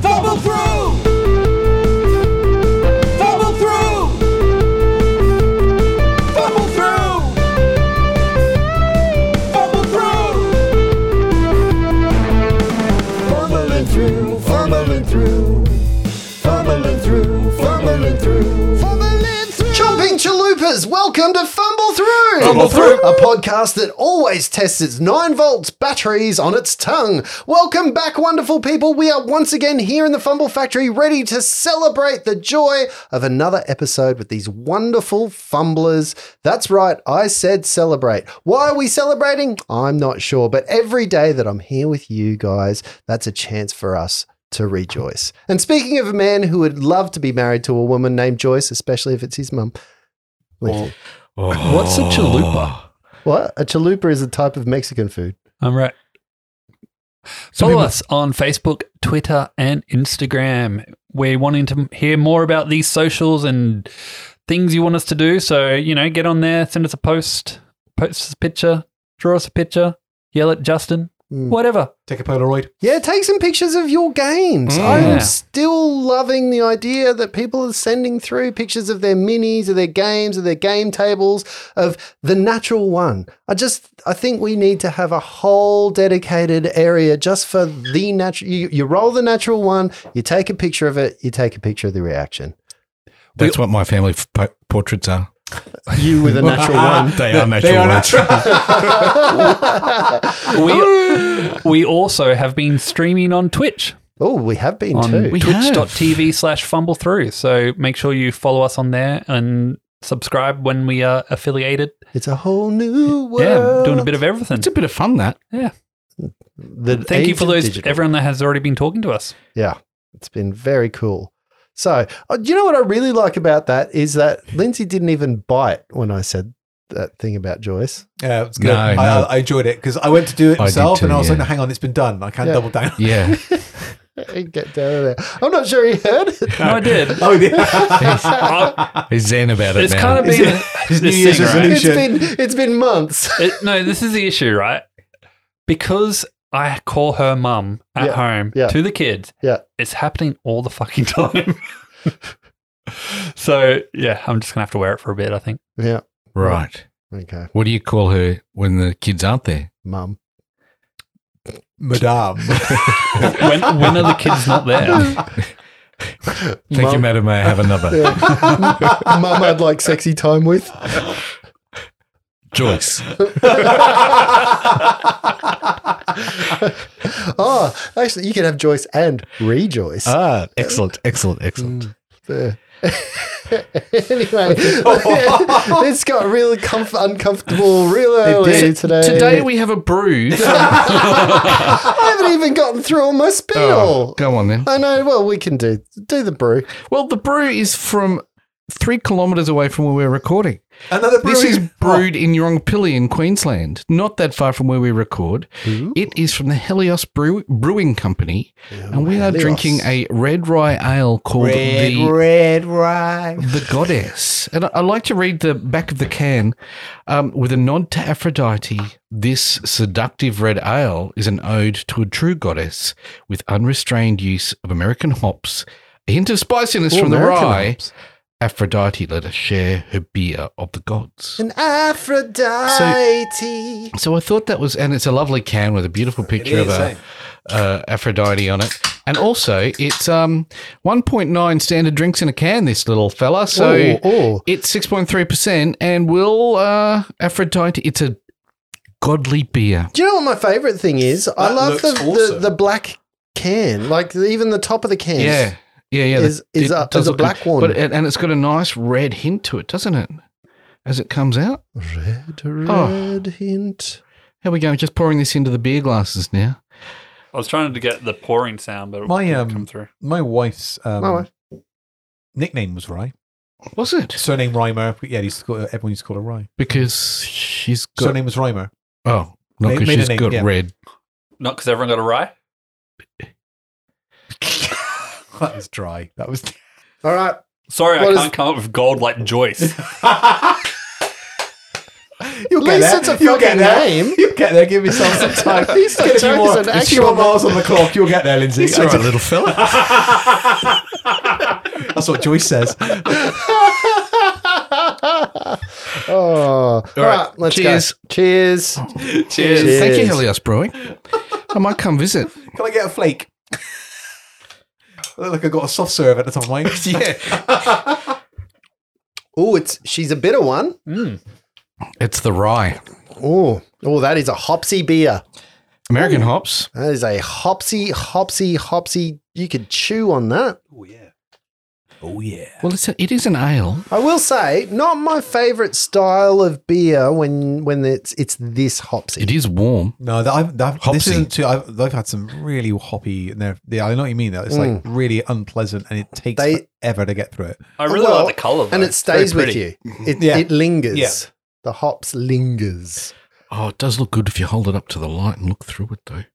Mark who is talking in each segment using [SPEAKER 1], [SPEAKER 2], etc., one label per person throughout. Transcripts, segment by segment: [SPEAKER 1] Follow through. Follow through. Follow through. Follow through. Fumbling through. Fumbling through. Fumbling through. Fumbling through. Fumbling through.
[SPEAKER 2] Jumping chalupas, welcome to Fumble Through!
[SPEAKER 1] Fumble Through.
[SPEAKER 2] A podcast that always tests its 9 volts batteries on its tongue. Welcome back, wonderful people. We are once again here in the Fumble Factory, ready to celebrate the joy of another episode with these wonderful fumblers. That's right, I said celebrate. Why are we celebrating? I'm not sure, but every day that I'm here with you guys, that's a chance for us to rejoice. And speaking of a man who would love to be married to a woman named Joyce, especially if it's his mum. Leave it.
[SPEAKER 3] What's a chalupa?
[SPEAKER 2] What? A chalupa is a type of Mexican food.
[SPEAKER 3] Oh. I'm right.
[SPEAKER 4] So
[SPEAKER 3] Follow
[SPEAKER 4] people-
[SPEAKER 3] us on Facebook, Twitter, and Instagram. We're wanting to hear more about these socials and things you want us to do. So, you know, get on there, send us a post, post us a picture, draw us a picture, yell at Justin,
[SPEAKER 2] Mm.
[SPEAKER 3] whatever.
[SPEAKER 4] Take a Polaroid.
[SPEAKER 2] Yeah, take some pictures of your games.
[SPEAKER 4] Mm.
[SPEAKER 3] Yeah.
[SPEAKER 2] I'm still loving the idea that people are sending through pictures of their minis, of their games, of their game tables, of the natural one. I just, I think we need to have a whole dedicated area just for the natural. You, you roll the natural one, you take a picture of it, you take a picture of the reaction.
[SPEAKER 4] That's
[SPEAKER 5] That's what my family portraits are.
[SPEAKER 2] You with a natural one.
[SPEAKER 5] They are natural.
[SPEAKER 3] We, we also have been streaming on Twitch
[SPEAKER 2] Oh, we have been
[SPEAKER 3] on
[SPEAKER 2] too.
[SPEAKER 5] We have.
[SPEAKER 3] twitch.tv slash fumble through. So make sure you follow us on there and subscribe when we are affiliated.
[SPEAKER 2] It's a whole new world.
[SPEAKER 3] Yeah, doing a bit of everything.
[SPEAKER 5] It's a bit of fun, that.
[SPEAKER 3] Yeah.
[SPEAKER 2] The
[SPEAKER 3] Thank you
[SPEAKER 2] age
[SPEAKER 3] for
[SPEAKER 2] of
[SPEAKER 3] those,
[SPEAKER 2] digital.
[SPEAKER 3] everyone that has already been talking to us.
[SPEAKER 2] Yeah, it's been very cool. So, uh, you know what I really like about that is that Lindsay didn't even bite when I said that thing about Joyce.
[SPEAKER 4] Yeah, it was good.
[SPEAKER 5] No,
[SPEAKER 4] I,
[SPEAKER 5] no.
[SPEAKER 4] I, I enjoyed it because I went to do it
[SPEAKER 5] I did
[SPEAKER 4] myself and
[SPEAKER 5] too,
[SPEAKER 4] I was like,
[SPEAKER 5] yeah.
[SPEAKER 4] no, hang on, it's been done. I can't
[SPEAKER 2] Yeah.
[SPEAKER 4] double down.
[SPEAKER 5] Yeah.
[SPEAKER 2] Get down there. I'm not sure he heard it.
[SPEAKER 3] No, I did.
[SPEAKER 4] Oh, yeah.
[SPEAKER 5] He's zen about it
[SPEAKER 3] It's
[SPEAKER 5] now.
[SPEAKER 3] kind of
[SPEAKER 4] Is
[SPEAKER 3] been
[SPEAKER 4] it-
[SPEAKER 3] this
[SPEAKER 4] New Year's
[SPEAKER 3] thing, right?
[SPEAKER 4] resolution?
[SPEAKER 2] It's been it's been months.
[SPEAKER 3] It- no, this is the issue, right? Because I call her mum at
[SPEAKER 2] Yeah,
[SPEAKER 3] home
[SPEAKER 2] yeah.
[SPEAKER 3] to the kids.
[SPEAKER 2] Yeah.
[SPEAKER 3] it's happening all the fucking time. so yeah, I'm just gonna have to wear it for a bit. I think.
[SPEAKER 2] Yeah.
[SPEAKER 5] right.
[SPEAKER 2] Okay,
[SPEAKER 5] What do you call her when the kids aren't there?
[SPEAKER 2] mum.
[SPEAKER 4] Madame.
[SPEAKER 3] When when are the kids not there?
[SPEAKER 5] Thank you,
[SPEAKER 2] Mum.
[SPEAKER 5] madam. May I have another?
[SPEAKER 2] Yeah. mum, I'd like sexy time with.
[SPEAKER 5] Joyce.
[SPEAKER 2] Oh, actually, you could have Joyce and rejoice.
[SPEAKER 5] Ah, excellent, excellent, excellent.
[SPEAKER 2] There. anyway, it's got real comf- uncomfortable real early today.
[SPEAKER 5] Today we have a brew.
[SPEAKER 2] I haven't even gotten through all my spiel.
[SPEAKER 5] Oh, go on then.
[SPEAKER 2] I know. Well, we can do do the brew.
[SPEAKER 5] Well, the brew is from three kilometres away from where we're recording.
[SPEAKER 4] Another brewery.
[SPEAKER 5] This is brewed in Yongpili in Queensland, not that far from where we record. It is from the Helios Brew- Brewing Company, and we are
[SPEAKER 2] Helios.
[SPEAKER 5] drinking a red rye ale called
[SPEAKER 4] Red,
[SPEAKER 5] the
[SPEAKER 4] red rye.
[SPEAKER 5] the Goddess. And I- I like to read the back of the can um, with a nod to Aphrodite. This seductive red ale is an ode to a true goddess with unrestrained use of American hops, a hint of spiciness
[SPEAKER 2] Ooh,
[SPEAKER 5] from
[SPEAKER 2] American
[SPEAKER 5] the rye.
[SPEAKER 2] hops.
[SPEAKER 5] Aphrodite let us share her beer of the gods.
[SPEAKER 2] An Aphrodite. Oh,
[SPEAKER 5] So I thought that was, and it's a lovely can with a beautiful picture of
[SPEAKER 4] is,
[SPEAKER 5] a,
[SPEAKER 4] eh?
[SPEAKER 5] uh, Aphrodite on it, and also it's um 1.9 standard drinks in a can. This little fella, so
[SPEAKER 2] oh, oh.
[SPEAKER 5] it's 6.3 percent, and will uh, Aphrodite. It's a godly beer.
[SPEAKER 2] Do you know what my favorite thing is? I
[SPEAKER 4] That
[SPEAKER 2] love the,
[SPEAKER 4] looks awesome.
[SPEAKER 2] the the black can, like even the top of the can.
[SPEAKER 5] Yeah, yeah, yeah.
[SPEAKER 2] Is-
[SPEAKER 5] It
[SPEAKER 2] is a- is
[SPEAKER 5] does
[SPEAKER 2] a
[SPEAKER 5] look-
[SPEAKER 2] black one.
[SPEAKER 5] but it, and it's got a nice red hint to it, doesn't it? As it comes out.
[SPEAKER 2] Red, red
[SPEAKER 5] Oh.
[SPEAKER 2] hint.
[SPEAKER 5] Here we go. Just pouring this into the beer glasses now.
[SPEAKER 3] I was trying to get the pouring sound, but it
[SPEAKER 4] My,
[SPEAKER 3] didn't
[SPEAKER 4] um,
[SPEAKER 3] come through.
[SPEAKER 4] My wife's um,
[SPEAKER 2] My wife.
[SPEAKER 4] nickname was Rye.
[SPEAKER 5] Was it
[SPEAKER 4] Surname Reimer. Yeah, they used to call, everyone used to call her Rye.
[SPEAKER 5] because she's got?
[SPEAKER 4] Surname was Reimer.
[SPEAKER 5] oh, not
[SPEAKER 4] Ma-
[SPEAKER 5] because
[SPEAKER 4] maiden
[SPEAKER 5] she's
[SPEAKER 4] name,
[SPEAKER 5] got
[SPEAKER 4] yeah.
[SPEAKER 5] red.
[SPEAKER 3] Not because everyone got a rye.
[SPEAKER 4] That was dry. That was.
[SPEAKER 2] All right.
[SPEAKER 3] Sorry,
[SPEAKER 2] What
[SPEAKER 3] I
[SPEAKER 2] is-
[SPEAKER 3] can't come up with gold like Joyce.
[SPEAKER 4] You'll
[SPEAKER 2] At least it's a
[SPEAKER 4] You'll
[SPEAKER 2] fucking
[SPEAKER 4] get there.
[SPEAKER 2] name.
[SPEAKER 4] You'll get there. Give yourself some time.
[SPEAKER 2] At least
[SPEAKER 4] get
[SPEAKER 2] the
[SPEAKER 4] a few
[SPEAKER 2] time
[SPEAKER 4] more,
[SPEAKER 2] is an
[SPEAKER 4] a few more
[SPEAKER 2] actual-
[SPEAKER 4] miles on the clock. You'll get there, Lindsay.
[SPEAKER 5] He's all right, little fella.
[SPEAKER 4] That's what Joyce says.
[SPEAKER 2] Oh, all right, let's
[SPEAKER 5] cheers.
[SPEAKER 2] go. Cheers.
[SPEAKER 5] Cheers. Thank you,
[SPEAKER 2] Cheers.
[SPEAKER 5] Helios Brewing. I might come visit.
[SPEAKER 4] Can I get a flake? I look like I've got a soft serve at the top of mine.
[SPEAKER 5] Yeah.
[SPEAKER 2] Oh, it's she's a bitter one.
[SPEAKER 5] It's the rye.
[SPEAKER 2] Oh, oh, that is a hopsy beer.
[SPEAKER 5] American
[SPEAKER 2] Oh.
[SPEAKER 5] hops.
[SPEAKER 2] That is a hopsy, hopsy, hopsy. You could chew on that.
[SPEAKER 4] Oh, yeah.
[SPEAKER 5] Well, it's a, it is an ale.
[SPEAKER 2] I will say, not my favorite style of beer when when it's it's this hopsy.
[SPEAKER 5] It is warm.
[SPEAKER 4] No, that, I've, that, this
[SPEAKER 5] Hopsy.
[SPEAKER 4] isn't too. I've, I've had some really hoppy. and they're- Yeah, I know what you mean. Though it's like really unpleasant, and it takes
[SPEAKER 2] They-
[SPEAKER 4] forever to get through it.
[SPEAKER 3] I really
[SPEAKER 2] Well,
[SPEAKER 3] like the color,
[SPEAKER 2] and it stays with you.
[SPEAKER 3] Mm-hmm.
[SPEAKER 2] It,
[SPEAKER 4] Yeah.
[SPEAKER 2] it lingers.
[SPEAKER 4] Yeah.
[SPEAKER 2] The hops lingers.
[SPEAKER 5] Oh, it does look good if you hold it up to the light and look through it, though.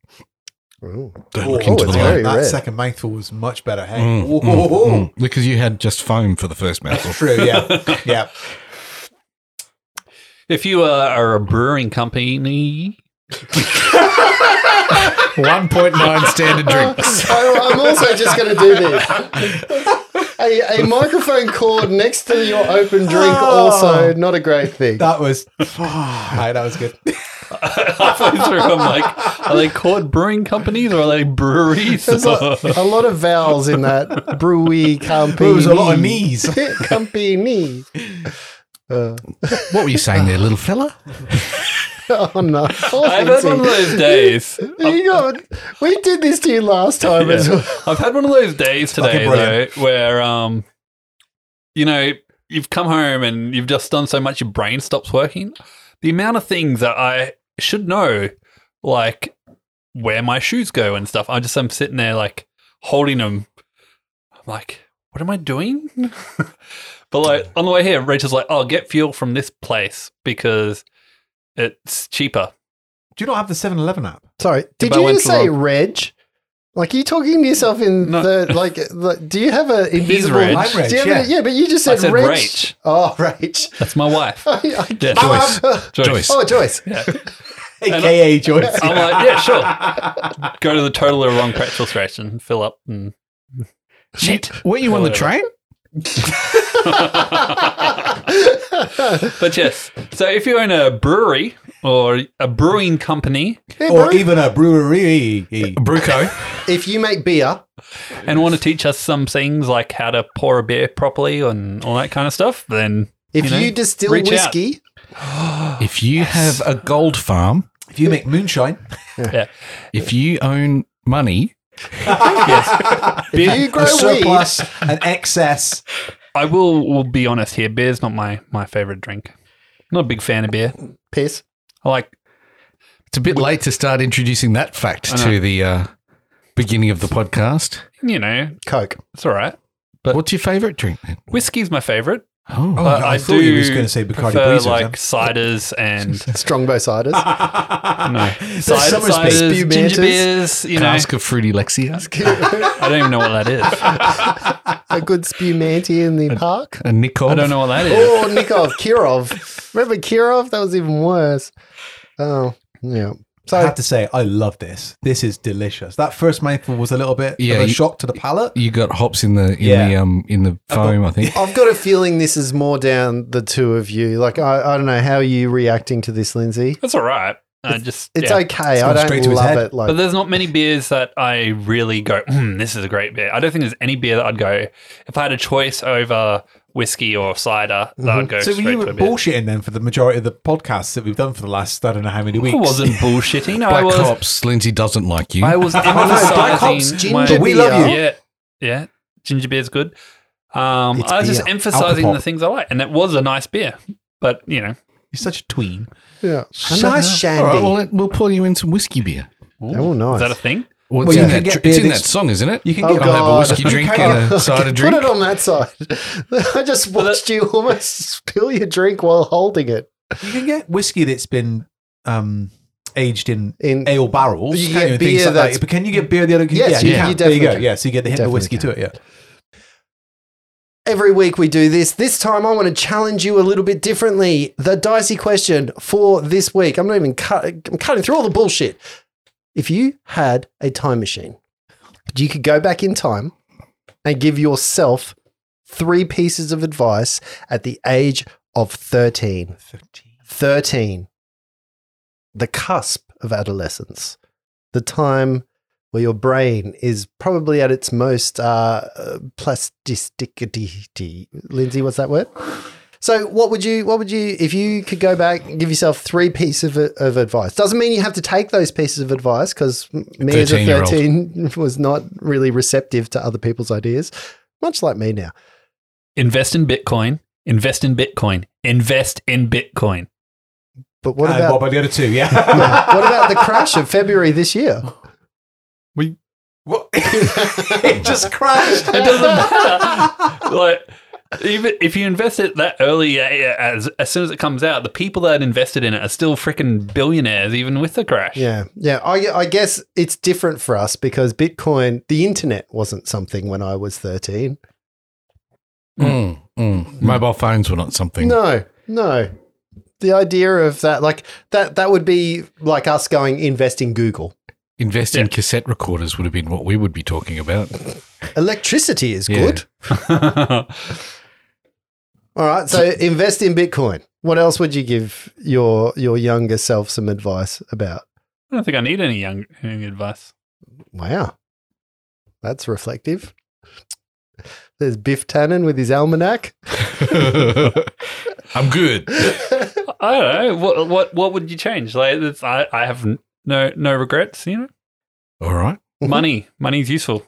[SPEAKER 2] Ooh.
[SPEAKER 5] Don't
[SPEAKER 4] Oh,
[SPEAKER 5] look into
[SPEAKER 2] it's
[SPEAKER 5] the
[SPEAKER 2] very
[SPEAKER 5] light.
[SPEAKER 4] that
[SPEAKER 2] red.
[SPEAKER 4] second mouthful was much better. Hey,
[SPEAKER 5] Mm,
[SPEAKER 4] Whoa,
[SPEAKER 5] mm,
[SPEAKER 4] whoa, whoa.
[SPEAKER 5] mm. Because you had just foam for the first mouthful.
[SPEAKER 4] true. Yeah, yeah.
[SPEAKER 3] If you are, are a brewing company,
[SPEAKER 5] 1.9 standard drinks.
[SPEAKER 2] I, am Oh, also just going to do this. A, a microphone cord next to your open drink,
[SPEAKER 3] Ah.
[SPEAKER 2] also not a great thing.
[SPEAKER 4] That was. Aye, that was good.
[SPEAKER 3] halfway through, I'm like, are they called brewing companies or are they breweries?
[SPEAKER 2] There's a, a lot of vowels in that brewy company.
[SPEAKER 4] There was a lot of knees.
[SPEAKER 2] company. Uh,
[SPEAKER 5] What were you saying there, little fella?
[SPEAKER 2] oh no!
[SPEAKER 3] I've had one of those days.
[SPEAKER 2] You got, we did this to you last time as
[SPEAKER 3] Yeah.
[SPEAKER 2] well.
[SPEAKER 3] I've had one of those days today
[SPEAKER 4] Fucking brilliant.
[SPEAKER 3] though, where um, you know, you've come home and you've just done so much, your brain stops working. The amount of things that I should know, like where my shoes go and stuff, I just am sitting there like holding them. I'm like, what am I doing? but like on the way here, Rachel's like, "Oh, get fuel from this place because it's cheaper."
[SPEAKER 4] Do you not have the 7 Eleven app?
[SPEAKER 2] Sorry, did
[SPEAKER 3] I
[SPEAKER 2] you
[SPEAKER 3] went
[SPEAKER 2] just
[SPEAKER 3] to
[SPEAKER 2] say
[SPEAKER 3] wrong-
[SPEAKER 2] Reg? Like, are you talking to yourself in
[SPEAKER 3] No.
[SPEAKER 2] the like, like? Do you have an invisible?
[SPEAKER 3] Reg.
[SPEAKER 4] I'm Reg,
[SPEAKER 2] Do you have
[SPEAKER 4] yeah.
[SPEAKER 2] an- yeah, but you just
[SPEAKER 3] I
[SPEAKER 2] said,
[SPEAKER 3] said
[SPEAKER 2] Reg.
[SPEAKER 3] Rach.
[SPEAKER 2] Oh, Rach.
[SPEAKER 3] That's my wife.
[SPEAKER 2] I, I,
[SPEAKER 3] Yeah.
[SPEAKER 5] Joyce.
[SPEAKER 3] Joyce.
[SPEAKER 5] Joyce.
[SPEAKER 2] Oh, Joyce.
[SPEAKER 4] AKA Joyce.
[SPEAKER 3] I'm like, yeah, sure. Go to the total or wrong petrol station, fill up, and shit.
[SPEAKER 5] Were you on the train?
[SPEAKER 3] But yes, so if you own a brewery or a brewing company
[SPEAKER 2] Hey,
[SPEAKER 4] or
[SPEAKER 2] bro,
[SPEAKER 4] even a brewery.
[SPEAKER 5] Bruco.
[SPEAKER 2] if you make beer,
[SPEAKER 3] and want to teach us some things like how to pour a beer properly and all that kind of stuff, then
[SPEAKER 2] if you,
[SPEAKER 3] know,
[SPEAKER 2] distill
[SPEAKER 3] reach out.
[SPEAKER 2] whiskey,
[SPEAKER 5] If you have a gold farm,
[SPEAKER 4] If you make moonshine,
[SPEAKER 3] yeah,
[SPEAKER 5] if you own money,
[SPEAKER 2] if you grow
[SPEAKER 4] a
[SPEAKER 2] weed,
[SPEAKER 4] surplus, an excess.
[SPEAKER 3] I will. Will be honest here. Beer's not my my favorite drink. Not a big fan of beer.
[SPEAKER 2] piss.
[SPEAKER 3] I like
[SPEAKER 5] it's a bit late to start introducing that fact
[SPEAKER 3] I know.
[SPEAKER 5] to the uh, beginning of the podcast.
[SPEAKER 3] you know
[SPEAKER 2] Coke.
[SPEAKER 3] it's all right. But-
[SPEAKER 5] What's your favourite drink then?
[SPEAKER 3] Whiskey's my favorite.
[SPEAKER 5] Oh,
[SPEAKER 4] Oh,
[SPEAKER 3] but
[SPEAKER 4] no,
[SPEAKER 3] I,
[SPEAKER 4] I
[SPEAKER 3] do
[SPEAKER 4] thought you was gonna say Bacardi
[SPEAKER 3] prefer
[SPEAKER 4] Breezers,
[SPEAKER 3] like
[SPEAKER 4] huh?
[SPEAKER 3] ciders and
[SPEAKER 2] Strongbow ciders.
[SPEAKER 3] No. Cider,
[SPEAKER 4] Summersby.
[SPEAKER 3] ciders,
[SPEAKER 2] Spew
[SPEAKER 3] ginger
[SPEAKER 2] matches.
[SPEAKER 3] beers, you know.
[SPEAKER 5] cask of fruity Lexia,
[SPEAKER 3] I don't even know what that is. I
[SPEAKER 2] a good spumanti in the park.
[SPEAKER 5] a Nikon.
[SPEAKER 3] don't know what that is.
[SPEAKER 2] Oh, Nikov, Kirov. Remember Kirov? That was even worse. Oh, yeah.
[SPEAKER 4] I
[SPEAKER 2] So
[SPEAKER 4] have to say, I love this. This is delicious. That first mouthful was a little bit
[SPEAKER 5] Yeah,
[SPEAKER 4] of a
[SPEAKER 5] you-
[SPEAKER 4] shock to the palate.
[SPEAKER 5] You got hops in the in
[SPEAKER 4] Yeah.
[SPEAKER 5] the um in the foam, I think.
[SPEAKER 2] I've got a feeling this is more down the two of you. Like, I, I don't know. How are you reacting to this, Lindsay?
[SPEAKER 3] That's all right. I Uh, just
[SPEAKER 2] It's
[SPEAKER 3] yeah.
[SPEAKER 2] okay.
[SPEAKER 4] gone
[SPEAKER 2] I
[SPEAKER 4] straight
[SPEAKER 2] don't
[SPEAKER 4] to his
[SPEAKER 2] love
[SPEAKER 4] head.
[SPEAKER 2] it.
[SPEAKER 3] But
[SPEAKER 2] Like,
[SPEAKER 3] there's not many beers that I really go, mm, this is a great beer. I don't think there's any beer that I'd go, if I had a choice over whiskey or cider, that I'd go
[SPEAKER 4] So were
[SPEAKER 3] straight
[SPEAKER 4] you
[SPEAKER 3] to a beer.
[SPEAKER 4] bullshitting then for the majority of the podcasts that we've done for the last I don't know how many
[SPEAKER 3] I
[SPEAKER 4] weeks?
[SPEAKER 3] wasn't bullshitting. I
[SPEAKER 5] Black
[SPEAKER 3] was,
[SPEAKER 5] hops. Lindsay doesn't like you.
[SPEAKER 3] I was
[SPEAKER 2] Black hops,
[SPEAKER 3] emphasizing. my-
[SPEAKER 2] ginger
[SPEAKER 4] we love
[SPEAKER 2] beer.
[SPEAKER 4] you.
[SPEAKER 3] Yeah, yeah. Ginger beer's good. Um,
[SPEAKER 2] It's
[SPEAKER 3] I was just
[SPEAKER 2] beer.
[SPEAKER 3] emphasizing
[SPEAKER 4] Alcohol.
[SPEAKER 3] the things I like, and it was a nice beer. But you know,
[SPEAKER 4] You're such a tween.
[SPEAKER 2] Yeah. A
[SPEAKER 5] Shut
[SPEAKER 2] nice
[SPEAKER 5] up.
[SPEAKER 2] shandy.
[SPEAKER 5] All right, well, let- we'll pour you in some whiskey beer.
[SPEAKER 2] oh, nice.
[SPEAKER 3] is that a thing?
[SPEAKER 5] Well,
[SPEAKER 4] Well,
[SPEAKER 5] it's
[SPEAKER 4] you
[SPEAKER 5] in,
[SPEAKER 4] can
[SPEAKER 5] that,
[SPEAKER 4] get
[SPEAKER 5] dr-
[SPEAKER 4] beer
[SPEAKER 5] it's in
[SPEAKER 4] that's-
[SPEAKER 5] that song, isn't it?
[SPEAKER 4] You can
[SPEAKER 2] Oh,
[SPEAKER 4] get
[SPEAKER 5] I'll have a
[SPEAKER 2] God.
[SPEAKER 5] whiskey drink and a cider drink.
[SPEAKER 2] Put it on that side. I just watched you almost spill your drink while holding it.
[SPEAKER 4] you can get whiskey that's been um, aged in
[SPEAKER 2] In
[SPEAKER 4] ale barrels.
[SPEAKER 2] You
[SPEAKER 4] can
[SPEAKER 2] get
[SPEAKER 4] and
[SPEAKER 2] beer
[SPEAKER 4] things like
[SPEAKER 2] that's-
[SPEAKER 4] that. But can you get beer the other?
[SPEAKER 2] Yes,
[SPEAKER 4] yeah,
[SPEAKER 2] you-
[SPEAKER 4] can.
[SPEAKER 2] you
[SPEAKER 4] there you go.
[SPEAKER 2] definitely
[SPEAKER 4] Yeah, so you get the hit of
[SPEAKER 2] definitely
[SPEAKER 4] whiskey
[SPEAKER 2] can.
[SPEAKER 4] to it. Yeah,
[SPEAKER 2] Every week we do this. This time I want to challenge you a little bit differently. The dicey question for this week. I'm not even cut, I'm cutting through all the bullshit. If you had a time machine, but you could go back in time and give yourself three pieces of advice at the age of 13. 13. The cusp of adolescence. The time where your brain is probably at its most uh, uh, plasticity. Lindsay, what's that word? So, what would you, what would you, if you could go back and give yourself three pieces of, of advice? Doesn't mean you have to take those pieces of advice because me as a
[SPEAKER 5] 13-year-old.
[SPEAKER 2] 13 was not really receptive to other people's ideas, much like me now.
[SPEAKER 3] Invest in Bitcoin. Invest in Bitcoin. Invest in Bitcoin.
[SPEAKER 2] But what
[SPEAKER 4] Uh,
[SPEAKER 2] about
[SPEAKER 4] Bob, the other two, yeah.
[SPEAKER 2] Yeah. what about the crash of February this year?
[SPEAKER 4] What? it just crashed.
[SPEAKER 3] It doesn't matter. like, even if you invest it that early, uh, yeah, as as soon as it comes out, the people that invested in it are still freaking billionaires, even with the crash.
[SPEAKER 2] Yeah, yeah. I, I guess it's different for us because Bitcoin, the internet wasn't something when I was thirteen.
[SPEAKER 5] Mm, mm. Mobile phones were not something.
[SPEAKER 2] No, no. The idea of that, like that, that would be like us going invest in Google.
[SPEAKER 5] Invest in cassette recorders would have been what we would be talking about.
[SPEAKER 2] Electricity is
[SPEAKER 5] Yeah.
[SPEAKER 2] good. All right, so invest in Bitcoin. What else would you give your your younger self some advice about?
[SPEAKER 3] I don't think I need any young young advice.
[SPEAKER 2] Wow. That's reflective. There's Biff Tannen with his almanac.
[SPEAKER 5] I'm good.
[SPEAKER 3] I don't know what what what would you change? Like, it's, I I have n- no no regrets. You know,
[SPEAKER 5] All right.
[SPEAKER 2] Mhm.
[SPEAKER 3] money money's useful.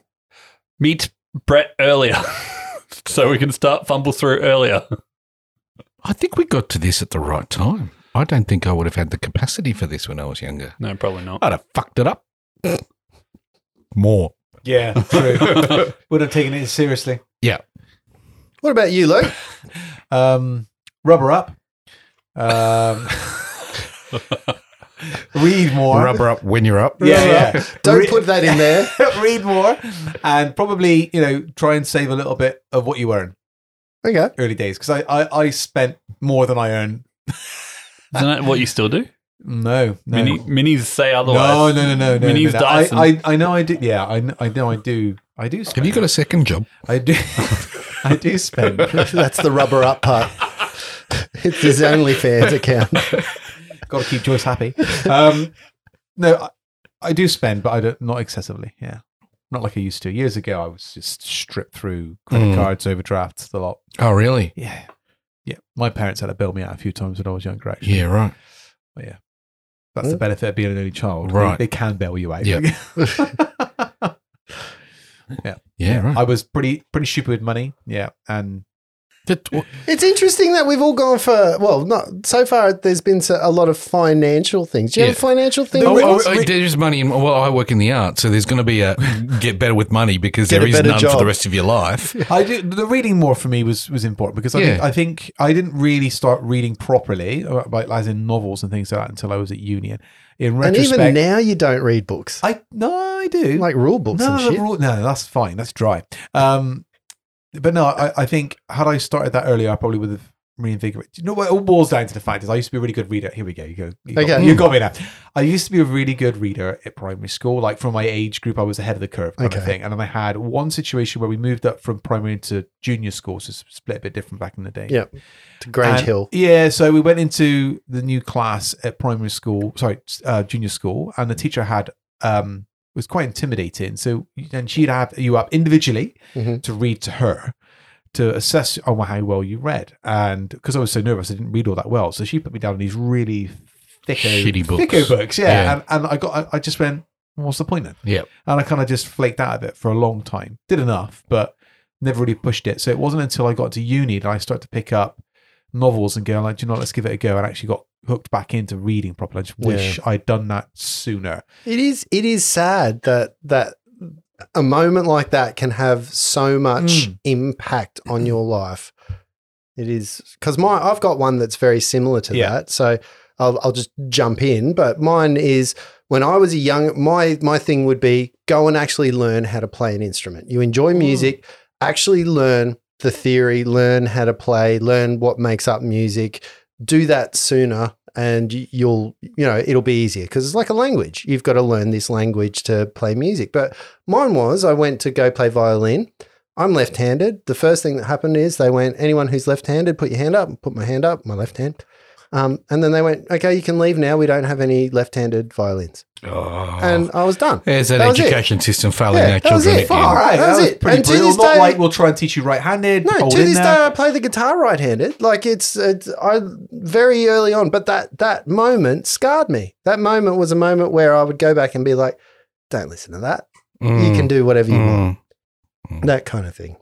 [SPEAKER 3] Meet Brett earlier, so we can start fumble through earlier.
[SPEAKER 5] I think we got to this at the right time. I don't think I would have had the capacity for this when I was younger.
[SPEAKER 3] No, probably not.
[SPEAKER 5] I'd have fucked it up. More.
[SPEAKER 4] Yeah, true. Would have taken it seriously.
[SPEAKER 2] What about you, Luke?
[SPEAKER 4] Um, rubber up. Um, read more.
[SPEAKER 5] Rubber up when you're up.
[SPEAKER 4] Yeah, yeah.
[SPEAKER 2] Don't
[SPEAKER 4] Re-
[SPEAKER 2] put that in there.
[SPEAKER 4] read more, and probably you know try and save a little bit of what you earn
[SPEAKER 2] Okay.
[SPEAKER 4] early days because I, I I spent more than I earned.
[SPEAKER 3] Isn't that what you still do?
[SPEAKER 4] No, no.
[SPEAKER 3] Mini, minis say
[SPEAKER 4] no, no,
[SPEAKER 3] otherwise.
[SPEAKER 4] no, no, no.
[SPEAKER 3] Minis
[SPEAKER 4] no, no. I,
[SPEAKER 3] Dyson.
[SPEAKER 4] I, I know I do. Yeah, I, kn- I know I do. I do.
[SPEAKER 5] Have
[SPEAKER 4] Spend.
[SPEAKER 5] you got a second job?
[SPEAKER 4] I do. I do spend.
[SPEAKER 2] That's the rubber up part. It's his OnlyFans account.
[SPEAKER 4] got to keep Joyce happy. Um, no, I, I do spend, but I don't not excessively. Yeah, not like I used to. Years ago, I was just stripped through credit
[SPEAKER 5] Mm.
[SPEAKER 4] cards, overdrafts, the lot.
[SPEAKER 5] Oh, really?
[SPEAKER 4] Yeah, yeah. My parents had to bail me out a few times when I was younger. Actually,
[SPEAKER 5] Yeah, right.
[SPEAKER 4] that's the benefit of being an only child. They-
[SPEAKER 5] Right.
[SPEAKER 4] they, can bail you out.
[SPEAKER 5] Yeah. Yeah, right.
[SPEAKER 4] I was pretty pretty stupid with money. Yeah, and
[SPEAKER 5] That- w-
[SPEAKER 2] It's interesting that we've all gone for, well, not so far, there's been so- a lot of financial things. Do you have a
[SPEAKER 5] Yeah.
[SPEAKER 2] financial thing?
[SPEAKER 5] oh,
[SPEAKER 2] Rick?
[SPEAKER 5] oh, oh, there's money. In, well, I work in the art, so there's going to be a get better with money because
[SPEAKER 2] Get
[SPEAKER 5] there
[SPEAKER 2] a
[SPEAKER 5] is
[SPEAKER 2] better
[SPEAKER 5] none for
[SPEAKER 2] job.
[SPEAKER 5] the rest of your life.
[SPEAKER 4] I do, the reading more for me was was important because I think
[SPEAKER 5] Yeah.
[SPEAKER 4] I think I didn't really start reading properly, uh, like as in novels and things like that, until I was at union. In
[SPEAKER 2] and
[SPEAKER 4] retrospect,
[SPEAKER 2] even now, you don't read books,
[SPEAKER 4] I no, I do.
[SPEAKER 2] like rule books
[SPEAKER 4] no,
[SPEAKER 2] and
[SPEAKER 4] the
[SPEAKER 2] shit.
[SPEAKER 4] rule- no, that's fine. That's dry. Um, but no, I, I think had I started that earlier, I probably would have reinvigorated. You know what? It all boils down to the fact is I used to be a really good reader. Here we go. You go. You, got,
[SPEAKER 2] Okay.
[SPEAKER 4] you got me now. I used to be a really good reader at primary school. Like from my age group, I was ahead of the curve kind of
[SPEAKER 2] Okay.
[SPEAKER 4] thing. And then I had one situation where we moved up from primary into junior school, so it's split a bit different back in the day.
[SPEAKER 2] Yeah. To Grange
[SPEAKER 4] And-
[SPEAKER 2] Hill.
[SPEAKER 4] Yeah, so we went into the new class at primary school, sorry, uh, junior school, and the teacher had um was quite intimidating. So then she'd have you up individually
[SPEAKER 2] Mhm.
[SPEAKER 4] to read to her to assess on how well you read, and because I was so nervous, I didn't read all that well. So she put me down in these really thicko,
[SPEAKER 5] Shitty books.
[SPEAKER 4] thicko books, yeah.
[SPEAKER 5] Yeah.
[SPEAKER 4] And, and I got, I, I just went, what's the point then?
[SPEAKER 5] Yeah.
[SPEAKER 4] and I kind of just flaked out of it for a long time. Did enough, but never really pushed it. So it wasn't until I got to uni that I started to pick up novels and go like, "Do you know, what, let's give it a go. And actually got hooked back into reading properly. I just wish I'd done that sooner.
[SPEAKER 2] It is. It is sad that that a moment like that can have so much
[SPEAKER 4] Mm.
[SPEAKER 2] impact on your life. It is because my I've got one that's very similar to
[SPEAKER 4] Yeah.
[SPEAKER 2] that. So I'll, I'll just jump in. But mine is when I was a young my my thing would be go and actually learn how to play an instrument. You enjoy music, actually learn the theory, learn how to play, learn what makes up music. Do that sooner, and y- you'll you know it'll be easier because it's like a language. You've got to learn this language to play music. But mine was I went to go play violin. I'm left-handed. The first thing that happened is they went, anyone who's left-handed, put your hand up. Put my hand up, my left hand. Um, and then they went, okay, you can leave now. We don't have any left-handed violins.
[SPEAKER 5] Oh.
[SPEAKER 2] And I was done.
[SPEAKER 5] There's that,
[SPEAKER 2] that was it.
[SPEAKER 5] education system failing
[SPEAKER 2] Yeah,
[SPEAKER 5] our
[SPEAKER 2] that was
[SPEAKER 5] children
[SPEAKER 2] it.
[SPEAKER 5] again.
[SPEAKER 2] Far out.
[SPEAKER 4] Alright,
[SPEAKER 2] That was it.
[SPEAKER 4] pretty
[SPEAKER 2] And to
[SPEAKER 4] brutal.
[SPEAKER 2] this
[SPEAKER 4] Not
[SPEAKER 2] day-
[SPEAKER 4] like we'll try and teach you right-handed.
[SPEAKER 2] No,
[SPEAKER 4] hold
[SPEAKER 2] to
[SPEAKER 4] in
[SPEAKER 2] this day
[SPEAKER 4] there.
[SPEAKER 2] I play the guitar right-handed. Like it's, it's I very early on, but that that moment scarred me. That moment was a moment where I would go back and be like, "Don't listen to that.
[SPEAKER 5] Hmm. Mm.
[SPEAKER 2] You can do whatever you want." That kind of thing.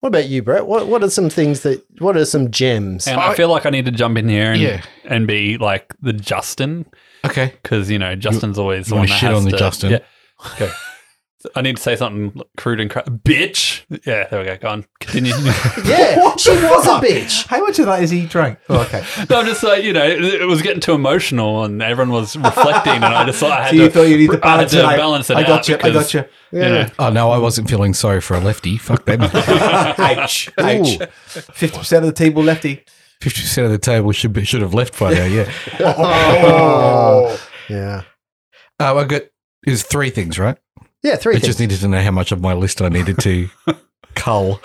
[SPEAKER 2] What about you, Brett? What what are some things that? What are some gems?
[SPEAKER 3] And I, feel like I need to jump in here and,
[SPEAKER 5] Yeah.
[SPEAKER 3] and be like the Justin
[SPEAKER 5] Okay.
[SPEAKER 3] because you know Justin's always the
[SPEAKER 5] you
[SPEAKER 3] one
[SPEAKER 5] wanna
[SPEAKER 3] that
[SPEAKER 5] shit
[SPEAKER 3] has
[SPEAKER 5] on the
[SPEAKER 3] to-
[SPEAKER 5] Justin?
[SPEAKER 3] Yeah. Okay. I need to say something crude and cra- bitch. Yeah, there we go. Go on, continue. no,
[SPEAKER 2] Yeah,
[SPEAKER 4] What
[SPEAKER 2] she
[SPEAKER 4] the
[SPEAKER 2] was
[SPEAKER 4] fuck?
[SPEAKER 2] a bitch.
[SPEAKER 4] How much of that is he drank? Oh, okay.
[SPEAKER 3] I'm just like you know, it, it was getting too emotional, and everyone was reflecting, and I just thought I had
[SPEAKER 4] so you
[SPEAKER 3] to.
[SPEAKER 4] thought you need to
[SPEAKER 3] I had
[SPEAKER 4] balance
[SPEAKER 3] to
[SPEAKER 4] it out.
[SPEAKER 3] balance it
[SPEAKER 4] I
[SPEAKER 3] out
[SPEAKER 4] got you. I
[SPEAKER 3] because-
[SPEAKER 4] got you.
[SPEAKER 3] know.
[SPEAKER 5] Oh no, I wasn't feeling sorry for a lefty. Fuck them.
[SPEAKER 4] Ouch. Ouch. 50% of the table lefty.
[SPEAKER 5] Fifty percent of the table should be, should have left by now. Yeah.
[SPEAKER 2] Oh. Yeah,
[SPEAKER 5] Uh, I got is three things right.
[SPEAKER 2] yeah. Three
[SPEAKER 5] I
[SPEAKER 2] things.
[SPEAKER 5] just needed to know how much of my list I needed to cull.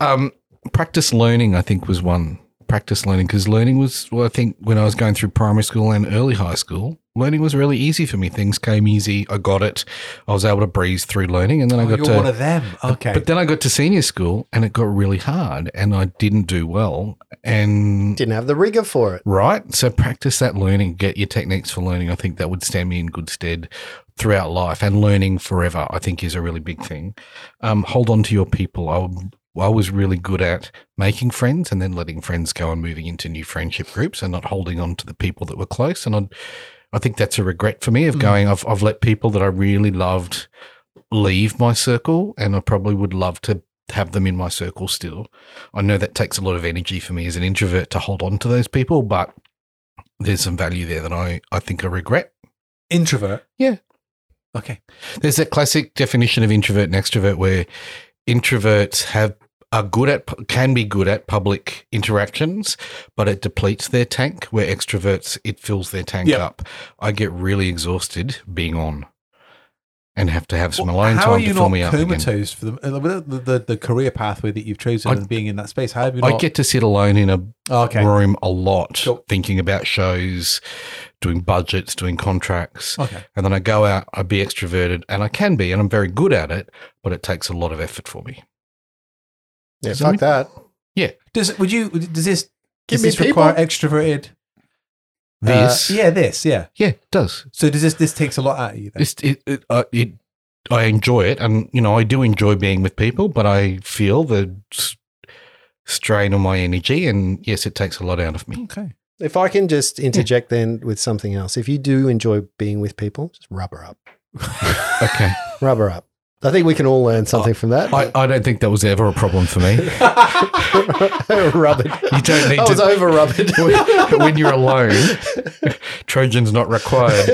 [SPEAKER 5] Um, practice learning, I think, was one. Practice learning because learning was, well, I think, when I was going through primary school and early high school, learning was really easy for me. Things came easy. I got it. I was able to breeze through learning, and then I
[SPEAKER 4] Oh, You're
[SPEAKER 5] got to
[SPEAKER 4] one of them. Okay.
[SPEAKER 5] But then I got to senior school and it got really hard and I didn't do well. And
[SPEAKER 2] Didn't have the rigor for it.
[SPEAKER 5] right, so practice that learning, get your techniques for learning. I think that would stand me in good stead throughout life and learning forever, I think is a really big thing. Um, hold on to your people. I, would- I was really good at making friends and then letting friends go and moving into new friendship groups and not holding on to the people that were close. And I'd, I think that's a regret for me of going, I've, I've let people that I really loved leave my circle and I probably would love to have them in my circle still. I know that takes a lot of energy for me as an introvert to hold on to those people, but there's some value there that I, I think I regret.
[SPEAKER 4] Introvert.
[SPEAKER 5] Yeah.
[SPEAKER 4] Okay.
[SPEAKER 5] There's that classic definition of introvert and extrovert where introverts have are good at can be good at public interactions, but it depletes their tank where extroverts it fills their tank
[SPEAKER 4] Yep.
[SPEAKER 5] up. I get really exhausted being on and have to have some
[SPEAKER 4] Well,
[SPEAKER 5] alone
[SPEAKER 4] how are
[SPEAKER 5] time
[SPEAKER 4] you
[SPEAKER 5] to fill
[SPEAKER 4] not
[SPEAKER 5] me up. again.
[SPEAKER 4] comatose for the, uh, with the, the the career pathway that you've chosen
[SPEAKER 5] I-
[SPEAKER 4] and being in that space? How have you
[SPEAKER 5] I
[SPEAKER 4] not?
[SPEAKER 5] get to sit alone in a
[SPEAKER 4] oh, okay.
[SPEAKER 5] room a lot,
[SPEAKER 4] Cool.
[SPEAKER 5] thinking about shows, doing budgets, doing contracts.
[SPEAKER 4] Okay.
[SPEAKER 5] And then I go out, I be extroverted, and I can be, and I'm very good at it, but it takes a lot of effort for me.
[SPEAKER 2] Yeah,
[SPEAKER 5] Something-
[SPEAKER 2] fuck that.
[SPEAKER 4] Does would you? Does this?
[SPEAKER 2] Give
[SPEAKER 4] does
[SPEAKER 2] me
[SPEAKER 4] this require
[SPEAKER 2] people.
[SPEAKER 4] extroverted? uh,
[SPEAKER 5] This,
[SPEAKER 4] yeah. This. Yeah.
[SPEAKER 5] yeah, it does.
[SPEAKER 4] So does this? This takes a lot out of you. Then?
[SPEAKER 5] It's, it, it, uh, it, I enjoy it, and you know, I do enjoy being with people, but I feel the s- strain on my energy, and yes, it takes a lot out of me.
[SPEAKER 4] Okay.
[SPEAKER 2] If I can just interject then with something else, if you do enjoy being with people, just rub her up.
[SPEAKER 5] Okay,
[SPEAKER 2] Rub her up. I think we can all learn something from that.
[SPEAKER 5] I, I don't think that was ever a problem for me.
[SPEAKER 2] rub it.
[SPEAKER 5] You don't need
[SPEAKER 2] I was
[SPEAKER 4] Oh,
[SPEAKER 5] to.
[SPEAKER 2] over rub it.
[SPEAKER 5] but when you're alone, Trojan's not required.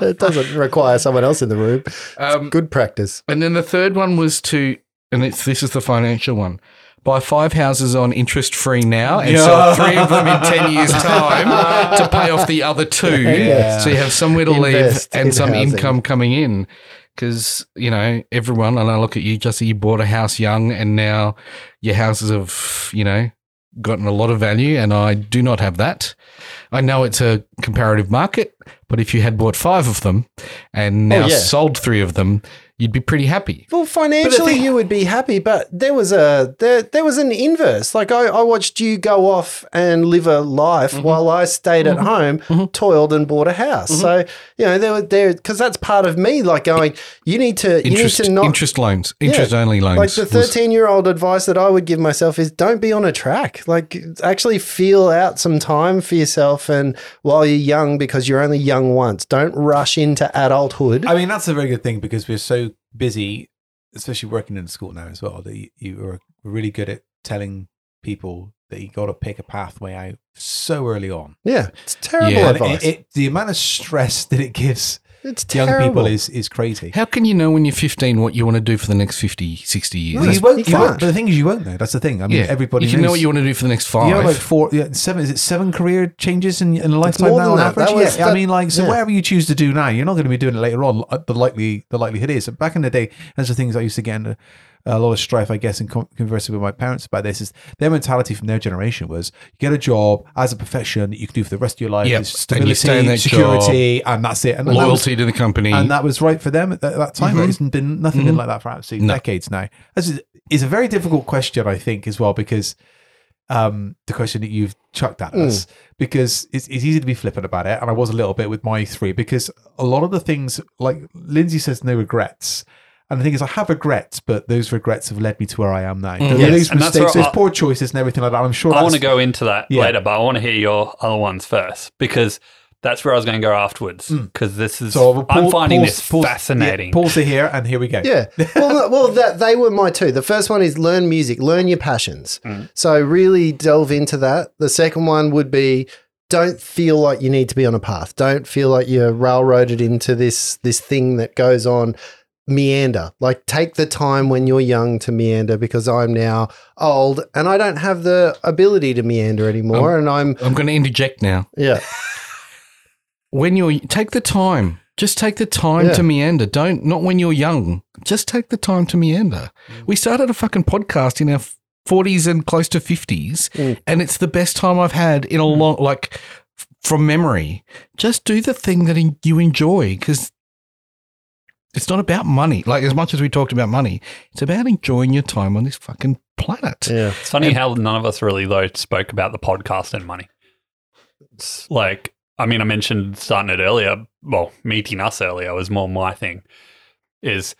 [SPEAKER 2] it doesn't require someone else in the room.
[SPEAKER 5] Um,
[SPEAKER 2] Good practice.
[SPEAKER 5] and then the third one was to, and it's this is the financial one. Buy five houses on interest free now and sell three of them in 10 years' time to pay off the other two.
[SPEAKER 4] Yeah.
[SPEAKER 5] So you have somewhere to
[SPEAKER 2] Invest
[SPEAKER 5] live and
[SPEAKER 2] in
[SPEAKER 5] some
[SPEAKER 2] housing.
[SPEAKER 5] income coming in. Because, you know, everyone, and I look at you, Jesse, you bought a house young and now your houses have, you know, gotten a lot of value. And I do not have that. I know it's a comparative market, but if you had bought five of them and now
[SPEAKER 2] Oh, yeah.
[SPEAKER 5] sold three of them, you'd be pretty happy.
[SPEAKER 2] Well, financially, you would be happy, but there was a there there was an inverse. Like I, I watched you go off and live a life
[SPEAKER 5] Mm-hmm.
[SPEAKER 2] while I stayed at home, toiled and bought a house. So you know there were there because that's part of me. Like going, you need to
[SPEAKER 5] Interest,
[SPEAKER 2] you need to not
[SPEAKER 5] interest loans, interest only loans.
[SPEAKER 2] Like the
[SPEAKER 5] was-
[SPEAKER 2] 13 year old advice that I would give myself is don't be on a track. Like actually feel out some time for yourself and while you're young because you're only young once. Don't rush into adulthood.
[SPEAKER 4] I mean, that's a very good thing because we're so busy, especially working in school now as well. That you, you are really good at telling people that you got to pick a pathway out so early on.
[SPEAKER 2] yeah. It's terrible
[SPEAKER 5] Yeah.
[SPEAKER 4] And
[SPEAKER 2] advice.
[SPEAKER 4] It, it, the amount of stress that it gives
[SPEAKER 2] It's
[SPEAKER 4] young
[SPEAKER 2] terrible.
[SPEAKER 4] people is is crazy.
[SPEAKER 5] How can you know when you're 15 what you want to do for the next 50, 60 years?
[SPEAKER 4] Well, you won't.
[SPEAKER 2] you
[SPEAKER 4] You won't
[SPEAKER 2] can't.
[SPEAKER 4] but the thing is, you won't know. That's the thing. I mean, everybody.
[SPEAKER 5] If you
[SPEAKER 4] knows.
[SPEAKER 5] know what you want to do for the next
[SPEAKER 4] You
[SPEAKER 5] five,
[SPEAKER 4] know, like four, yeah, seven. Is it seven career changes in, in a lifetime
[SPEAKER 2] more
[SPEAKER 4] now on
[SPEAKER 2] than that.
[SPEAKER 4] average?
[SPEAKER 2] That was-
[SPEAKER 4] yeah, I
[SPEAKER 2] that-
[SPEAKER 4] mean, like, so
[SPEAKER 2] yeah.
[SPEAKER 4] whatever you choose to do now, you're not going to be doing it later on. uh, The likely, the likelihood is. And back in the day, that's the things I used to get in a, a lot of strife, I guess, and con- conversing with my parents about this. Is their mentality from their generation was you get a job as a profession that you can do for the rest of your life.
[SPEAKER 5] Yep.
[SPEAKER 4] It's
[SPEAKER 5] And
[SPEAKER 4] stability,
[SPEAKER 5] you stay in that
[SPEAKER 4] security, and that's it. And that was-
[SPEAKER 5] loyalty to the company.
[SPEAKER 3] Mm-hmm.
[SPEAKER 4] and that was right for them at that, that time. It hasn't been nothing been like that for absolutely
[SPEAKER 5] No.
[SPEAKER 4] decades now. This is, is a very difficult question, I think, as well, because um, the question that you've chucked at
[SPEAKER 3] Mm.
[SPEAKER 4] us, because it's, it's easy to be flippant about it, and I was a little bit with my three, because a lot of the things, like Lindsay says, no regrets. And the thing is, I have regrets, but those regrets have led me to where I am now. Those
[SPEAKER 3] Mm. Yes, and that's
[SPEAKER 4] mistakes,
[SPEAKER 3] where
[SPEAKER 4] those
[SPEAKER 3] I-
[SPEAKER 4] poor choices, and everything like that. I'm sure.
[SPEAKER 3] I want to
[SPEAKER 4] that's-
[SPEAKER 3] go into that
[SPEAKER 4] Yeah.
[SPEAKER 3] later, but I want to hear your other ones first because that's where I was going to go afterwards. Because this is,
[SPEAKER 4] Hmm. So we'll
[SPEAKER 3] I'm
[SPEAKER 4] pause-
[SPEAKER 3] finding
[SPEAKER 4] pause-
[SPEAKER 3] this
[SPEAKER 4] pause- yeah,
[SPEAKER 3] fascinating.
[SPEAKER 4] pause it here, and here we go.
[SPEAKER 2] Yeah. Well, no, well, that they were my two. The first one is learn music, learn your passions. So really delve into that. The second one would be don't feel like you need to be on a path. Don't feel like you're railroaded into this this thing that goes on meander. Like take the time when you're young to meander because I'm now old and I don't have the ability to meander anymore and I'm
[SPEAKER 5] I'm going to interject now.
[SPEAKER 2] Um, yeah.
[SPEAKER 5] When you're take the time, just take the time
[SPEAKER 2] Yeah.
[SPEAKER 5] to meander. Don't not when you're young. Just take the time to meander.
[SPEAKER 2] Mm.
[SPEAKER 5] We started a fucking podcast in our 40s and close to 50s,
[SPEAKER 2] Mm.
[SPEAKER 5] and it's the best time I've had in a long like f- from memory. Just do the thing that en- you enjoy because it's not about money. Like as much as we talked about money, it's about enjoying your time on this fucking planet.
[SPEAKER 2] Yeah.
[SPEAKER 3] It's funny how none of us really though spoke about the podcast and money. It's like, I mean, I mentioned starting it earlier. Well, meeting us earlier was more my thing. Is,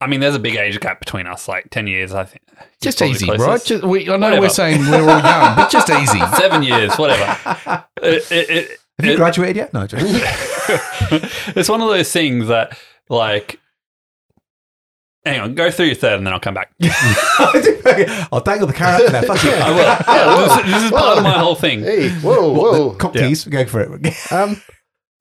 [SPEAKER 3] I mean, there's a big age gap between us, like ten years. I think You're
[SPEAKER 5] Just
[SPEAKER 3] probably
[SPEAKER 5] easy,
[SPEAKER 3] closest.
[SPEAKER 5] right? Just, we, I know we're
[SPEAKER 3] Whatever.
[SPEAKER 5] saying we're all young, but just easy.
[SPEAKER 3] Seven years, whatever. It- it- it-
[SPEAKER 4] Have you
[SPEAKER 3] it-
[SPEAKER 4] graduated yet? No, just
[SPEAKER 3] it's one of those things that, like, hang on, go through your third, and then I'll come back.
[SPEAKER 4] I'll dangle the carrot there. Fuck you.
[SPEAKER 3] I will. Yeah, this, this is part of my whole thing.
[SPEAKER 2] Hey, whoa, whoa.
[SPEAKER 4] Well, Cockneys, go for it.
[SPEAKER 2] Um,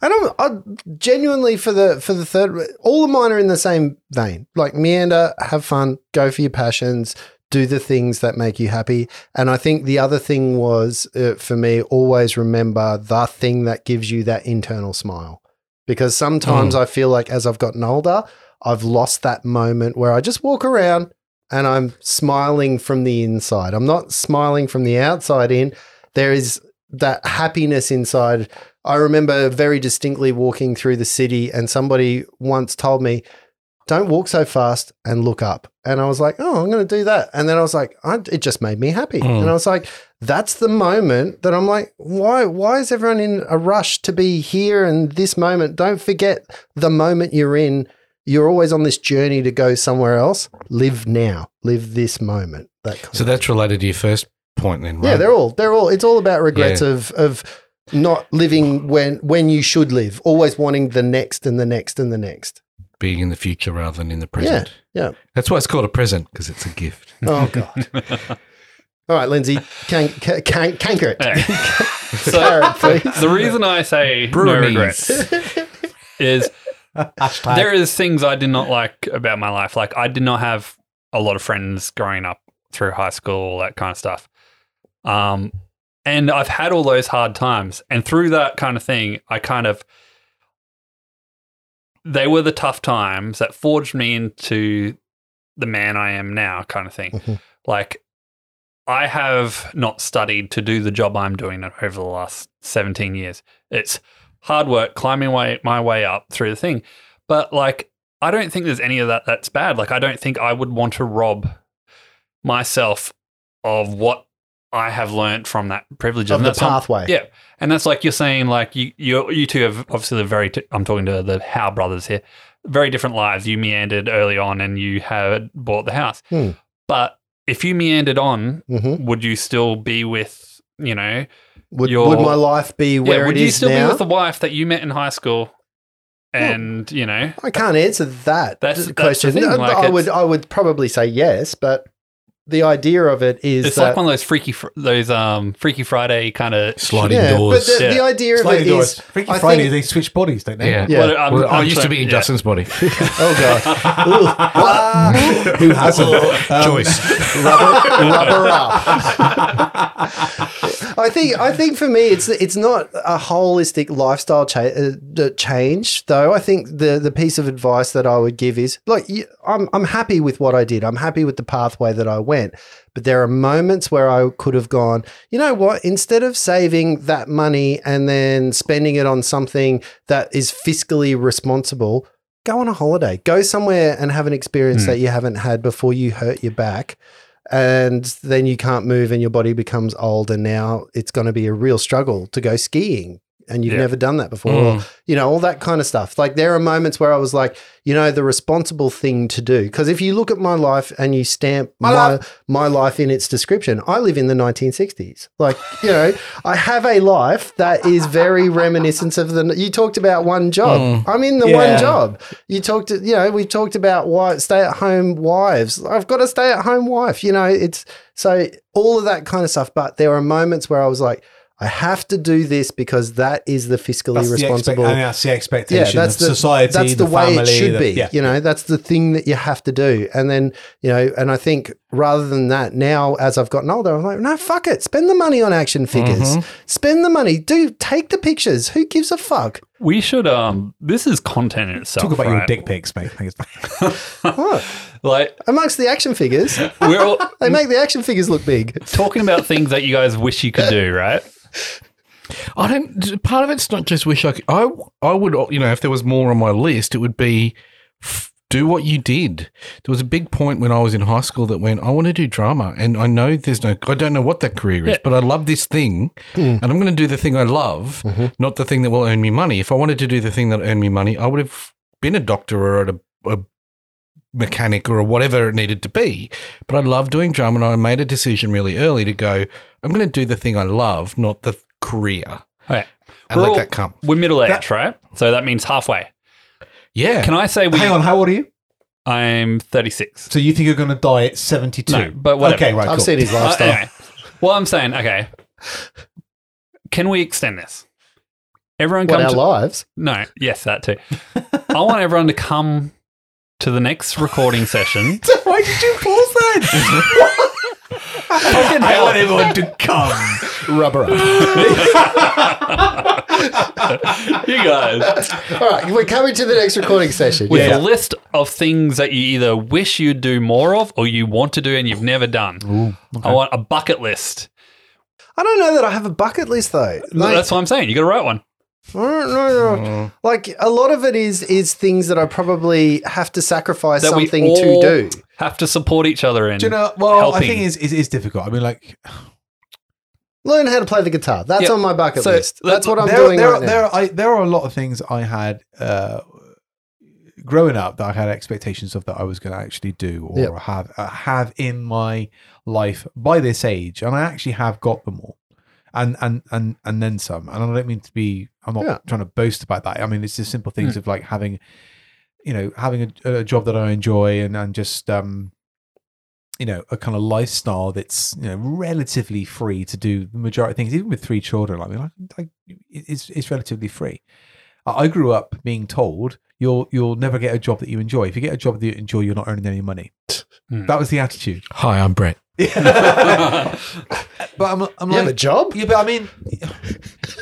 [SPEAKER 2] and I'm, I genuinely for the for the third, all of mine are in the same vein. Like meander, have fun, go for your passions, do the things that make you happy. And I think the other thing was uh, for me, always remember the thing that gives you that internal smile, because sometimes I feel like as I've gotten older, I've lost that moment where I just walk around and I'm smiling from the inside. I'm not smiling from the outside in. There is that happiness inside. I remember very distinctly walking through the city, and somebody once told me, "Don't walk so fast and look up." And I was like, "Oh, I'm going to do that." And then I was like, I, "It just made me happy."
[SPEAKER 5] Hmm.
[SPEAKER 2] And I was like, "That's the moment that I'm like, why? Why is everyone in a rush to be here in this moment? Don't forget the moment you're in. You're always on this journey to go somewhere else. Live now. Live this moment." That kind
[SPEAKER 5] So
[SPEAKER 2] of
[SPEAKER 5] that's related to your first point, then, right?
[SPEAKER 2] yeah, they're all they're all it's all about regrets of of not living when when you should live, always wanting the next and the next and the next.
[SPEAKER 5] being in the future rather than in the present.
[SPEAKER 2] yeah.
[SPEAKER 5] That's why it's called a present because it's a gift.
[SPEAKER 2] Oh god. all right, Lindsay, can, can, can, canker it.
[SPEAKER 3] Anyway. so
[SPEAKER 2] Carrot, please.
[SPEAKER 3] the reason I say no
[SPEAKER 5] Brewing
[SPEAKER 3] regrets is there is things I did not like about my life. Like I did not have a lot of friends growing up through high school, all that kind of stuff. Um, and I've had all those hard times, and through that kind of thing, I kind of they were the tough times that forged me into the man I am now, kind of thing.
[SPEAKER 2] Mhm.
[SPEAKER 3] Like, I have not studied to do the job I'm doing over the last 17 years. It's hard work, climbing way, my way up through the thing. But, like, I don't think there's any of that that's bad. Like, I don't think I would want to rob myself of what I have learned from that privilege.
[SPEAKER 2] Of
[SPEAKER 3] And
[SPEAKER 2] the
[SPEAKER 3] that's not-
[SPEAKER 2] pathway.
[SPEAKER 3] yeah, and that's like you're saying, like you, you, you two have obviously the very. T- I'm talking to the Howe brothers here. Very different lives. You meandered early on, and you had bought the house.
[SPEAKER 2] Hmm.
[SPEAKER 3] But if you meandered on,
[SPEAKER 2] hmm
[SPEAKER 3] would you still be with? You know,
[SPEAKER 2] Would,
[SPEAKER 3] Your-
[SPEAKER 2] would my life be where
[SPEAKER 3] yeah. Would
[SPEAKER 2] it
[SPEAKER 3] you
[SPEAKER 2] is
[SPEAKER 3] still be
[SPEAKER 2] now?
[SPEAKER 3] with the wife that you met in high school? And you know,
[SPEAKER 2] I can't answer that
[SPEAKER 3] That's- that's the
[SPEAKER 2] question.
[SPEAKER 3] thing,
[SPEAKER 2] No,
[SPEAKER 3] like,
[SPEAKER 2] I
[SPEAKER 3] it's-
[SPEAKER 2] would I would probably say yes, but the idea of it is
[SPEAKER 3] It's
[SPEAKER 2] that
[SPEAKER 3] like one of those freaky, fr- those um, Freaky Friday kind of.
[SPEAKER 5] Sliding
[SPEAKER 2] yeah,
[SPEAKER 5] doors.
[SPEAKER 2] but the,
[SPEAKER 3] Yeah.
[SPEAKER 2] the idea of
[SPEAKER 4] Sliding
[SPEAKER 2] it
[SPEAKER 4] doors.
[SPEAKER 2] is
[SPEAKER 4] Freaky
[SPEAKER 2] I
[SPEAKER 4] Friday,
[SPEAKER 2] think-
[SPEAKER 4] they switch bodies, don't they?
[SPEAKER 5] yeah.
[SPEAKER 2] Yeah.
[SPEAKER 3] Well, I'm-
[SPEAKER 5] Well, I
[SPEAKER 3] I'm
[SPEAKER 5] used to
[SPEAKER 3] sorry,
[SPEAKER 5] be in
[SPEAKER 3] yeah.
[SPEAKER 5] Justin's body.
[SPEAKER 2] oh god, Ooh. Ah.
[SPEAKER 4] Who hasn't? Um,
[SPEAKER 2] Um,
[SPEAKER 5] Choice.
[SPEAKER 2] rubber, rubber up. I think I think for me it's it's not a holistic lifestyle cha- uh, d- change though. I think the the piece of advice that I would give is look, you, I'm I'm happy with what I did. I'm happy with the pathway that I went. But there are moments where I could have gone, you know what, instead of saving that money and then spending it on something that is fiscally responsible, go on a holiday, go somewhere and have an experience that you haven't had before you hurt your back. And then you can't move and your body becomes old. And now it's going to be a real struggle to go skiing. And you've
[SPEAKER 3] Yeah.
[SPEAKER 2] never done that before, or, you know, all that kind of stuff. Like, there are moments where I was like, you know, the responsible thing to do. Because if you look at my life and you stamp my, my, life in its description, I live in the 1960s. Like, you know, I have a life that is very reminiscent of the. You talked about one job. I'm in the
[SPEAKER 4] Yeah.
[SPEAKER 2] one job. You talked, you know, we talked about why stay at home wives. I've got a stay at home wife. You know, it's so all of that kind of stuff. But there are moments where I was like, I have to do this because that is the fiscally
[SPEAKER 4] That's the, expect-
[SPEAKER 2] responsible
[SPEAKER 4] and that's the expectation
[SPEAKER 2] yeah, that's
[SPEAKER 4] of
[SPEAKER 2] the,
[SPEAKER 4] society.
[SPEAKER 2] That's the, way
[SPEAKER 4] family,
[SPEAKER 2] it should
[SPEAKER 4] the-
[SPEAKER 2] be.
[SPEAKER 4] yeah.
[SPEAKER 2] You know, that's the thing that you have to do. And then, you know, and I think rather than that, now as I've gotten older, I'm like, no, fuck it. Spend the money on action figures.
[SPEAKER 4] Mm-hmm.
[SPEAKER 2] Spend the money. Do take the pictures. Who gives a fuck?
[SPEAKER 3] We should. Um, this is content in itself.
[SPEAKER 4] Talk about your
[SPEAKER 3] right?
[SPEAKER 4] dick pics, mate. Thanks.
[SPEAKER 2] Huh.
[SPEAKER 3] Like
[SPEAKER 2] Amongst the action figures,
[SPEAKER 3] we're all
[SPEAKER 2] they make the action figures look big.
[SPEAKER 3] talking about things that you guys wish you could do, right?
[SPEAKER 5] I don't. Part of it's not just wish I. Could, I. I would. You know, if there was more on my list, it would be f- do what you did. There was a big point when I was in high school that went. I want to do drama, and I know there's no. I don't know what that career is, but I love this thing, and I'm going to do the thing I love, not the thing that will earn me money. If I wanted to do the thing that earned me money, I would have been a doctor or a, a mechanic or whatever it needed to be. But I love doing drama, and I made a decision really early to go. I'm going to do the thing I love, not the career
[SPEAKER 3] All right.
[SPEAKER 5] and
[SPEAKER 3] We're
[SPEAKER 5] let
[SPEAKER 3] all-
[SPEAKER 5] that come.
[SPEAKER 3] We're middle aged, right? So that means halfway.
[SPEAKER 5] Yeah.
[SPEAKER 3] Can I say we?
[SPEAKER 4] Hang on, how old are you?
[SPEAKER 3] I'm 36.
[SPEAKER 4] So you think you're going to die at 72?
[SPEAKER 3] No, but whatever.
[SPEAKER 4] Okay, right,
[SPEAKER 2] I've
[SPEAKER 4] cool.
[SPEAKER 2] seen his
[SPEAKER 3] Uh,
[SPEAKER 2] lifestyle.
[SPEAKER 3] anyway, well, I'm saying, okay, can we extend this? Everyone
[SPEAKER 2] What
[SPEAKER 3] come
[SPEAKER 2] our
[SPEAKER 3] to
[SPEAKER 2] lives.
[SPEAKER 3] no, yes, that too. I want everyone to come to the next recording session.
[SPEAKER 4] Why did you pause that? I want everyone to come.
[SPEAKER 2] Rubber up.
[SPEAKER 3] you guys
[SPEAKER 2] All right, we're coming to the next recording session.
[SPEAKER 3] with
[SPEAKER 4] Yeah.
[SPEAKER 3] a list of things that you either wish you'd do more of or you want to do and you've never done. I want a bucket list.
[SPEAKER 2] I don't know that I have a bucket list though. Like,
[SPEAKER 3] That's Mm. what I'm saying. You got to write one.
[SPEAKER 2] I don't know. Like a lot of it is is things that I probably have to sacrifice
[SPEAKER 3] That we
[SPEAKER 2] something
[SPEAKER 3] all-
[SPEAKER 2] to do.
[SPEAKER 3] Have to support each other in.
[SPEAKER 4] Do you know? Well, I
[SPEAKER 3] helping.
[SPEAKER 4] think it's, it's, it's difficult. I mean, like
[SPEAKER 2] Learn how to play the guitar. That's
[SPEAKER 3] Yeah.
[SPEAKER 2] on my bucket
[SPEAKER 3] So,
[SPEAKER 2] list. That's what I'm
[SPEAKER 4] there,
[SPEAKER 2] doing
[SPEAKER 4] there,
[SPEAKER 2] right now.
[SPEAKER 4] there, I, there are a lot of things I had uh, growing up that I had expectations of that I was going to actually do or
[SPEAKER 2] Yep.
[SPEAKER 4] have uh, have in my life by this age, and I actually have got them all, and and and and then some. And I don't mean to be. I'm not
[SPEAKER 2] Yeah. Hmm.
[SPEAKER 4] trying to boast about that. I mean, it's just simple things of like having, you know, having a, a job that I enjoy and and just um, you know a kind of lifestyle that's you know relatively free to do the majority of things even with three children i mean like, like it's it's relatively free i I grew up being told you'll you'll never get a job that you enjoy if you get a job that you enjoy you're not earning any money
[SPEAKER 3] Hmm.
[SPEAKER 4] that was the attitude
[SPEAKER 5] Hi, I'm Brett.
[SPEAKER 4] but i'm, I'm
[SPEAKER 2] you
[SPEAKER 4] like
[SPEAKER 2] have a job?
[SPEAKER 4] yeah, but I mean,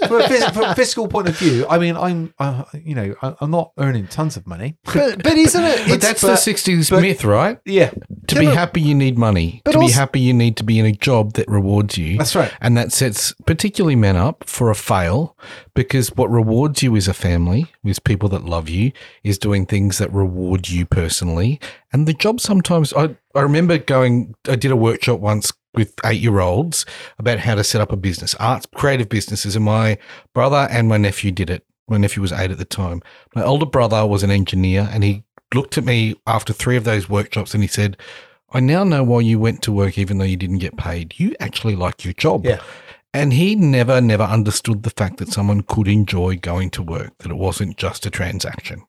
[SPEAKER 4] from a, fis- from a fiscal point of view, I mean, I'm, uh, you know, I- I'm not earning tons of money.
[SPEAKER 2] But, but isn't it?
[SPEAKER 5] But
[SPEAKER 2] it's-
[SPEAKER 5] that's the 60s myth, right?
[SPEAKER 4] Yeah,
[SPEAKER 5] To be happy, you need money.
[SPEAKER 2] But
[SPEAKER 5] To be
[SPEAKER 2] also-
[SPEAKER 5] happy, you need to be in a job that rewards you.
[SPEAKER 4] That's right.
[SPEAKER 5] And that sets particularly men up for a fail because what rewards you is a family, is people that love you, is doing things that reward you personally. And the job sometimes, I, I remember going, I did a workshop once with eight year olds about how to set up a business, arts, creative businesses. And my brother and my nephew did it. My nephew was eight at the time. My older brother was an engineer and he looked at me after three of those workshops and he said, I now know why you went to work even though you didn't get paid. You actually like your job.
[SPEAKER 4] Yeah.
[SPEAKER 5] And he never, never understood the fact that someone could enjoy going to work, that it wasn't just a transaction.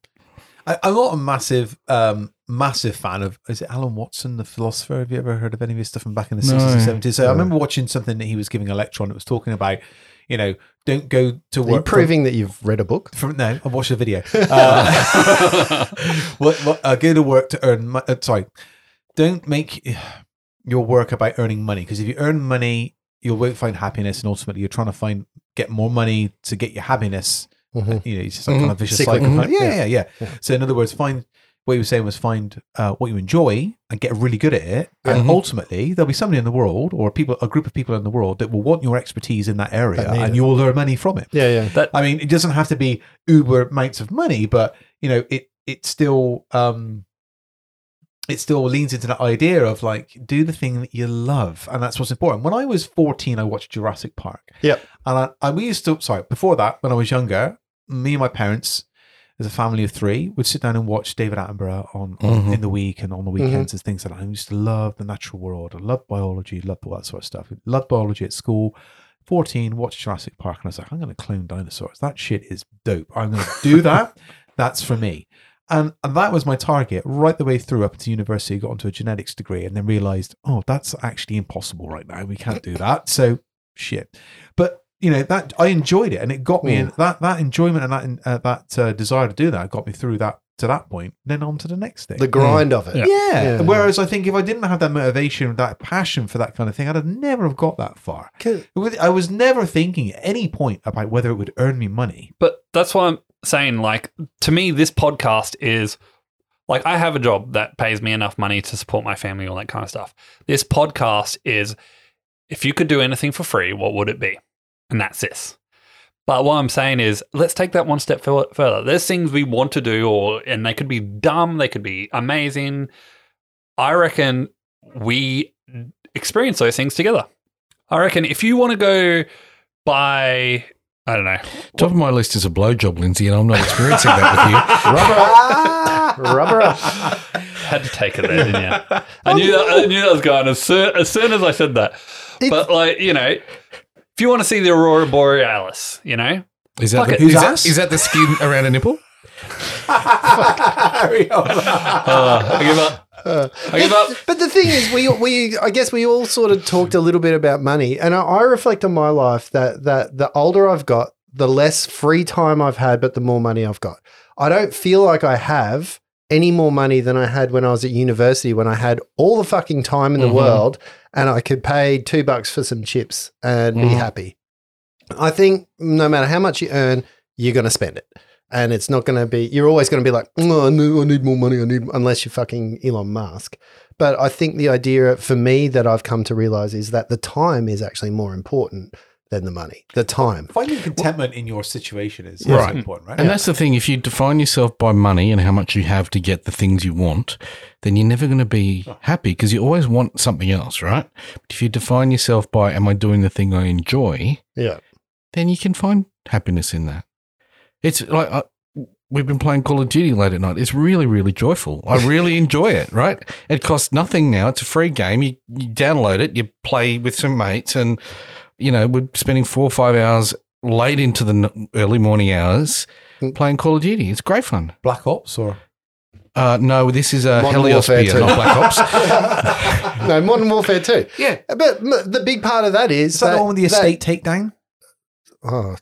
[SPEAKER 4] I, I'm not a massive um, massive fan of is it Alan Watson, the philosopher? Have you ever heard of any of his stuff from back in the
[SPEAKER 5] No.
[SPEAKER 4] sixties and seventies? So I remember watching something that he was giving a lecture on. It was talking about, you know, don't go to
[SPEAKER 2] Are you
[SPEAKER 4] work. from-
[SPEAKER 2] proving that you've read a book?
[SPEAKER 4] from no, I watched the video. Uh, what, what, uh, go to work to earn. Mo- uh, sorry, don't make your work about earning money because if you earn money, you won't find happiness, and ultimately, you're trying to find get more money to get your happiness.
[SPEAKER 2] Mhm.
[SPEAKER 4] You know, it's just like kind of vicious
[SPEAKER 2] Cyclical.
[SPEAKER 4] cycle.
[SPEAKER 2] Mhm.
[SPEAKER 4] Yeah, yeah, yeah, So in other words, find what you were saying was find uh, what you enjoy and get really good at it. And
[SPEAKER 2] Mm-hmm.
[SPEAKER 5] Mhm.
[SPEAKER 4] ultimately, there'll be somebody in the world or people, a group of people in the world that will want your expertise in that area,
[SPEAKER 2] need
[SPEAKER 4] and
[SPEAKER 2] it.
[SPEAKER 4] you will earn money from it.
[SPEAKER 2] Yeah, yeah.
[SPEAKER 3] That
[SPEAKER 4] I mean, it doesn't have to be uber amounts of money, but you know, it it still um, it still leans into that idea of like do the thing that you love, and that's what's important. When I was fourteen, I watched Jurassic Park.
[SPEAKER 2] Yep.
[SPEAKER 4] and I, I we used to sorry before that when I was younger, me and my parents. As a family of three, would sit down and watch David Attenborough on, on-
[SPEAKER 5] Mhm.
[SPEAKER 4] in the week and on the weekends and things like that. I used to love the natural world. I loved biology, loved all that sort of stuff. Loved biology at school. 14, watched Jurassic Park, and I was like, I'm going to clone dinosaurs. That shit is dope. I'm going to do that. That's for me. And, and that was my target right the way through up into university. Got onto a genetics degree and then realized, oh, that's actually impossible right now. We can't do that. So shit. But you know that I enjoyed it, and it got me
[SPEAKER 2] Mm.
[SPEAKER 4] in that that enjoyment and that uh, that uh, desire to do that got me through that to that point. Then on to the next thing.
[SPEAKER 2] The grind of it.
[SPEAKER 3] Mm. Yeah.
[SPEAKER 4] yeah.
[SPEAKER 2] Yeah.
[SPEAKER 4] Whereas I think if I didn't have that motivation, that passion for that kind of thing, I'd have never have got that far.
[SPEAKER 2] Cool.
[SPEAKER 4] It was- I was never thinking at any point about whether it would earn me money.
[SPEAKER 3] But that's why I'm saying, like, to me, this podcast is like I have a job that pays me enough money to support my family, all that kind of stuff. This podcast is if you could do anything for free, what would it be? And that's this. But what I'm saying is, let's take that one step fur- further. There's things we want to do, or and they could be dumb, they could be amazing. I reckon we experience those things together. I reckon if you want to go buy, I don't know,
[SPEAKER 5] Top of my list is a blowjob, Lindsay, and I'm not experiencing that
[SPEAKER 2] Rubber up. Rubber up.
[SPEAKER 3] Had to take it there, didn't you? I knew that, I knew that was going as soon, as soon as I said that. but like, you know, if you want to see the aurora borealis, you know,
[SPEAKER 5] with you. Is that,
[SPEAKER 3] Fuck
[SPEAKER 5] the,
[SPEAKER 3] it.
[SPEAKER 5] is,
[SPEAKER 4] Whose
[SPEAKER 5] that,
[SPEAKER 4] ass?
[SPEAKER 5] is that the skin around a nipple?
[SPEAKER 3] uh, I give up. I give up.
[SPEAKER 2] But the thing is, we we I guess we all sort of talked a little bit about money, and I, I reflect on my life that that the older I've got, the less free time I've had, but the more money I've got. I don't feel like I have any more money than I had when I was at university, when I had all the fucking time in the
[SPEAKER 3] Mm-hmm.
[SPEAKER 5] Mhm.
[SPEAKER 2] world, and I could pay two bucks for some chips and be
[SPEAKER 3] Mm-hmm.
[SPEAKER 5] Mhm.
[SPEAKER 2] happy. I think no matter how much you earn, you're going to spend it. And it's not going to be, you're always going to be like, oh, I, need, I need more money. I need, unless you're fucking Elon Musk. But I think the idea for me that I've come to realize is that the time is actually more important than the money. The time.
[SPEAKER 4] Finding contentment in your situation is
[SPEAKER 5] Right.
[SPEAKER 4] is important, right?
[SPEAKER 5] And that's the thing. If you define yourself by money and how much you have to get the things you want, then you're never going to be happy because you always want something else, right? But if you define yourself by, am I doing the thing I enjoy?
[SPEAKER 2] Yeah.
[SPEAKER 5] Then you can find happiness in that. It's like I, we've been playing Call of Duty late at night. It's really, really joyful. I really enjoy it, right? It costs nothing now. It's a free game. You, you download it, you play with some mates, and, you know, we're spending four or five hours late into the n- early morning hours
[SPEAKER 4] Hmm.
[SPEAKER 5] playing Call of Duty. It's great fun.
[SPEAKER 4] Black Ops or
[SPEAKER 5] Uh, no, this is a
[SPEAKER 2] Modern
[SPEAKER 5] Helios
[SPEAKER 2] Warfare
[SPEAKER 5] beer,
[SPEAKER 2] 2.
[SPEAKER 5] not Black Ops.
[SPEAKER 2] no, Modern Warfare too.
[SPEAKER 5] yeah.
[SPEAKER 2] But m- the big part of that is,
[SPEAKER 4] is that, the one with the
[SPEAKER 2] that-
[SPEAKER 4] estate takedown?
[SPEAKER 2] oh,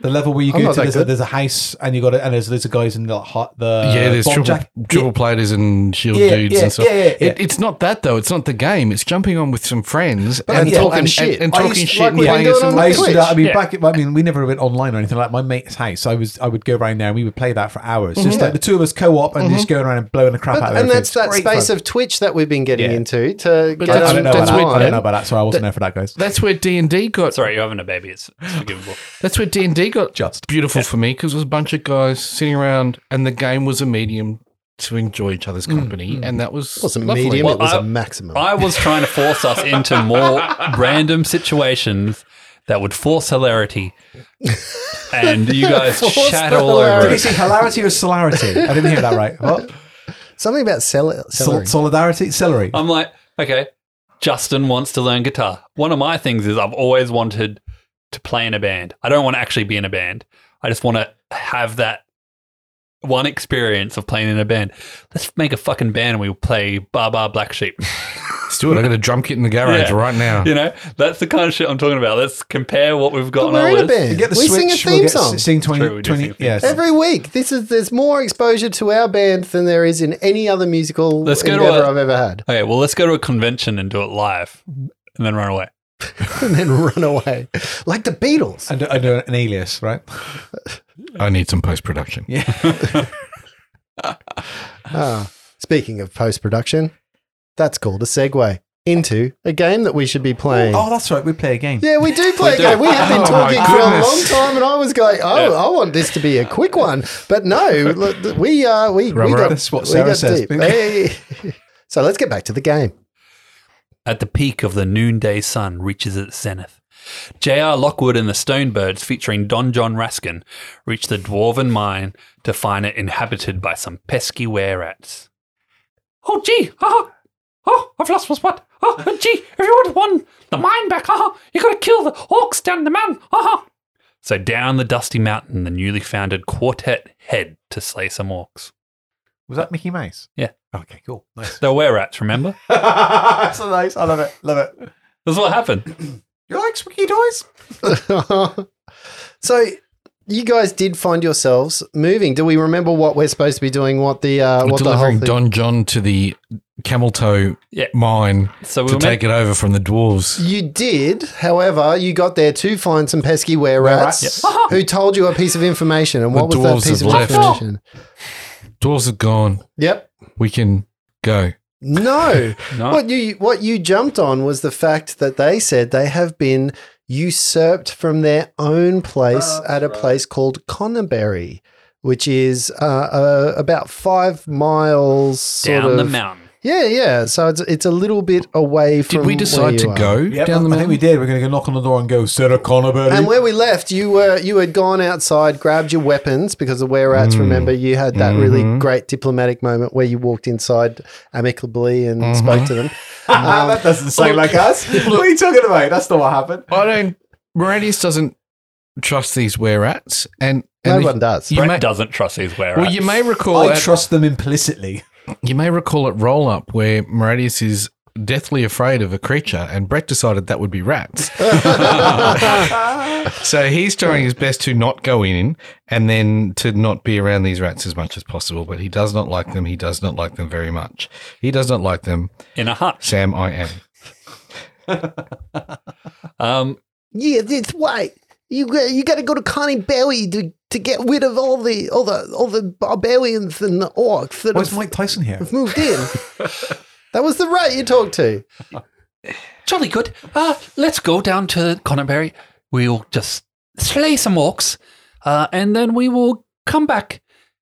[SPEAKER 4] The level where you
[SPEAKER 2] I'm
[SPEAKER 4] go
[SPEAKER 2] not
[SPEAKER 4] to
[SPEAKER 2] that
[SPEAKER 4] there's a,
[SPEAKER 2] good.
[SPEAKER 4] there's a house and you got it and there's there's a guys in the hot the
[SPEAKER 5] yeah, there's
[SPEAKER 4] bomb
[SPEAKER 5] triple,
[SPEAKER 4] jacket.
[SPEAKER 5] triple platers and shield
[SPEAKER 4] Yeah,
[SPEAKER 5] dudes
[SPEAKER 4] yeah,
[SPEAKER 5] and stuff.
[SPEAKER 4] yeah, yeah, yeah.
[SPEAKER 5] It, it's not that though. It's not the game. It's jumping on with some friends
[SPEAKER 2] But
[SPEAKER 5] and
[SPEAKER 2] yeah,
[SPEAKER 5] talking
[SPEAKER 2] and
[SPEAKER 5] shit
[SPEAKER 2] shit.
[SPEAKER 5] and, and
[SPEAKER 2] I
[SPEAKER 5] talking
[SPEAKER 2] used-
[SPEAKER 5] shit
[SPEAKER 2] like
[SPEAKER 5] and
[SPEAKER 2] we've been
[SPEAKER 5] playing
[SPEAKER 2] doing
[SPEAKER 5] some.
[SPEAKER 2] on
[SPEAKER 4] I used to do that. I mean,
[SPEAKER 3] Yeah.
[SPEAKER 4] back at, I mean, we never went online or anything like. My mate's house, I was, I would go around there and we would play that for hours, just like the two of us co-op and just going around and blowing the crap out
[SPEAKER 2] but,
[SPEAKER 4] of
[SPEAKER 2] and
[SPEAKER 4] everything.
[SPEAKER 2] that's that
[SPEAKER 4] Great
[SPEAKER 2] space
[SPEAKER 4] fun.
[SPEAKER 2] of Twitch that we've been getting
[SPEAKER 4] Yeah.
[SPEAKER 2] into to
[SPEAKER 5] But
[SPEAKER 2] get
[SPEAKER 5] that's-
[SPEAKER 2] on
[SPEAKER 4] I don't know
[SPEAKER 5] that's
[SPEAKER 4] about
[SPEAKER 5] where-
[SPEAKER 4] that. I
[SPEAKER 2] online.
[SPEAKER 4] don't know about that. Sorry, I wasn't there for that, guys.
[SPEAKER 5] That's where D and D got.
[SPEAKER 3] Sorry, you're having a baby. It's, it's forgivable.
[SPEAKER 5] That's where D and D got
[SPEAKER 4] Just
[SPEAKER 5] beautiful for me because it was a bunch of guys sitting around and the game was a medium to enjoy each other's company and that was
[SPEAKER 2] Mm, It wasn't
[SPEAKER 5] lovely.
[SPEAKER 2] medium,
[SPEAKER 3] Well,
[SPEAKER 2] it was a
[SPEAKER 3] I-
[SPEAKER 2] maximum.
[SPEAKER 3] I was trying to force us into more random situations that would force hilarity, and you guys
[SPEAKER 2] Force
[SPEAKER 3] shat all over
[SPEAKER 4] Did you
[SPEAKER 3] it.
[SPEAKER 4] say hilarity or celerity? I didn't hear that right. What?
[SPEAKER 2] Something about sell-
[SPEAKER 4] Sol-
[SPEAKER 2] celery.
[SPEAKER 4] solidarity, celery.
[SPEAKER 3] I'm like, okay, Justin wants to learn guitar. One of my things is I've always wanted to play in a band. I don't want to actually be in a band. I just want to have that one experience of playing in a band. Let's make a fucking band and we play Bar Bar Black Sheep.
[SPEAKER 5] Let's do it. I got a drum kit in the garage
[SPEAKER 3] Yeah.
[SPEAKER 5] right now.
[SPEAKER 3] you know, that's the kind of shit I'm talking about. Let's compare what we've got
[SPEAKER 2] But
[SPEAKER 3] on our
[SPEAKER 2] we're in a
[SPEAKER 3] list.
[SPEAKER 2] band.
[SPEAKER 4] Get the
[SPEAKER 2] we
[SPEAKER 4] Switch,
[SPEAKER 2] sing a
[SPEAKER 4] we'll
[SPEAKER 2] theme
[SPEAKER 4] get,
[SPEAKER 2] song
[SPEAKER 4] Sing 20,
[SPEAKER 3] True, we do
[SPEAKER 4] 20
[SPEAKER 3] sing a theme
[SPEAKER 4] yes.
[SPEAKER 3] song.
[SPEAKER 2] every week. This is there's more exposure to our band than there is in any other musical
[SPEAKER 3] Let's go to
[SPEAKER 2] endeavor
[SPEAKER 3] a-
[SPEAKER 2] I've ever had,
[SPEAKER 3] Okay, well, let's go to a convention and do it live and then run away.
[SPEAKER 2] and then run away like the Beatles.
[SPEAKER 4] Under, under uh, an alias, right?
[SPEAKER 5] I need some post production.
[SPEAKER 2] Ah, speaking of post production, that's called a segue into a game that we should be playing.
[SPEAKER 4] Oh, that's right. We play a game.
[SPEAKER 2] Yeah, we do play a game. We have been
[SPEAKER 4] Oh,
[SPEAKER 2] talking
[SPEAKER 4] my
[SPEAKER 2] for a
[SPEAKER 4] goodness.
[SPEAKER 2] long time, and I was going, "Oh, I want this to be a quick one," but no, look, th- we uh, we we
[SPEAKER 5] Rubber
[SPEAKER 2] got,
[SPEAKER 5] up.
[SPEAKER 4] That's what
[SPEAKER 2] we
[SPEAKER 4] Sarah
[SPEAKER 2] got
[SPEAKER 4] says.
[SPEAKER 2] deep. Hey. so let's get back to the game.
[SPEAKER 3] At the peak of the noonday sun reaches its zenith. J.R. Lockwood and the Stonebirds, featuring Don John Raskin, reach the dwarven mine to find it inhabited by some pesky were rats. Oh, gee! Ah, oh, I've lost my spot! Oh, gee! If you would want the mine back, ah, you gotta kill the orcs down the man! Ah! So down the dusty mountain, the newly founded quartet head to slay some orcs.
[SPEAKER 4] Was that Mickey Mouse? Oh,
[SPEAKER 3] Yeah.
[SPEAKER 4] Okay, cool. Nice.
[SPEAKER 3] They're were rats, remember?
[SPEAKER 4] that's so nice. I love it. Love it.
[SPEAKER 3] That's what happened.
[SPEAKER 4] You like squeaky toys?
[SPEAKER 2] so you guys did find yourselves moving. Do we remember what we're supposed to be doing? What the uh,
[SPEAKER 5] We're
[SPEAKER 2] what the whole
[SPEAKER 5] delivering
[SPEAKER 2] thing?
[SPEAKER 5] Don John to the Camel Toe
[SPEAKER 3] Yeah.
[SPEAKER 5] mine
[SPEAKER 3] So we were
[SPEAKER 5] to
[SPEAKER 3] meant-
[SPEAKER 5] take it over from the dwarves.
[SPEAKER 2] You did, however, you got there to find some pesky were rats
[SPEAKER 3] Yeah.
[SPEAKER 2] who told you a piece of information. And
[SPEAKER 5] The
[SPEAKER 2] what was that
[SPEAKER 5] dwarves
[SPEAKER 2] piece of
[SPEAKER 5] have left.
[SPEAKER 2] information?
[SPEAKER 5] Dwarves are gone.
[SPEAKER 2] Yep.
[SPEAKER 5] We can go.
[SPEAKER 2] No.
[SPEAKER 3] No.
[SPEAKER 2] What you what you jumped on was the fact that they said they have been usurped from their own place
[SPEAKER 5] Oh,
[SPEAKER 2] at a place called Connerbury, which is uh, uh, about five miles sort
[SPEAKER 3] down
[SPEAKER 2] of
[SPEAKER 3] the mountain.
[SPEAKER 2] Yeah, yeah. So it's it's a little bit away from.
[SPEAKER 5] Did we
[SPEAKER 2] where you
[SPEAKER 5] decide to
[SPEAKER 2] are.
[SPEAKER 5] go down the
[SPEAKER 4] I think we
[SPEAKER 5] mountain?
[SPEAKER 4] did. We're going to go knock on the door and go, Sarah Connerberry.
[SPEAKER 2] And where we left, you were you had gone outside, grabbed your weapons because the were rats. Remember, you had that really great diplomatic moment where you walked inside amicably and spoke to them.
[SPEAKER 4] Ah, that doesn't sound like us. what are you talking about? That's not what happened.
[SPEAKER 5] I don't. Moradius doesn't trust these were rats, and, and
[SPEAKER 2] No
[SPEAKER 5] if-
[SPEAKER 2] one does.
[SPEAKER 5] You
[SPEAKER 3] Brett
[SPEAKER 5] may,
[SPEAKER 3] doesn't trust these were rats.
[SPEAKER 5] well, you may recall.
[SPEAKER 4] I
[SPEAKER 5] at-
[SPEAKER 4] trust them implicitly.
[SPEAKER 5] You may recall at Roll Up where Moradius is deathly afraid of a creature, and Brett decided that would be rats. so he's trying his best to not go in and then to not be around these rats as much as possible, but he does not like them. He does not like them very much. He does not like them.
[SPEAKER 3] in a hut.
[SPEAKER 5] Sam, I am.
[SPEAKER 3] Um,
[SPEAKER 2] Yeah, this way. You go- you got to go to Connie Bowie to to get rid of all the all the all the barbarians and the orcs that
[SPEAKER 4] Where's
[SPEAKER 2] have
[SPEAKER 4] Mike Tyson here?
[SPEAKER 2] moved in. that was the rat you talked to.
[SPEAKER 3] jolly good. Uh, let's go down to Connerbury. We'll just slay some orcs, uh, and then we will come back,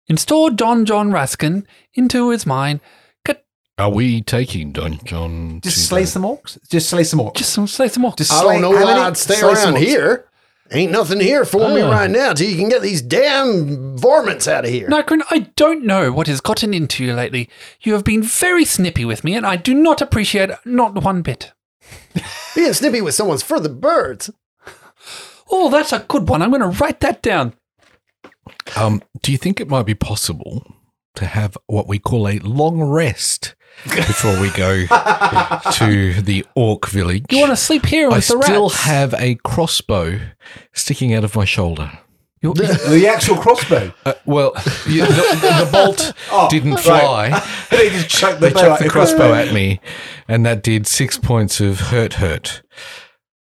[SPEAKER 3] install Don John Raskin into his mine, get
[SPEAKER 5] Are we taking Don John?
[SPEAKER 4] Just
[SPEAKER 5] to
[SPEAKER 4] slay
[SPEAKER 5] the-
[SPEAKER 4] some orcs. Just slay some orcs.
[SPEAKER 3] just some slay some orcs.
[SPEAKER 4] Just slay- how many- slay some orcs.
[SPEAKER 2] here. Ain't nothing here for me right now till you can get these damn varmints out of here.
[SPEAKER 3] Nagrin, I don't know what has gotten into you lately. You have been very snippy with me, and I do not appreciate not one bit.
[SPEAKER 2] Being snippy with someone's for the birds.
[SPEAKER 3] Oh, that's a good one. I'm going to write that down.
[SPEAKER 5] Um, do you think it might be possible to have what we call a long rest before we go to the orc village?
[SPEAKER 3] You want to sleep here with
[SPEAKER 5] I
[SPEAKER 3] the
[SPEAKER 5] still
[SPEAKER 3] rats?
[SPEAKER 5] have a crossbow sticking out of my shoulder.
[SPEAKER 3] You-
[SPEAKER 4] The actual crossbow.
[SPEAKER 5] Uh, well, you, the, the bolt
[SPEAKER 4] Oh,
[SPEAKER 5] didn't
[SPEAKER 4] right.
[SPEAKER 5] fly.
[SPEAKER 4] they just chucked the,
[SPEAKER 5] They chucked
[SPEAKER 4] bow
[SPEAKER 5] the crossbow at me, and that did six points of hurt, hurt.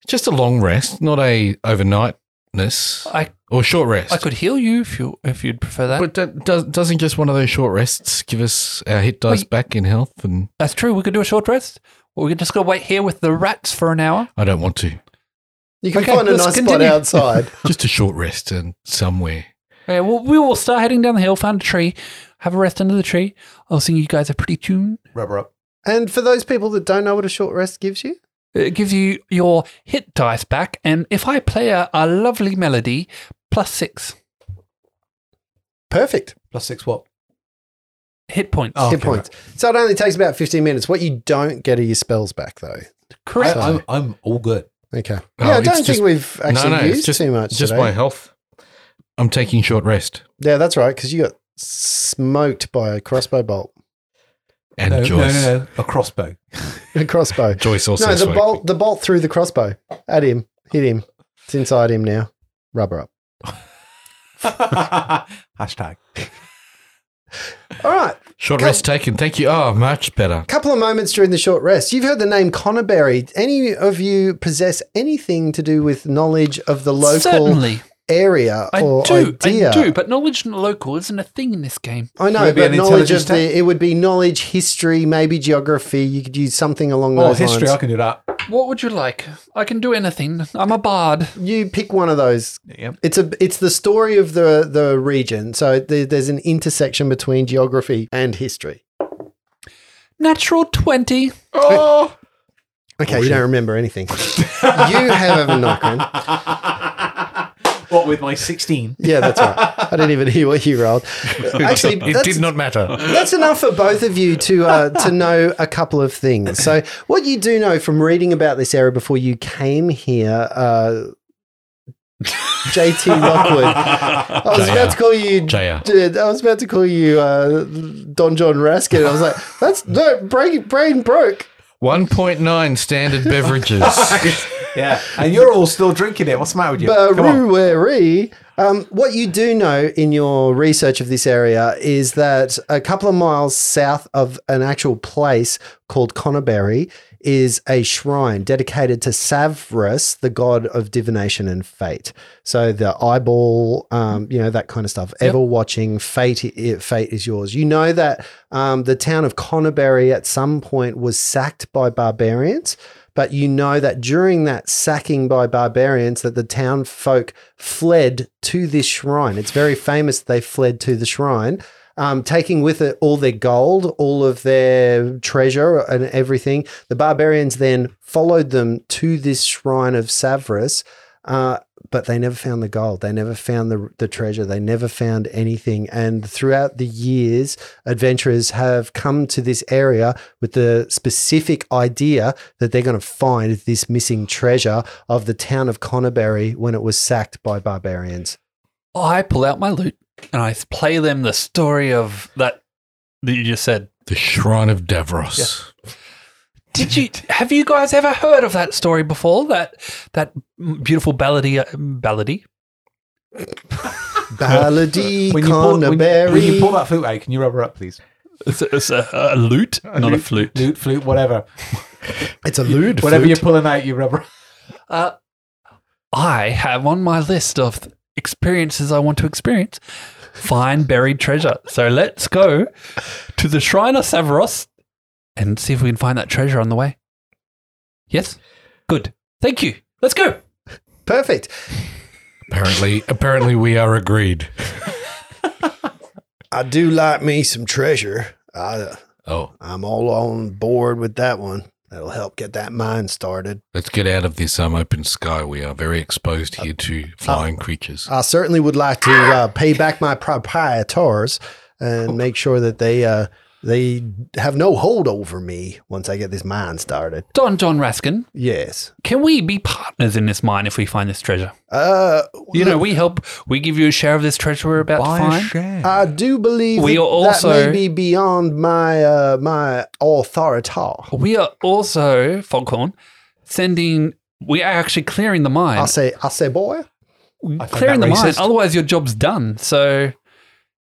[SPEAKER 5] Just a long rest, not a overnightness
[SPEAKER 3] I
[SPEAKER 5] or short rest.
[SPEAKER 3] I could heal you if you if you'd prefer that.
[SPEAKER 5] but that does, doesn't just one of those short rests give us our hit dice
[SPEAKER 3] Wait.
[SPEAKER 5] back in health? And
[SPEAKER 3] That's true. We could do a short rest. Or we could just go wait here with the rats for an hour.
[SPEAKER 5] I don't want to.
[SPEAKER 2] You can
[SPEAKER 3] Okay,
[SPEAKER 2] find a
[SPEAKER 3] let's
[SPEAKER 2] nice spot
[SPEAKER 3] continue.
[SPEAKER 2] outside.
[SPEAKER 5] Just a short rest and somewhere.
[SPEAKER 3] Yeah, well, we will start heading down the hill, find a tree, have a rest under the tree. I'll sing you guys a pretty tune.
[SPEAKER 4] Rubber up.
[SPEAKER 2] and for those people that don't know what a short rest gives you,
[SPEAKER 3] It gives Uh, you your hit dice back. And if I play a, a lovely melody, plus six
[SPEAKER 2] perfect
[SPEAKER 4] Plus six what?
[SPEAKER 3] hit points.
[SPEAKER 4] Oh,
[SPEAKER 2] hit
[SPEAKER 4] okay,
[SPEAKER 2] points. So it only takes about 15 minutes. What you don't get are your spells back, though.
[SPEAKER 4] I,
[SPEAKER 3] Correct.
[SPEAKER 4] I'm, I'm all good.
[SPEAKER 2] Okay.
[SPEAKER 5] No,
[SPEAKER 2] yeah, I
[SPEAKER 5] Oh, it's
[SPEAKER 2] don't think
[SPEAKER 5] just-
[SPEAKER 2] we've actually
[SPEAKER 5] no, no, it's
[SPEAKER 2] used
[SPEAKER 5] just
[SPEAKER 2] too much.
[SPEAKER 5] Just
[SPEAKER 2] today.
[SPEAKER 5] my health. I'm taking short rest.
[SPEAKER 2] yeah, that's right, because you got smoked by a crossbow bolt.
[SPEAKER 5] And
[SPEAKER 4] no,
[SPEAKER 5] Joyce.
[SPEAKER 4] no, no, no, a crossbow.
[SPEAKER 2] A crossbow.
[SPEAKER 5] Joyce also
[SPEAKER 2] no, the
[SPEAKER 5] smoked.
[SPEAKER 2] bolt. The bolt through the crossbow at him. Hit him. It's inside him now. Rubber up.
[SPEAKER 4] Hashtag.
[SPEAKER 2] All right.
[SPEAKER 5] Short rest taken. Thank you. Oh, much better.
[SPEAKER 2] couple of moments during the short rest. You've heard the name Connerberry. Any of you possess anything to do with knowledge of the local
[SPEAKER 3] Certainly,
[SPEAKER 2] area
[SPEAKER 3] I
[SPEAKER 2] or
[SPEAKER 3] do.
[SPEAKER 2] idea?
[SPEAKER 3] I do, but knowledge and local isn't a thing in this game.
[SPEAKER 2] I know,
[SPEAKER 4] Would it be
[SPEAKER 2] but
[SPEAKER 4] an
[SPEAKER 2] knowledge
[SPEAKER 4] intelligence
[SPEAKER 2] of the it would be knowledge, history, maybe geography. You could use something along
[SPEAKER 4] Oh,
[SPEAKER 2] those
[SPEAKER 4] history. I
[SPEAKER 2] lines.
[SPEAKER 4] can do that.
[SPEAKER 3] What would you like? I can do anything. I'm a bard.
[SPEAKER 2] You pick one of those.
[SPEAKER 4] Yep.
[SPEAKER 2] It's a it's the story of the the region. So there, there's an intersection between geography and history.
[SPEAKER 3] Natural twenty.
[SPEAKER 4] Oh,
[SPEAKER 2] Okay, you don't remember anything. you have a knock on.
[SPEAKER 4] what with my sixteen?
[SPEAKER 2] Yeah, that's right. I didn't even hear what you rolled. Actually,
[SPEAKER 5] it
[SPEAKER 2] that's,
[SPEAKER 5] did not matter.
[SPEAKER 2] that's enough for both of you to uh, to know a couple of things. So, what you do know from reading about this area before you came here, uh, JT Lockwood. I was about to call you.
[SPEAKER 5] JR.
[SPEAKER 2] Dude, I was about to call you uh, Don John Raskin. I was like, that's no brain, brain broke.
[SPEAKER 5] 1.9 standard beverages.
[SPEAKER 4] yeah, and you're all still drinking it. What's the matter with you?
[SPEAKER 2] uh,
[SPEAKER 4] Come on.
[SPEAKER 2] Barueri. Um, what you do know in your research of this area is that a couple of miles south of an actual place called Connerberry is a shrine dedicated to Savrus, the god of divination and fate. So the eyeball, um, you know, that kind of stuff. Ever watching, fate, i- fate is yours. You know that um, the town of Connerberry at some point was sacked by barbarians but you know that during that sacking by barbarians that the town folk fled to this shrine it's very famous they fled to the shrine um, taking with it all their gold all of their treasure and everything the barbarians then followed them to this shrine of savrus uh, but they never found the gold. They never found the, the treasure. They never found anything. And throughout the years, adventurers have come to this area with the specific idea that they're going to find this missing treasure of the town of Connerbury when it was sacked by barbarians.
[SPEAKER 3] I pull out my lute and I play them the story of that that you just said.
[SPEAKER 5] the Shrine of Davros.
[SPEAKER 3] Did you have you guys ever heard of that story before? That that beautiful ballady uh, ballady.
[SPEAKER 2] Ballady
[SPEAKER 4] When you, pull, when, you, when you pull
[SPEAKER 2] Connerbury.
[SPEAKER 4] that flute out, can you rubber up, please?
[SPEAKER 3] It's a, it's a, a lute, not a flute.
[SPEAKER 4] Lute, flute, whatever.
[SPEAKER 2] It's a lewd
[SPEAKER 4] Whatever
[SPEAKER 2] flute.
[SPEAKER 4] you're pulling out, you rubber.
[SPEAKER 3] Uh, I have on my list of experiences I want to experience find buried treasure. So let's go to the Shrine of Savros and see if we can find that treasure on the way. Yes? Good. Thank you. Let's go.
[SPEAKER 2] Perfect.
[SPEAKER 5] Apparently, apparently we are agreed.
[SPEAKER 2] I do like me some treasure. I,
[SPEAKER 5] Oh,
[SPEAKER 2] I'm all on board with that one. That'll help get that mine started.
[SPEAKER 5] let's get out of this um, open sky. We are very exposed here
[SPEAKER 2] Uh,
[SPEAKER 5] to flying creatures.
[SPEAKER 2] I certainly would like to uh, pay back my proprietors and make sure that they uh, they have no hold over me once I get this mine started.
[SPEAKER 3] Don John Raskin,
[SPEAKER 2] Yes.
[SPEAKER 3] can we be partners in this mine if we find this treasure?
[SPEAKER 2] Uh,
[SPEAKER 3] You know, we help, we give you a share of this treasure we're about to find.
[SPEAKER 4] share.
[SPEAKER 2] I do believe
[SPEAKER 3] We
[SPEAKER 2] that,
[SPEAKER 3] are
[SPEAKER 2] that
[SPEAKER 3] also-
[SPEAKER 2] may be beyond my uh, my authority.
[SPEAKER 3] We are also, Foghorn, sending, we are actually clearing the mine.
[SPEAKER 2] I say, I say, boy.
[SPEAKER 3] clearing the
[SPEAKER 4] that
[SPEAKER 3] mind.
[SPEAKER 4] racist.
[SPEAKER 3] Otherwise, your job's done. So,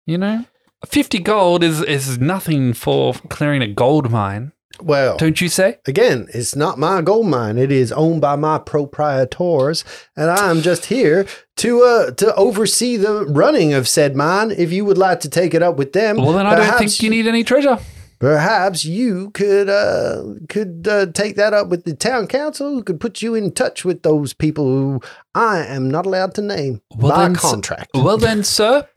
[SPEAKER 3] you know, fifty gold is is nothing for clearing a gold mine,
[SPEAKER 2] Well,
[SPEAKER 3] don't you say?
[SPEAKER 2] again, it's not my gold mine. It is owned by my proprietors, and I'm just here to uh, to oversee the running of said mine. If you would like to take it up with them,
[SPEAKER 3] Well, then I don't
[SPEAKER 2] perhaps
[SPEAKER 3] think you need any treasure.
[SPEAKER 2] Perhaps you could uh, could uh, take that up with the town council, who could put you in touch with those people who I am not allowed to name
[SPEAKER 3] Well,
[SPEAKER 2] by
[SPEAKER 3] then, s-
[SPEAKER 2] contract.
[SPEAKER 3] Well, then, sir,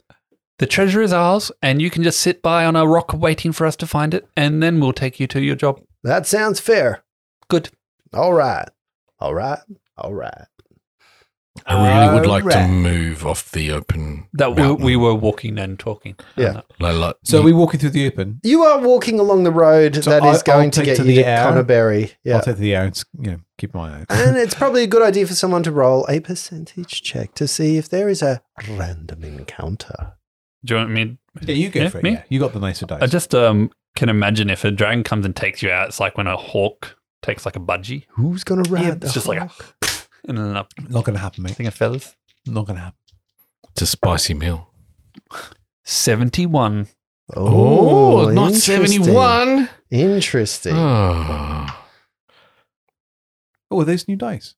[SPEAKER 3] the treasure is ours, and you can just sit by on a rock waiting for us to find it, and then we'll take you to your job.
[SPEAKER 2] that sounds fair.
[SPEAKER 3] Good.
[SPEAKER 2] All right, all right, all right.
[SPEAKER 5] I really would like to
[SPEAKER 4] Alright.
[SPEAKER 5] move off the open.
[SPEAKER 3] That we,
[SPEAKER 5] mountain.
[SPEAKER 3] we were walking and talking.
[SPEAKER 4] Uh,
[SPEAKER 2] Yeah.
[SPEAKER 5] Like, like-
[SPEAKER 4] So we walking through the open.
[SPEAKER 2] You are walking along the road that is
[SPEAKER 4] So I- I'll
[SPEAKER 2] going to
[SPEAKER 4] take
[SPEAKER 2] get
[SPEAKER 4] to
[SPEAKER 2] you
[SPEAKER 4] the
[SPEAKER 2] to
[SPEAKER 4] air.
[SPEAKER 2] Connerbury.
[SPEAKER 4] I'll
[SPEAKER 2] Yeah.
[SPEAKER 4] take the air and s- you know, keep my eye out.
[SPEAKER 2] and it's probably a good idea for someone to roll a percentage check to see if there is a random encounter.
[SPEAKER 3] Do you want me
[SPEAKER 4] Yeah, you go
[SPEAKER 3] Yeah,
[SPEAKER 4] for it.
[SPEAKER 3] me?
[SPEAKER 4] Yeah, you got the nicer dice.
[SPEAKER 3] I just um can imagine if a dragon comes and takes you out, it's like when a hawk takes like a budgie.
[SPEAKER 2] Who's gonna ride
[SPEAKER 4] Yeah,
[SPEAKER 2] the
[SPEAKER 3] It's just like a
[SPEAKER 2] hawk?
[SPEAKER 3] and then up
[SPEAKER 4] not gonna happen, mate.
[SPEAKER 3] thing of feathers.
[SPEAKER 4] Not gonna happen.
[SPEAKER 5] It's a spicy meal.
[SPEAKER 3] Seventy one.
[SPEAKER 5] Oh, not
[SPEAKER 2] interesting.
[SPEAKER 5] 71.
[SPEAKER 2] Interesting.
[SPEAKER 5] Oh.
[SPEAKER 4] Oh, are those new dice?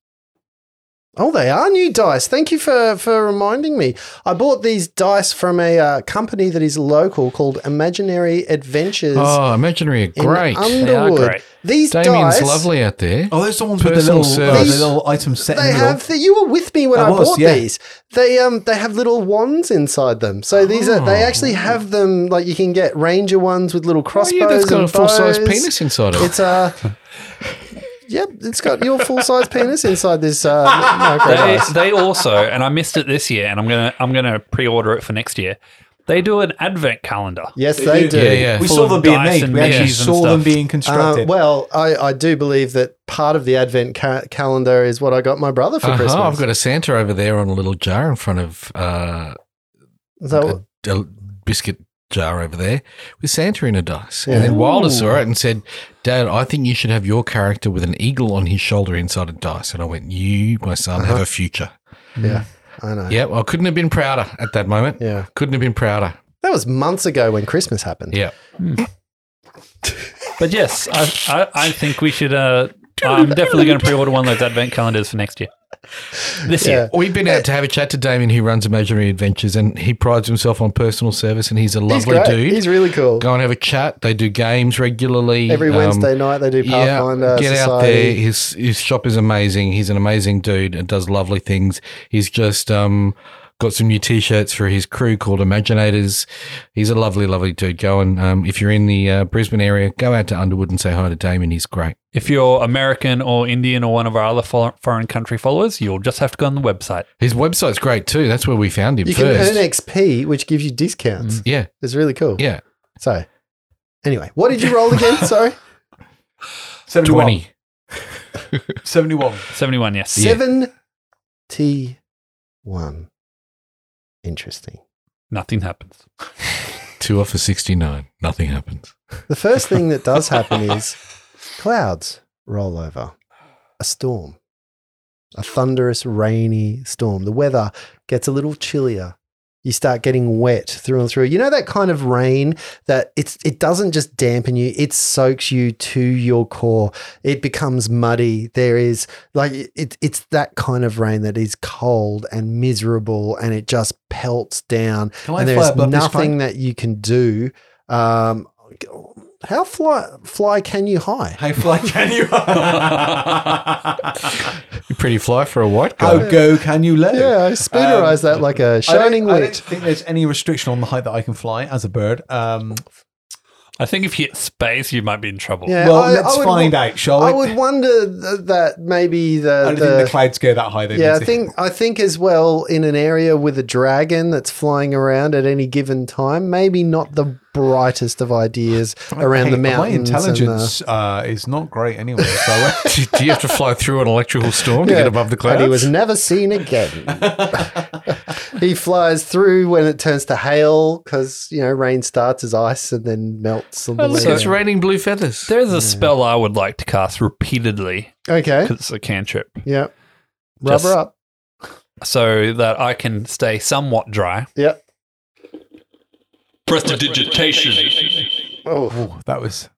[SPEAKER 2] Oh, they are new dice. Thank you for, for reminding me. I bought these dice from a uh, company that is local called Imaginary Adventures.
[SPEAKER 5] Oh, imaginary are
[SPEAKER 2] in
[SPEAKER 5] great.
[SPEAKER 3] They are
[SPEAKER 2] Underwood.
[SPEAKER 3] great.
[SPEAKER 2] These
[SPEAKER 5] Damien's
[SPEAKER 2] dice,
[SPEAKER 5] lovely out there.
[SPEAKER 4] Oh, those are the ones with the
[SPEAKER 5] Personal
[SPEAKER 4] little, uh, the
[SPEAKER 2] service.
[SPEAKER 4] little item set in
[SPEAKER 2] They
[SPEAKER 4] the middle.
[SPEAKER 2] have the, you were with me when
[SPEAKER 4] I
[SPEAKER 2] I,
[SPEAKER 4] was,
[SPEAKER 2] bought
[SPEAKER 4] yeah.
[SPEAKER 2] these. They um they have little wands inside them. So these are they
[SPEAKER 5] Oh.
[SPEAKER 2] actually have them like you can get ranger ones with little
[SPEAKER 5] Oh,
[SPEAKER 2] crossbows.
[SPEAKER 5] yeah, that's got
[SPEAKER 2] and
[SPEAKER 5] a full size
[SPEAKER 2] bows.
[SPEAKER 5] penis inside it.
[SPEAKER 2] It's uh Yep, it's got your full size penis inside this uh micro
[SPEAKER 3] They,
[SPEAKER 2] dice.
[SPEAKER 3] they also, and I missed it this year, and I'm gonna I'm gonna pre order it for next year. They do an advent calendar.
[SPEAKER 2] Yes, they, do.
[SPEAKER 5] Yeah, yeah.
[SPEAKER 4] We
[SPEAKER 3] Full
[SPEAKER 4] saw
[SPEAKER 3] of
[SPEAKER 4] them being
[SPEAKER 3] dice
[SPEAKER 4] made.
[SPEAKER 3] and
[SPEAKER 4] We actually
[SPEAKER 3] mirrors and
[SPEAKER 4] saw them
[SPEAKER 3] stuff.
[SPEAKER 4] being
[SPEAKER 2] Uh,
[SPEAKER 4] constructed.
[SPEAKER 2] well, I, I do believe that part of the advent ca- calendar is what I got my brother for
[SPEAKER 5] Uh-huh,
[SPEAKER 2] Christmas.
[SPEAKER 5] I've got a Santa over there on a little jar in front of uh,
[SPEAKER 2] so,
[SPEAKER 5] a, a biscuit jar over there with Santa in a dice.
[SPEAKER 2] Yeah.
[SPEAKER 5] And then Wilder saw it and said, Dad, I think you should have your character with an eagle on his shoulder inside a dice. And I went, You, my son, have a future.
[SPEAKER 2] Uh-huh. yeah, I know.
[SPEAKER 5] Yeah, well, I couldn't have been prouder at that moment.
[SPEAKER 2] Yeah.
[SPEAKER 5] Couldn't have been prouder.
[SPEAKER 2] That was months ago when Christmas happened.
[SPEAKER 5] Yeah.
[SPEAKER 3] But yes, I I, I think we should. Uh, I'm definitely going to pre-order one of those advent calendars for next year. This
[SPEAKER 2] Yeah.
[SPEAKER 3] year,
[SPEAKER 5] We've been out to have a chat to Damien, who runs Imaginary Adventures, and he prides himself on personal service, and he's a
[SPEAKER 2] He's
[SPEAKER 5] lovely
[SPEAKER 2] great.
[SPEAKER 5] dude.
[SPEAKER 2] He's really cool.
[SPEAKER 5] Go and have a chat. They do games regularly.
[SPEAKER 2] Every
[SPEAKER 5] Um,
[SPEAKER 2] Wednesday night they do Pathfinder
[SPEAKER 5] get
[SPEAKER 2] Society.
[SPEAKER 5] out there. His his shop is amazing. He's an amazing dude and does lovely things. He's just um got some new t-shirts for his crew called Imaginators. He's a lovely, lovely dude. Go and um, if you're in the uh, Brisbane area, go out to Underwood and say hi to Damien. He's great.
[SPEAKER 3] if you're American or Indian or one of our other fo- foreign country followers, you'll just have to go on the website.
[SPEAKER 5] His website's great too. That's where we found him
[SPEAKER 2] You can
[SPEAKER 5] first.
[SPEAKER 2] earn XP, which gives you discounts.
[SPEAKER 5] yeah,
[SPEAKER 2] It's really cool.
[SPEAKER 5] yeah.
[SPEAKER 2] So, anyway, what did you roll again? Sorry,
[SPEAKER 4] 71.
[SPEAKER 5] Twenty.
[SPEAKER 4] 71.
[SPEAKER 3] Seventy-one, yes.
[SPEAKER 2] seventy-one. Interesting.
[SPEAKER 3] Nothing happens.
[SPEAKER 5] Two off for sixty nine. Nothing happens.
[SPEAKER 2] The first thing that does happen is clouds roll over, a storm, a thunderous, rainy storm. The weather gets a little chillier. You start getting wet through and through. You know that kind of rain that it's it doesn't just dampen you; it soaks you to your core. It becomes muddy. There is like it, it's that kind of rain that is cold and miserable, and it just pelts down
[SPEAKER 4] Can I
[SPEAKER 2] and
[SPEAKER 4] fly
[SPEAKER 2] there's
[SPEAKER 4] above this
[SPEAKER 2] nothing
[SPEAKER 4] plane?
[SPEAKER 2] that you can do. Um, how fly fly can you high?
[SPEAKER 4] How fly can you?
[SPEAKER 5] You're pretty fly for a white guy.
[SPEAKER 4] How
[SPEAKER 2] Oh.
[SPEAKER 4] go can you let?
[SPEAKER 2] Yeah, I spoonerized that like a
[SPEAKER 4] I don't-
[SPEAKER 2] shining
[SPEAKER 4] I don't
[SPEAKER 2] wit.
[SPEAKER 4] think there's any restriction on the height that I can fly as a bird. Um,
[SPEAKER 3] I think if you hit space, you might be in trouble.
[SPEAKER 2] Yeah,
[SPEAKER 4] well,
[SPEAKER 2] I-
[SPEAKER 4] let's
[SPEAKER 2] I would-
[SPEAKER 4] find out, shall we?
[SPEAKER 2] I would wonder th- that maybe
[SPEAKER 4] I
[SPEAKER 2] the,
[SPEAKER 4] don't think the
[SPEAKER 2] the
[SPEAKER 4] clouds go that high. Though,
[SPEAKER 2] yeah, I
[SPEAKER 4] Lindsay.
[SPEAKER 2] think I think as well in an area with a dragon that's flying around at any given time, maybe not the brightest of ideas around
[SPEAKER 4] Hey,
[SPEAKER 2] the mountains.
[SPEAKER 4] My
[SPEAKER 2] and the-
[SPEAKER 4] intelligence uh, is not great anyway. So uh, I went-
[SPEAKER 5] do you have to fly through an electrical storm to
[SPEAKER 2] Yeah.
[SPEAKER 5] get above the clouds?
[SPEAKER 2] And he was never seen again. he flies through when it turns to hail because, you know, rain starts as ice and then melts on the
[SPEAKER 5] Oh, look,
[SPEAKER 2] way
[SPEAKER 5] it's
[SPEAKER 2] down.
[SPEAKER 5] raining blue feathers.
[SPEAKER 3] There is a spell I would like to cast repeatedly
[SPEAKER 2] Okay.
[SPEAKER 3] because it's a cantrip,
[SPEAKER 2] Yeah. Rubber
[SPEAKER 3] Just-
[SPEAKER 2] up.
[SPEAKER 3] so that I can stay somewhat dry.
[SPEAKER 2] Yeah.
[SPEAKER 3] Prestidigitation.
[SPEAKER 2] Oh,
[SPEAKER 4] Ooh, that was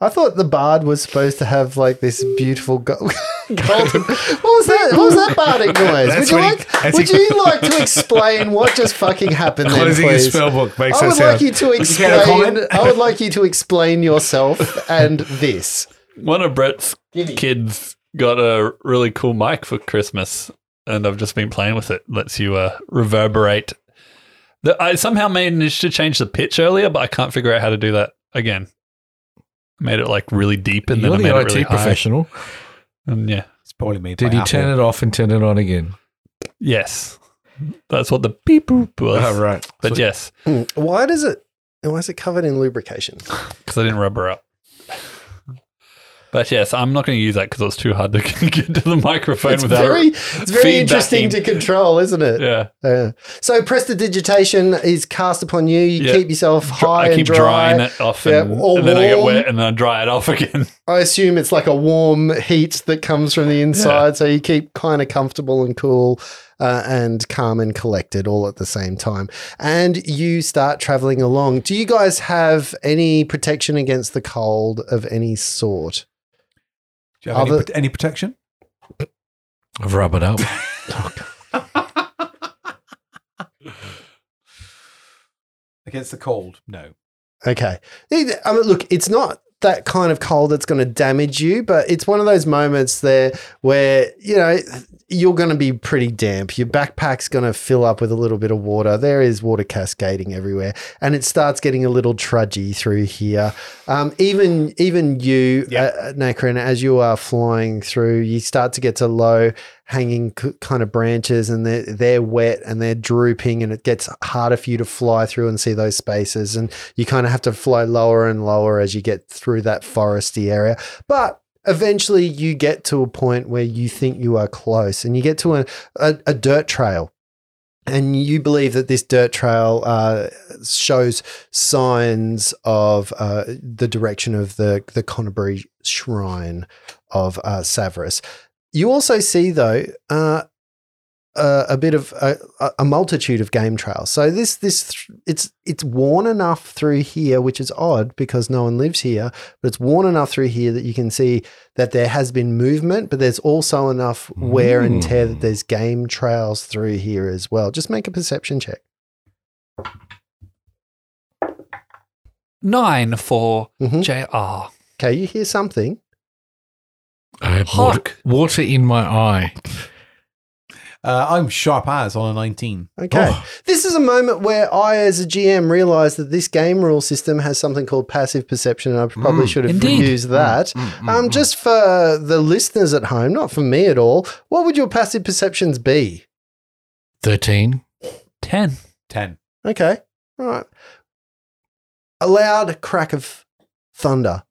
[SPEAKER 2] I thought the bard was supposed to have like this beautiful go- golden. What was that? What was that bardic noise? would
[SPEAKER 5] That's
[SPEAKER 2] you
[SPEAKER 5] when he-
[SPEAKER 2] like?
[SPEAKER 5] that's
[SPEAKER 2] would
[SPEAKER 5] he-
[SPEAKER 2] you like to explain what just fucking happened? Then,
[SPEAKER 5] Closing his
[SPEAKER 2] please?
[SPEAKER 5] spell book makes
[SPEAKER 2] I
[SPEAKER 5] that
[SPEAKER 2] would
[SPEAKER 5] sound.
[SPEAKER 2] like you to
[SPEAKER 4] have a comment?
[SPEAKER 2] explain. I would like you to explain yourself and this.
[SPEAKER 3] One of Brett's kids got a really cool mic for Christmas, and I've just been playing with it. Lets you uh, reverberate. The, I somehow managed to change the pitch earlier, but I can't figure out how to do that again. Made it like really deep, and
[SPEAKER 5] You're
[SPEAKER 3] then I
[SPEAKER 5] the
[SPEAKER 3] made
[SPEAKER 5] IT
[SPEAKER 3] it really high.
[SPEAKER 5] professional.
[SPEAKER 3] And yeah,
[SPEAKER 4] it's probably made.
[SPEAKER 5] Did
[SPEAKER 4] by
[SPEAKER 5] you turn
[SPEAKER 4] Apple.
[SPEAKER 5] it off and turn it on again?
[SPEAKER 3] yes, that's what the beep boop was.
[SPEAKER 5] Oh, right.
[SPEAKER 3] But yes,
[SPEAKER 2] Hmm, Why does it? Why is it covered in lubrication?
[SPEAKER 3] because I didn't rubber up. But yes, I'm not going to use that because it was too hard to get to the microphone
[SPEAKER 2] It's
[SPEAKER 3] without.
[SPEAKER 2] very, it's very
[SPEAKER 3] feedbacking.
[SPEAKER 2] interesting to control, isn't it?
[SPEAKER 3] yeah,
[SPEAKER 2] Uh, so prestidigitation is cast upon you. You
[SPEAKER 3] Yeah.
[SPEAKER 2] keep yourself high
[SPEAKER 3] I keep
[SPEAKER 2] and dry.
[SPEAKER 3] drying it off,
[SPEAKER 2] Yeah,
[SPEAKER 3] and,
[SPEAKER 2] or
[SPEAKER 3] and then I get
[SPEAKER 2] warm.
[SPEAKER 3] wet, and then I dry it off again.
[SPEAKER 2] I assume it's like a warm heat that comes from the inside, so you keep kind of comfortable and cool uh, and calm and collected all at the same time. And you start traveling along. Do you guys have any protection against the cold of any sort?
[SPEAKER 4] Do you have any,
[SPEAKER 2] Other-
[SPEAKER 4] pro- any protection?
[SPEAKER 5] I've rubbed it up.
[SPEAKER 4] Against the cold? No.
[SPEAKER 2] Okay. It- I mean, look, it's not that kind of cold that's going to damage you, but it's one of those moments there where, you know, you're going to be pretty damp. Your backpack's going to fill up with a little bit of water. There is water cascading everywhere, and it starts getting a little trudgy through here. Um, even even you, uh, Nacrin, as you are flying through, you start to get to low hanging c- kind of branches, and they're they're wet and they're drooping, and it gets harder for you to fly through and see those spaces, and you kind of have to fly lower and lower as you get through that foresty area, but eventually you get to a point where you think you are close and you get to a, a, a dirt trail and you believe that this dirt trail uh, shows signs of uh, the direction of the, the Canterbury Shrine of uh, Severus. You also see, though, uh, a, a bit of a, a- a multitude of game trails. So this this th- it's it's worn enough through here, which is odd because no one lives here, but it's worn enough through here that you can see that there has been movement, but there's also enough wear and tear that there's game trails through here as well. Just make a perception check.
[SPEAKER 3] Nine for
[SPEAKER 2] Mhm.
[SPEAKER 3] JR.
[SPEAKER 2] Okay, you hear something.
[SPEAKER 5] I had water,
[SPEAKER 3] Hark.
[SPEAKER 5] water in my eye.
[SPEAKER 4] Uh, I'm sharp as on a 19.
[SPEAKER 2] Okay.
[SPEAKER 5] Oh,
[SPEAKER 2] This is a moment where I, as a GM, realized that this game rule system has something called passive perception, and I probably
[SPEAKER 5] Mm,
[SPEAKER 2] should have
[SPEAKER 3] indeed.
[SPEAKER 2] used that. Um, just for the listeners at home, not for me at all, what would your passive perceptions be?
[SPEAKER 5] 13.
[SPEAKER 3] Ten.
[SPEAKER 4] 10.
[SPEAKER 2] Okay. All right. A loud crack of thunder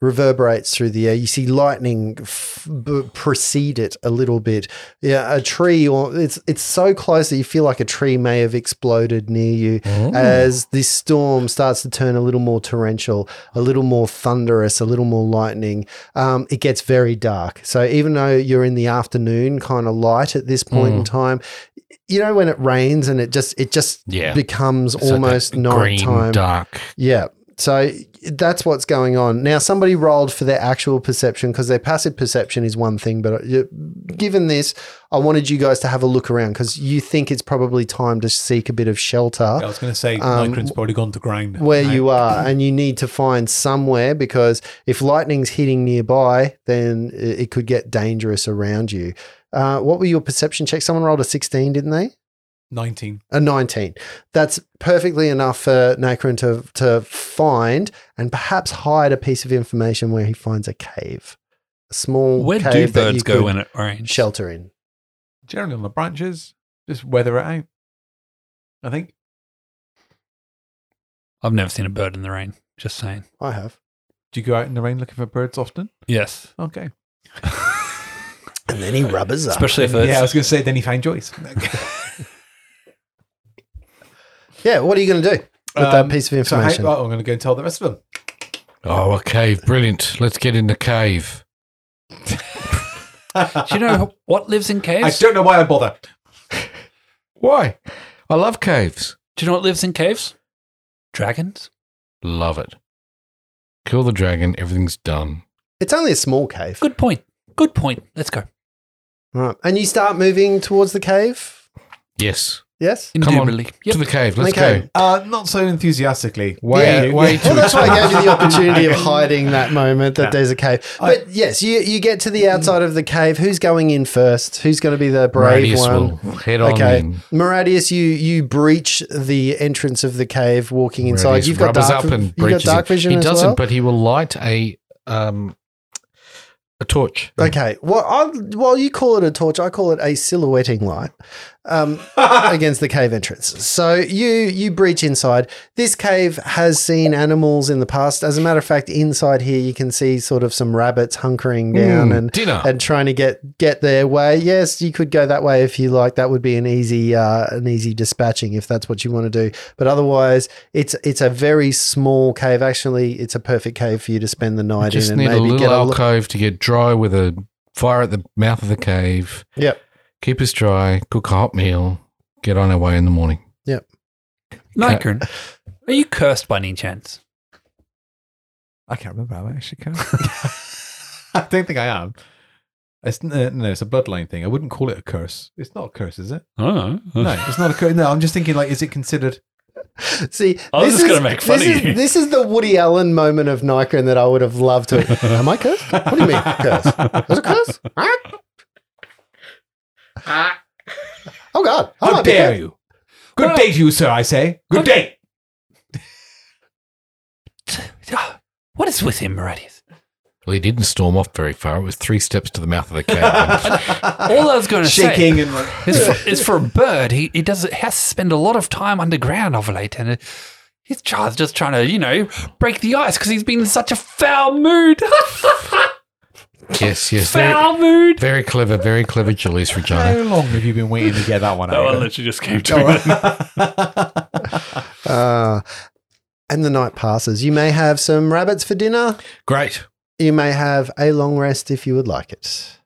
[SPEAKER 2] reverberates through the air. You see lightning f- b- precede it a little bit. Yeah, a tree or it's it's so close that you feel like a tree may have exploded near you.
[SPEAKER 3] Mm.
[SPEAKER 2] as this storm starts to turn a little more torrential, a little more thunderous, a little more lightning. Um, it gets very dark. So even though you're in the afternoon kind of light at this point
[SPEAKER 5] Mm.
[SPEAKER 2] in time, you know when it rains and it just it just
[SPEAKER 5] Yeah.
[SPEAKER 2] becomes
[SPEAKER 5] So that
[SPEAKER 2] almost
[SPEAKER 5] green,
[SPEAKER 2] nighttime.
[SPEAKER 5] dark.
[SPEAKER 2] Yeah. So that's what's going on. Now, somebody rolled for their actual perception because their passive perception is one thing. But uh, given this, I wanted you guys to have a look around because you think it's probably time to seek a bit of shelter
[SPEAKER 4] I was going to say,
[SPEAKER 2] Um,
[SPEAKER 4] Nycrin's probably gone to ground.
[SPEAKER 2] where
[SPEAKER 4] Right.
[SPEAKER 2] you are, and you need to find somewhere because if lightning's hitting nearby, then i- it could get dangerous around you. Uh, what were your perception checks? Someone rolled a 16, didn't they?
[SPEAKER 4] 19.
[SPEAKER 2] A 19. That's perfectly enough for Nacrin to, to find and perhaps hide a piece of information where he finds a cave. A small
[SPEAKER 3] Where do
[SPEAKER 2] cave that
[SPEAKER 3] birds
[SPEAKER 2] you
[SPEAKER 3] go
[SPEAKER 2] could
[SPEAKER 3] when it rains?
[SPEAKER 2] shelter in.
[SPEAKER 4] Generally on the branches, just weather it out. I think.
[SPEAKER 3] I've never seen a bird in the rain. Just saying.
[SPEAKER 2] I have.
[SPEAKER 4] Do you go out in the rain looking for birds often?
[SPEAKER 3] Yes.
[SPEAKER 4] Okay.
[SPEAKER 2] And then he rubbers up.
[SPEAKER 3] Especially if it's
[SPEAKER 4] yeah, I was going to say, then he found Joyce.
[SPEAKER 2] Yeah, what are you going to do with that
[SPEAKER 4] Um,
[SPEAKER 2] piece of
[SPEAKER 4] so how-
[SPEAKER 2] information?
[SPEAKER 4] oh, I'm going to go and tell the rest of them.
[SPEAKER 5] Oh, a cave. Brilliant. Let's get in the cave.
[SPEAKER 3] Do you know what lives in
[SPEAKER 4] I
[SPEAKER 3] caves?
[SPEAKER 4] don't know why I bother.
[SPEAKER 5] Why? I love caves.
[SPEAKER 3] Do you know what lives in caves? Dragons.
[SPEAKER 5] Love it. Kill the dragon. Everything's done.
[SPEAKER 2] it's only a small cave.
[SPEAKER 3] Good point. Good point. Let's go.
[SPEAKER 2] Right. And you start moving towards the cave?
[SPEAKER 5] Yes.
[SPEAKER 2] Yes?
[SPEAKER 5] Come on.
[SPEAKER 3] Indubitably. Yep.
[SPEAKER 5] To the cave. Let's
[SPEAKER 2] Okay.
[SPEAKER 5] go.
[SPEAKER 4] Uh, not so enthusiastically.
[SPEAKER 5] Way,
[SPEAKER 2] Yeah.
[SPEAKER 5] way
[SPEAKER 4] Yeah.
[SPEAKER 5] too
[SPEAKER 2] Well, that's why I gave you the opportunity of
[SPEAKER 4] I-
[SPEAKER 2] hiding that moment that there's a cave.
[SPEAKER 4] I-
[SPEAKER 2] But yes, you, you get to the outside of the cave. Who's going in first? Who's going to be the brave
[SPEAKER 5] Radius
[SPEAKER 2] one?
[SPEAKER 5] will head on
[SPEAKER 2] Okay,
[SPEAKER 5] in.
[SPEAKER 2] Maradius, you you breach the entrance of the cave, walking inside.
[SPEAKER 5] Radius
[SPEAKER 2] You've got
[SPEAKER 5] rubbers
[SPEAKER 2] dark,
[SPEAKER 5] up and
[SPEAKER 2] you got
[SPEAKER 5] breaches
[SPEAKER 2] dark
[SPEAKER 5] it.
[SPEAKER 2] vision
[SPEAKER 5] He
[SPEAKER 2] as
[SPEAKER 5] doesn't,
[SPEAKER 2] well.
[SPEAKER 5] but he will light a um, A torch.
[SPEAKER 2] Okay. Well, I, well, you call it a torch. I call it a silhouetting light um, against the cave entrance. So you you breach inside. This cave has seen animals in the past. As a matter of fact, inside here you can see sort of some rabbits hunkering down
[SPEAKER 5] Mm,
[SPEAKER 2] and
[SPEAKER 5] dinner.
[SPEAKER 2] and trying to get get their way. Yes, you could go that way if you like. That would be an easy uh, an easy dispatching if that's what you want to do. But otherwise, it's it's a very small cave. Actually, it's a perfect cave for you to spend the night
[SPEAKER 5] Just
[SPEAKER 2] in and
[SPEAKER 5] need a
[SPEAKER 2] maybe
[SPEAKER 5] little
[SPEAKER 2] get a look.
[SPEAKER 5] alcove to get dry with a fire at the mouth of the cave.
[SPEAKER 2] Yep.
[SPEAKER 5] Keep us dry, cook a hot meal, get on our way in the morning.
[SPEAKER 3] Nikon, are you cursed by any chance?
[SPEAKER 4] I can't remember how I actually can. I don't think I am. It's no, no, it's a bloodline thing. I wouldn't call it a curse. It's not a curse, is it?
[SPEAKER 3] Oh,
[SPEAKER 4] No, it's not a curse. No, I'm just thinking like, is it considered?
[SPEAKER 2] See,
[SPEAKER 3] I was
[SPEAKER 2] this
[SPEAKER 3] just
[SPEAKER 2] is-
[SPEAKER 3] gonna make fun
[SPEAKER 2] this
[SPEAKER 3] of
[SPEAKER 2] is-
[SPEAKER 3] you.
[SPEAKER 2] This is the Woody Allen moment of Nikon that I would have loved to. Am I cursed? What do you mean cursed? Was it cursed? Huh? oh God! I
[SPEAKER 4] How
[SPEAKER 2] might be
[SPEAKER 4] dare
[SPEAKER 2] cursed.
[SPEAKER 4] you? Good day to you, sir. I say. Good day.
[SPEAKER 3] What is with him, Meridius?
[SPEAKER 5] Well, he didn't storm off very far. It was three steps to the mouth of the cave.
[SPEAKER 3] All I was going to say
[SPEAKER 4] Shaking and like,
[SPEAKER 3] is for, is for a bird, he, he does he has to spend a lot of time underground of late, and uh, his child's just trying to you know break the ice because he's been in such a foul mood.
[SPEAKER 5] yes, yes. Very,
[SPEAKER 3] foul mood.
[SPEAKER 5] very clever, very clever, Julius Regina.
[SPEAKER 2] Um,
[SPEAKER 4] how long have you been waiting to get that one
[SPEAKER 3] That one
[SPEAKER 4] out?
[SPEAKER 3] literally just came to me.
[SPEAKER 2] Uh, and the night passes. You may have some rabbits for dinner.
[SPEAKER 5] Great.
[SPEAKER 2] You may have a long rest if you would like it.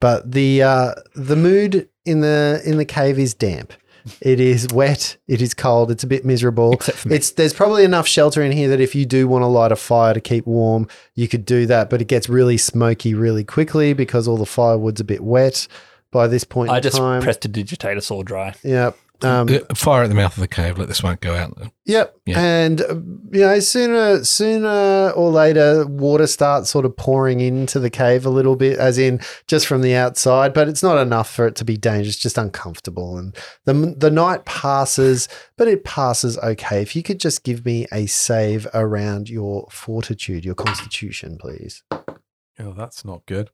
[SPEAKER 2] But the uh, the mood in the in the cave is damp. It is wet. It is cold. It's a bit miserable.
[SPEAKER 3] Except for me.
[SPEAKER 2] It's there's probably enough shelter in here that if you do want to light a fire to keep warm, you could do that. But it gets really smoky really quickly because all the firewood's a bit wet by this point
[SPEAKER 3] I
[SPEAKER 2] in
[SPEAKER 3] just
[SPEAKER 2] time.
[SPEAKER 3] pressed a digitator saw dry.
[SPEAKER 2] yep. Um,
[SPEAKER 5] Uh, Fire at the mouth of the cave. Let the smoke go out.
[SPEAKER 2] Yep.
[SPEAKER 5] Yeah.
[SPEAKER 2] And uh, you know, sooner sooner or later water starts sort of pouring into the cave a little bit, as in just from the outside, but it's not enough for it to be dangerous, just uncomfortable. And the the night passes, but it passes okay. If you could just give me a save around your fortitude, your constitution, please.
[SPEAKER 4] oh, that's not good.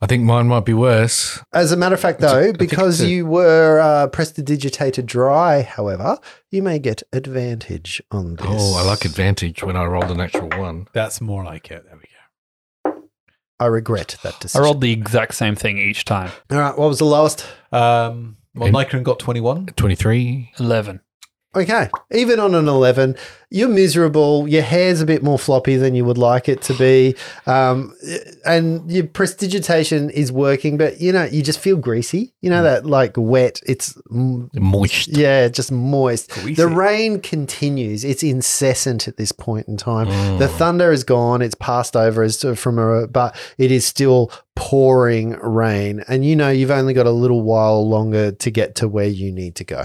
[SPEAKER 5] I think mine might be worse.
[SPEAKER 2] As a matter of fact,
[SPEAKER 5] It's a- I
[SPEAKER 2] though,
[SPEAKER 5] think
[SPEAKER 2] because
[SPEAKER 5] it's a-
[SPEAKER 2] you were uh, prestidigitated dry, however, you may get advantage on this.
[SPEAKER 5] Oh, I like advantage when I rolled a natural one.
[SPEAKER 4] That's more like it. There we go.
[SPEAKER 2] I regret that
[SPEAKER 3] I
[SPEAKER 2] decision.
[SPEAKER 3] rolled the exact same thing each time.
[SPEAKER 2] All right, what was the lowest?
[SPEAKER 4] Um, well,
[SPEAKER 5] And-
[SPEAKER 4] Nikon got 21.
[SPEAKER 5] 23.
[SPEAKER 3] Eleven.
[SPEAKER 2] Okay, even on an 11, you're miserable. Your hair's a bit more floppy than you would like it to be. Um, and your prestidigitation is working, but you know, you just feel greasy. You know, that like wet, it's, mm,
[SPEAKER 5] Moist.
[SPEAKER 2] yeah, just moist.
[SPEAKER 4] Greasy.
[SPEAKER 2] The rain continues. It's incessant at this point in time.
[SPEAKER 5] Mm.
[SPEAKER 2] The thunder is gone. It's passed over as to, from a, but it is still pouring rain. And you know, you've only got a little while longer to get to where you need to go.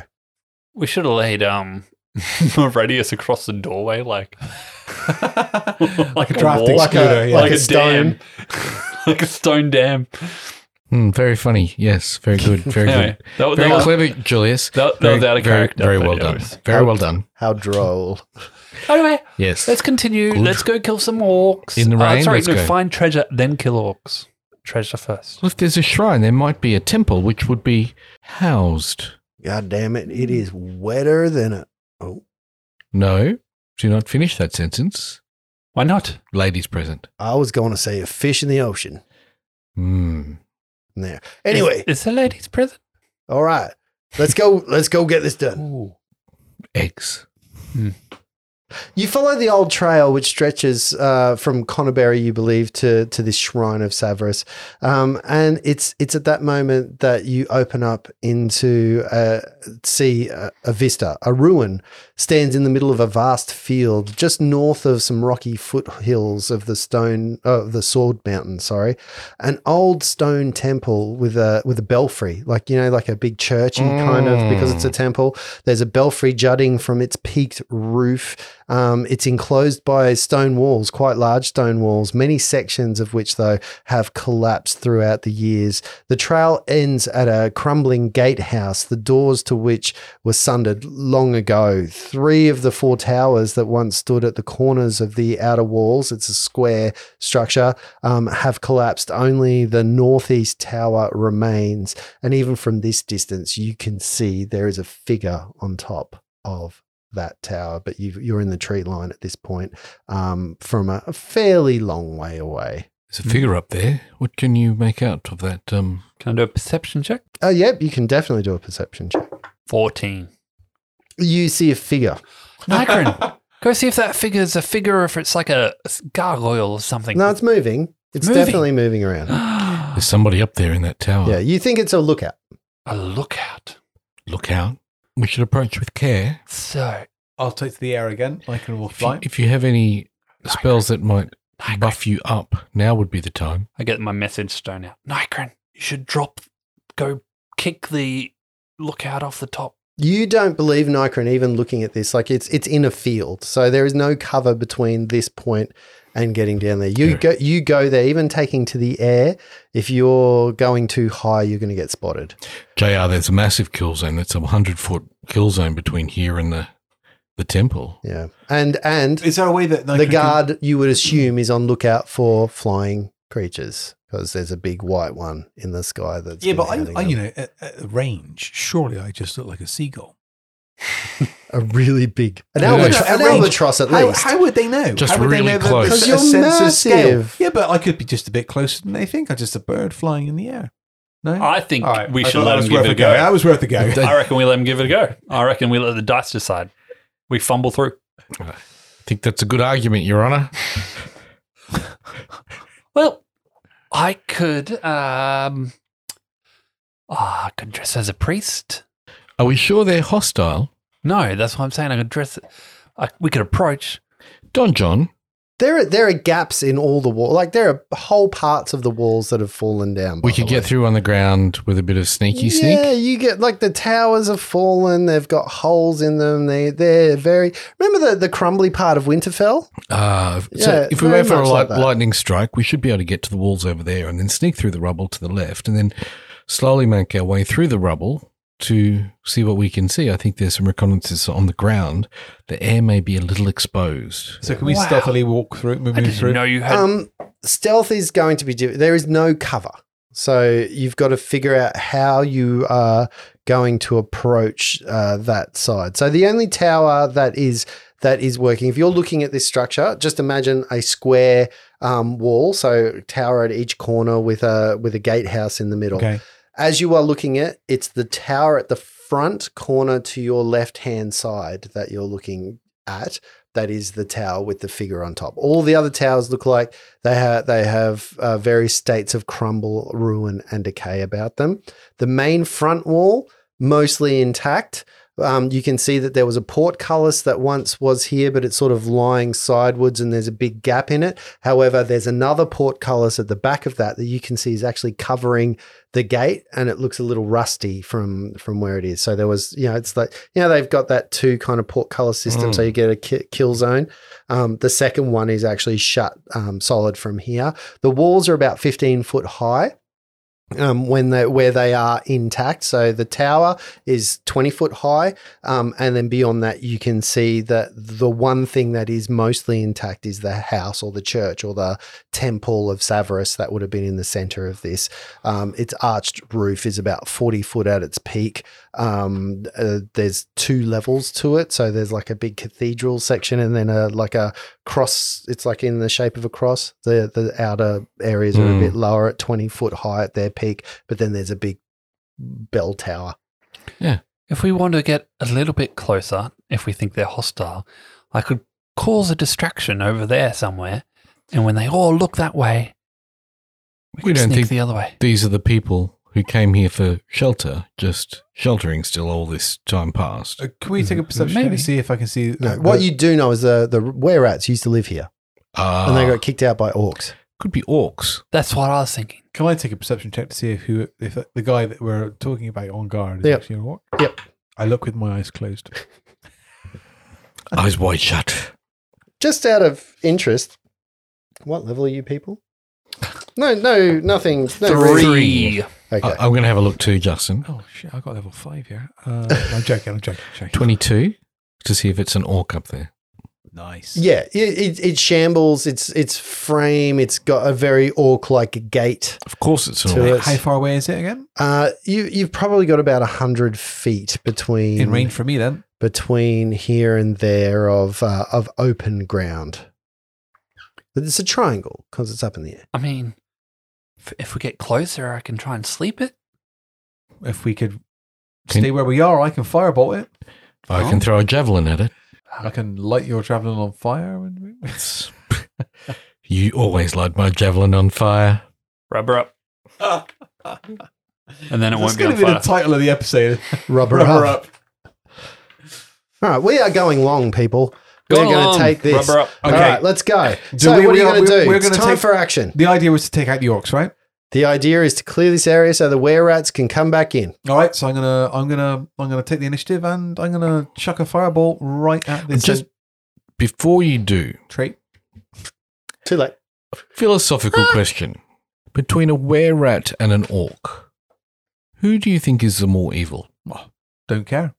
[SPEAKER 3] We should have laid um a radius across the doorway, like like a
[SPEAKER 4] drafting
[SPEAKER 3] wall.
[SPEAKER 4] Like a- scooter, yeah.
[SPEAKER 2] like a
[SPEAKER 3] dam, like a stone dam.
[SPEAKER 5] Mm, very funny. Yes. Very good. Very
[SPEAKER 3] Anyway,
[SPEAKER 5] good.
[SPEAKER 3] that, was-
[SPEAKER 5] Very
[SPEAKER 3] that was,
[SPEAKER 5] clever, Julius.
[SPEAKER 3] that, that
[SPEAKER 5] Very,
[SPEAKER 3] was out of
[SPEAKER 5] very,
[SPEAKER 3] character.
[SPEAKER 5] very
[SPEAKER 3] but
[SPEAKER 5] well
[SPEAKER 3] it
[SPEAKER 5] done.
[SPEAKER 3] was-
[SPEAKER 5] Very well done.
[SPEAKER 2] How droll.
[SPEAKER 3] Anyway,
[SPEAKER 5] Yes.
[SPEAKER 3] let's continue.
[SPEAKER 5] Good.
[SPEAKER 3] Let's go kill some orcs
[SPEAKER 5] In the
[SPEAKER 3] Uh,
[SPEAKER 5] rain?
[SPEAKER 3] sorry,
[SPEAKER 5] Let's
[SPEAKER 3] no,
[SPEAKER 5] go.
[SPEAKER 3] find treasure, then kill orcs. Treasure first.
[SPEAKER 5] Well, if there's a shrine, there might be a temple which would be housed.
[SPEAKER 2] God damn it. It is wetter than a.
[SPEAKER 5] No, do not finish that sentence.
[SPEAKER 3] Why not?
[SPEAKER 5] Ladies present.
[SPEAKER 2] I was going to say a fish in the ocean.
[SPEAKER 5] Hmm.
[SPEAKER 2] in There. Anyway,
[SPEAKER 3] is, is the ladies present?
[SPEAKER 2] all right. Let's go. Let's go get this done.
[SPEAKER 5] Eggs.
[SPEAKER 2] You follow the old trail which stretches uh, from Connerbury, you believe, to to this shrine of Savras, um, and it's it's at that moment that you open up into uh, see a, a vista. A ruin stands in the middle of a vast field, just north of some rocky foothills of the stone of the Sword Mountain. Sorry, an old stone temple with a with a belfry, like you know, like a big churchy kind of because it's a temple. There's a belfry jutting from its peaked roof. Um, it's enclosed by stone walls, quite large stone walls, many sections of which though have collapsed throughout the years. The trail ends at a crumbling gatehouse, the doors to which were sundered long ago three of the four towers that once stood at the corners of the outer walls, it's a square structure, um, have collapsed. Only the northeast tower remains. And even from this distance, you can see there is a figure on top of that tower, but you've, you're in the tree line at this point um, from a, a fairly long way away.
[SPEAKER 5] There's a figure up there. What can you make out of that? Um,
[SPEAKER 3] Can I do a perception check?
[SPEAKER 2] Oh, yep, you can definitely do a perception check.
[SPEAKER 3] 14.
[SPEAKER 2] You see a figure.
[SPEAKER 3] Nikron, go see if that figure's a figure or if it's like a gargoyle or something.
[SPEAKER 2] No, it's moving. It's
[SPEAKER 3] Moving.
[SPEAKER 2] definitely moving around.
[SPEAKER 3] a
[SPEAKER 5] there's somebody up there in that tower.
[SPEAKER 2] Yeah, you think it's a lookout.
[SPEAKER 3] lookout.
[SPEAKER 5] Look out. We should approach with care.
[SPEAKER 3] So,
[SPEAKER 4] I'll take to the air again. I can walk
[SPEAKER 5] If you,
[SPEAKER 4] fly.
[SPEAKER 5] if you have any spells that might buff you up, now would be the time.
[SPEAKER 3] I get my message stone out. Nikron, you should drop, go kick the lookout off the top.
[SPEAKER 2] You don't believe Nikron even looking at this. Like it's it's in a field. So there is no cover between this point and getting down there. You
[SPEAKER 5] Yeah.
[SPEAKER 2] go you go there, even taking to the air, if you're going too high, you're gonna get spotted.
[SPEAKER 5] JR, there's a massive kill zone. That's a 100 foot kill zone between here and the, the temple.
[SPEAKER 2] Yeah. And and
[SPEAKER 4] Is there a way that
[SPEAKER 2] the guard you would assume is on lookout for flying creatures. Because there's a big white one in the sky that's
[SPEAKER 4] Yeah,
[SPEAKER 2] been
[SPEAKER 4] but I,
[SPEAKER 2] hunting
[SPEAKER 4] I,
[SPEAKER 2] them.
[SPEAKER 4] you know, at, at range, surely I just look like a seagull.
[SPEAKER 2] a really big an,
[SPEAKER 5] Yeah.
[SPEAKER 2] albatro-
[SPEAKER 4] Yeah.
[SPEAKER 2] an albatross at
[SPEAKER 4] How,
[SPEAKER 2] least.
[SPEAKER 4] how would they know?
[SPEAKER 5] Just
[SPEAKER 4] How would
[SPEAKER 5] really
[SPEAKER 4] they know that-
[SPEAKER 5] close.
[SPEAKER 4] 'cause
[SPEAKER 2] Because you're massive.
[SPEAKER 4] Yeah, but I could be just a bit closer than they think. I'm just a bird flying in the air. No,
[SPEAKER 3] I think
[SPEAKER 4] All right.
[SPEAKER 3] we
[SPEAKER 4] I
[SPEAKER 3] should
[SPEAKER 4] thought that
[SPEAKER 3] let
[SPEAKER 4] was
[SPEAKER 3] him give
[SPEAKER 4] worth
[SPEAKER 3] it a
[SPEAKER 4] go.
[SPEAKER 3] go.
[SPEAKER 4] That was worth a go.
[SPEAKER 3] I reckon we let him give it a go. I reckon we let the dice decide. We fumble through.
[SPEAKER 5] I think that's a good argument, Your Honor.
[SPEAKER 3] Well, I could. um ah, I could dress as a priest.
[SPEAKER 5] Are we sure they're hostile?
[SPEAKER 3] No, that's what I'm saying. I could dress. I, we could approach.
[SPEAKER 5] Don John,
[SPEAKER 2] There are there are gaps in all the wall. Like there are whole parts of the walls that have fallen down. by
[SPEAKER 5] we could
[SPEAKER 2] the way.
[SPEAKER 5] get through on the ground with a bit of sneaky
[SPEAKER 2] Yeah,
[SPEAKER 5] sneak.
[SPEAKER 2] you get like the towers have fallen. They've got holes in them. They they're very. Remember the the crumbly part of Winterfell.
[SPEAKER 5] Uh,
[SPEAKER 2] Yeah,
[SPEAKER 5] so if we
[SPEAKER 2] very
[SPEAKER 5] wait for a
[SPEAKER 2] much
[SPEAKER 5] light,
[SPEAKER 2] like that.
[SPEAKER 5] lightning strike, we should be able to get to the walls over there and then sneak through the rubble to the left and then slowly make our way through the rubble to see what we can see. I think there's some reconnaissance on the ground. The air may be a little exposed.
[SPEAKER 4] so can we
[SPEAKER 3] Wow.
[SPEAKER 4] stealthily walk through, move
[SPEAKER 3] I didn't
[SPEAKER 4] through?
[SPEAKER 3] know you had.
[SPEAKER 2] Um, stealth is going to be. Di- there is no cover, so you've got to figure out how you are going to approach uh, that side. So the only tower that is that is working. If you're looking at this structure, just imagine a square um, wall, so tower at each corner with a with a gatehouse in the middle.
[SPEAKER 4] Okay.
[SPEAKER 2] As you are looking at, it's the tower at the front corner to your left hand side that you're looking at. That is the tower with the figure on top. All the other towers look like they have they have uh, various states of crumble, ruin, and decay about them. The main front wall mostly intact. Um, you can see that there was a portcullis that once was here, but it's sort of lying sidewards and there's a big gap in it. However, there's another portcullis at the back of that that you can see is actually covering the gate and it looks a little rusty from from where it is. So there was, you know, it's like, you know, they've got that two kind of portcullis system. So you get a ki- kill zone. Um, the second one is actually shut um, solid from here. The walls are about 15 foot high. Um, when they where they are intact, so the tower is twenty foot high, um, and then beyond that, you can see that the one thing that is mostly intact is the house or the church or the temple of Savarus that would have been in the center of this. Um, its arched roof is about 40 foot at its peak. Um, uh, there's two levels to it. So there's like a big cathedral section and then a like a cross. It's like in the shape of a cross. The, the outer areas are a
[SPEAKER 5] Mm.
[SPEAKER 2] bit lower at 20 foot high at their peak, but then there's a big bell tower.
[SPEAKER 3] if we want to get a little bit closer, if we think they're hostile, I could cause a distraction over there somewhere, and when they all look that way, we,
[SPEAKER 5] We
[SPEAKER 3] can
[SPEAKER 5] don't
[SPEAKER 3] sneak
[SPEAKER 5] think-
[SPEAKER 3] the other way.
[SPEAKER 5] These are the people who came here for shelter, just sheltering still all this time past.
[SPEAKER 4] Uh, Can we take a perception check
[SPEAKER 3] Maybe.
[SPEAKER 4] and see if I can see?
[SPEAKER 2] No,
[SPEAKER 4] uh,
[SPEAKER 2] what
[SPEAKER 4] the-
[SPEAKER 2] you do know is the, the were rats used to live here
[SPEAKER 5] Ah,
[SPEAKER 2] and they got kicked out by orcs.
[SPEAKER 5] could be orcs.
[SPEAKER 3] That's what I was thinking.
[SPEAKER 4] Can I take a perception check to see if who if the guy that we're talking about on guard is
[SPEAKER 2] Yep.
[SPEAKER 4] actually a rock?
[SPEAKER 2] Yep.
[SPEAKER 4] I look with my eyes closed.
[SPEAKER 5] Eyes wide shut.
[SPEAKER 2] just out of interest, what level are you people? No, no, nothing. No reason.
[SPEAKER 5] Three. Uh,
[SPEAKER 2] Okay.
[SPEAKER 5] I, I'm going to have a look too, Justin.
[SPEAKER 4] Oh shit! I got level five here. Uh, I'm joking. I'm joking. I'm joking.
[SPEAKER 5] 22. to see if it's an orc up there.
[SPEAKER 4] Nice.
[SPEAKER 2] Yeah, it, it, it shambles. It's its frame. It's got a very orc-like gait
[SPEAKER 5] Of course, it's an
[SPEAKER 2] to
[SPEAKER 5] orc.
[SPEAKER 2] it.
[SPEAKER 4] How far away is it again?
[SPEAKER 2] Uh, you you've probably got about hundred feet between
[SPEAKER 4] In range for me then.
[SPEAKER 2] between here and there of uh, of open ground. But it's a triangle because it's up in the air.
[SPEAKER 3] I mean, if, if we get closer, I can try and sleep it.
[SPEAKER 4] If we could
[SPEAKER 5] Can-
[SPEAKER 4] stay where we are, I can firebolt it.
[SPEAKER 5] I can throw a javelin at it.
[SPEAKER 4] I can light your javelin on fire. and-
[SPEAKER 5] It's- you always light my javelin on fire.
[SPEAKER 3] Rubber up. and then it
[SPEAKER 4] That's
[SPEAKER 3] won't be
[SPEAKER 4] going
[SPEAKER 3] on
[SPEAKER 4] to be
[SPEAKER 3] fire.
[SPEAKER 4] the title of the episode.
[SPEAKER 2] Rubber,
[SPEAKER 4] Rubber
[SPEAKER 2] up.
[SPEAKER 4] up.
[SPEAKER 2] All right, we are going long, people. We're
[SPEAKER 3] Go
[SPEAKER 2] going
[SPEAKER 3] along,
[SPEAKER 2] to take this.
[SPEAKER 3] Rubber up.
[SPEAKER 2] All
[SPEAKER 4] Okay.
[SPEAKER 2] right, let's go.
[SPEAKER 4] Do
[SPEAKER 2] so
[SPEAKER 4] we-
[SPEAKER 2] what
[SPEAKER 4] we
[SPEAKER 2] are you
[SPEAKER 4] are-
[SPEAKER 2] going to
[SPEAKER 4] we're-
[SPEAKER 2] do?
[SPEAKER 4] we're
[SPEAKER 2] it's
[SPEAKER 4] gonna
[SPEAKER 2] time
[SPEAKER 4] take-
[SPEAKER 2] for action.
[SPEAKER 4] The idea was to take out the orcs, right?
[SPEAKER 2] The idea is to clear this area so the were rats can come back in.
[SPEAKER 4] All right, so I'm gonna, I'm gonna, I'm gonna take the initiative, and I'm gonna chuck a fireball right at this
[SPEAKER 5] Just
[SPEAKER 4] uh,
[SPEAKER 5] before you do,
[SPEAKER 4] trait.
[SPEAKER 2] Too late.
[SPEAKER 5] philosophical question: between a were rat and an orc, who do you think is the more evil?
[SPEAKER 4] Don't care.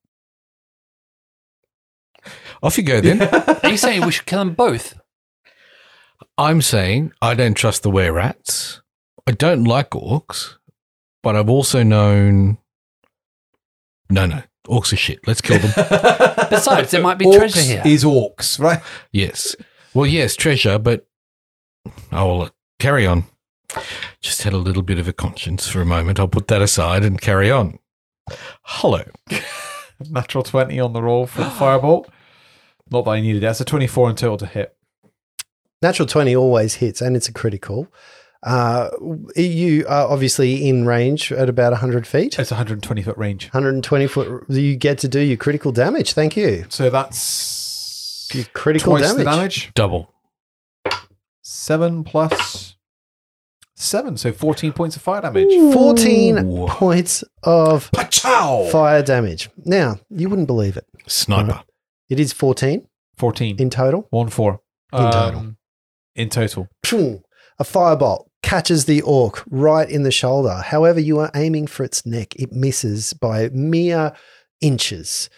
[SPEAKER 5] Off you go then.
[SPEAKER 3] Are you saying we should kill them both?
[SPEAKER 5] I'm saying I don't trust the were rats. I don't like orcs, but I've also known. No, no, orcs are shit. Let's kill them.
[SPEAKER 3] Besides, there might be
[SPEAKER 4] orcs
[SPEAKER 3] treasure here.
[SPEAKER 4] Is orcs right?
[SPEAKER 5] yes. Well, yes, treasure, but oh, well, carry on. Just had a little bit of a conscience for a moment. I'll put that aside and carry on. Hello.
[SPEAKER 4] Natural twenty on the roll for the fireball. Not that I needed it. That's a twenty-four in total to hit.
[SPEAKER 2] Natural 20 always hits, and it's a critical. Uh, you are obviously in range at about 100 feet.
[SPEAKER 4] It's a hundred and twenty foot range.
[SPEAKER 2] 120 foot, you get to do your critical damage. Thank you.
[SPEAKER 4] So that's
[SPEAKER 2] Your critical
[SPEAKER 4] twice the
[SPEAKER 2] damage.
[SPEAKER 4] damage.
[SPEAKER 5] Double.
[SPEAKER 4] Seven plus seven, so fourteen points of fire damage.
[SPEAKER 2] 14
[SPEAKER 5] Ooh.
[SPEAKER 2] points of
[SPEAKER 4] Pachow!
[SPEAKER 2] fire damage. Now, you wouldn't believe it.
[SPEAKER 5] Sniper.
[SPEAKER 2] It is 14
[SPEAKER 4] Fourteen.
[SPEAKER 2] in total.
[SPEAKER 4] One four. Um,
[SPEAKER 2] In total.
[SPEAKER 4] In total.
[SPEAKER 2] Pshung. A firebolt catches the orc right in the shoulder. However, you are aiming for its neck. It misses by mere inches,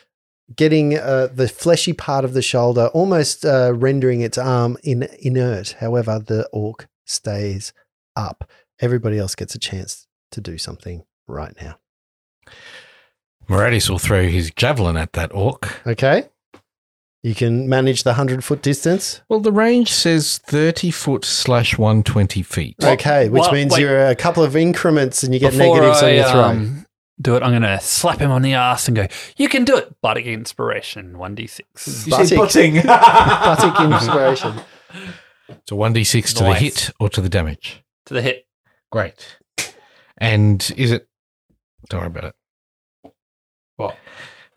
[SPEAKER 2] getting uh, the fleshy part of the shoulder, almost uh, rendering its arm in- inert. However, the orc stays up. Everybody else gets a chance to do something right now.
[SPEAKER 5] Moradis will throw his javelin at that orc.
[SPEAKER 2] Okay. You can manage the 100 foot distance.
[SPEAKER 5] Well, the range says 30 foot slash 120 feet.
[SPEAKER 2] okay, which
[SPEAKER 3] what-
[SPEAKER 2] means
[SPEAKER 3] wait.
[SPEAKER 2] you're a couple of increments and you get
[SPEAKER 3] Before
[SPEAKER 2] negatives on
[SPEAKER 3] I,
[SPEAKER 2] your throw.
[SPEAKER 3] um, do it, I'm going to slap him on the ass and go, You can do it. Bardic Inspiration, 1d6.
[SPEAKER 4] You say
[SPEAKER 2] Butting.
[SPEAKER 4] butting.
[SPEAKER 2] Buttic inspiration.
[SPEAKER 5] So 1d6 to the
[SPEAKER 3] Nice.
[SPEAKER 5] hit or to the damage.
[SPEAKER 3] To the hit.
[SPEAKER 5] Great. And is it. Don't worry about it.
[SPEAKER 4] What?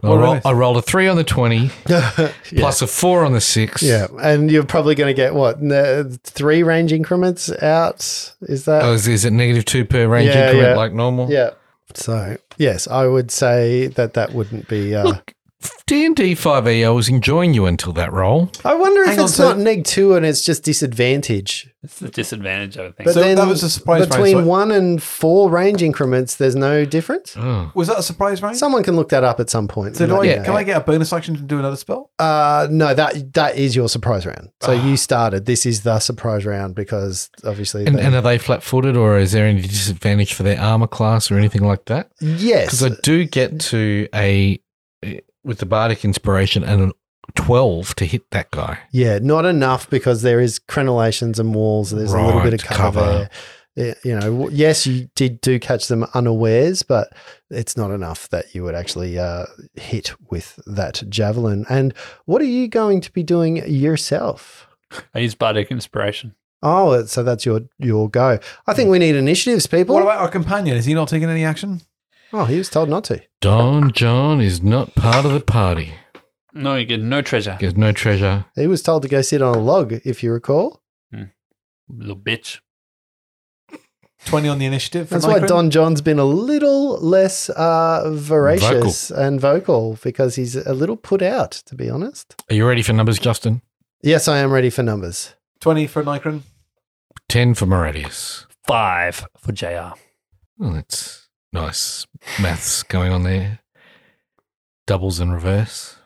[SPEAKER 5] I,
[SPEAKER 4] What
[SPEAKER 5] roll,
[SPEAKER 4] about
[SPEAKER 5] I rolled a 3 on the 20,
[SPEAKER 2] yeah.
[SPEAKER 5] plus a 4 on the 6.
[SPEAKER 2] yeah, and you're probably going to get what n- three range increments out? Is that
[SPEAKER 5] Oh, is, is it negative 2 per range
[SPEAKER 2] Yeah,
[SPEAKER 5] increment
[SPEAKER 2] yeah.
[SPEAKER 5] like normal?
[SPEAKER 2] yeah? So yes, I would say that that wouldn't be. Uh,
[SPEAKER 5] Look, D&D 5e, I was E enjoying you until that roll.
[SPEAKER 2] I wonder if
[SPEAKER 4] hang on,
[SPEAKER 2] it's
[SPEAKER 4] so-
[SPEAKER 2] not neg two and it's just disadvantage.
[SPEAKER 3] It's the disadvantage, I would think.
[SPEAKER 2] But
[SPEAKER 4] So
[SPEAKER 2] then
[SPEAKER 4] that was a surprise round,
[SPEAKER 2] between
[SPEAKER 4] so-
[SPEAKER 2] one and four range increments, there's no difference.
[SPEAKER 5] Oh.
[SPEAKER 4] Was that a surprise round?
[SPEAKER 2] Someone can look that up at some point.
[SPEAKER 4] so
[SPEAKER 2] and
[SPEAKER 4] do I,
[SPEAKER 2] let me
[SPEAKER 4] can
[SPEAKER 2] know.
[SPEAKER 4] I get a bonus action to do another spell?
[SPEAKER 2] Uh, no, that that is your surprise round. So
[SPEAKER 4] Ah.
[SPEAKER 2] you started. This is the surprise round because obviously.
[SPEAKER 5] And,
[SPEAKER 2] they-
[SPEAKER 5] and are they flat footed or is there any disadvantage for their armor class or anything like that?
[SPEAKER 2] yes,
[SPEAKER 5] Because I do get to a eh, with the bardic inspiration and a twelve to hit that guy.
[SPEAKER 2] Yeah, not enough because there is crenellations and walls. There's a little bit of
[SPEAKER 5] Right,
[SPEAKER 2] cover,
[SPEAKER 5] cover.
[SPEAKER 2] there. Yeah, You know, w- yes, you did do catch them unawares, but it's not enough that you would actually uh, hit with that javelin. And what are you going to be doing yourself?
[SPEAKER 3] I use Bardic Inspiration.
[SPEAKER 2] Oh, so that's your your go. I think we need initiatives, people.
[SPEAKER 4] What about our companion? Is he not taking any action?
[SPEAKER 2] oh, he was told not to.
[SPEAKER 5] Don John is not part of the party.
[SPEAKER 3] No, you get no treasure.
[SPEAKER 5] There's no treasure.
[SPEAKER 2] He was told to go sit on a log, if you recall.
[SPEAKER 3] Little bitch.
[SPEAKER 4] 20 on the initiative. For
[SPEAKER 2] That's why
[SPEAKER 4] Nyquil?
[SPEAKER 2] Don John's been a little less uh, voracious and vocal because he's a little put out, to be honest.
[SPEAKER 5] Are you ready for numbers, Justin?
[SPEAKER 2] Yes, I am ready for numbers.
[SPEAKER 4] 20 for Nikron.
[SPEAKER 5] Ten for Moradius.
[SPEAKER 3] Five for JR.
[SPEAKER 5] Well, that's nice maths going on there. Doubles in reverse.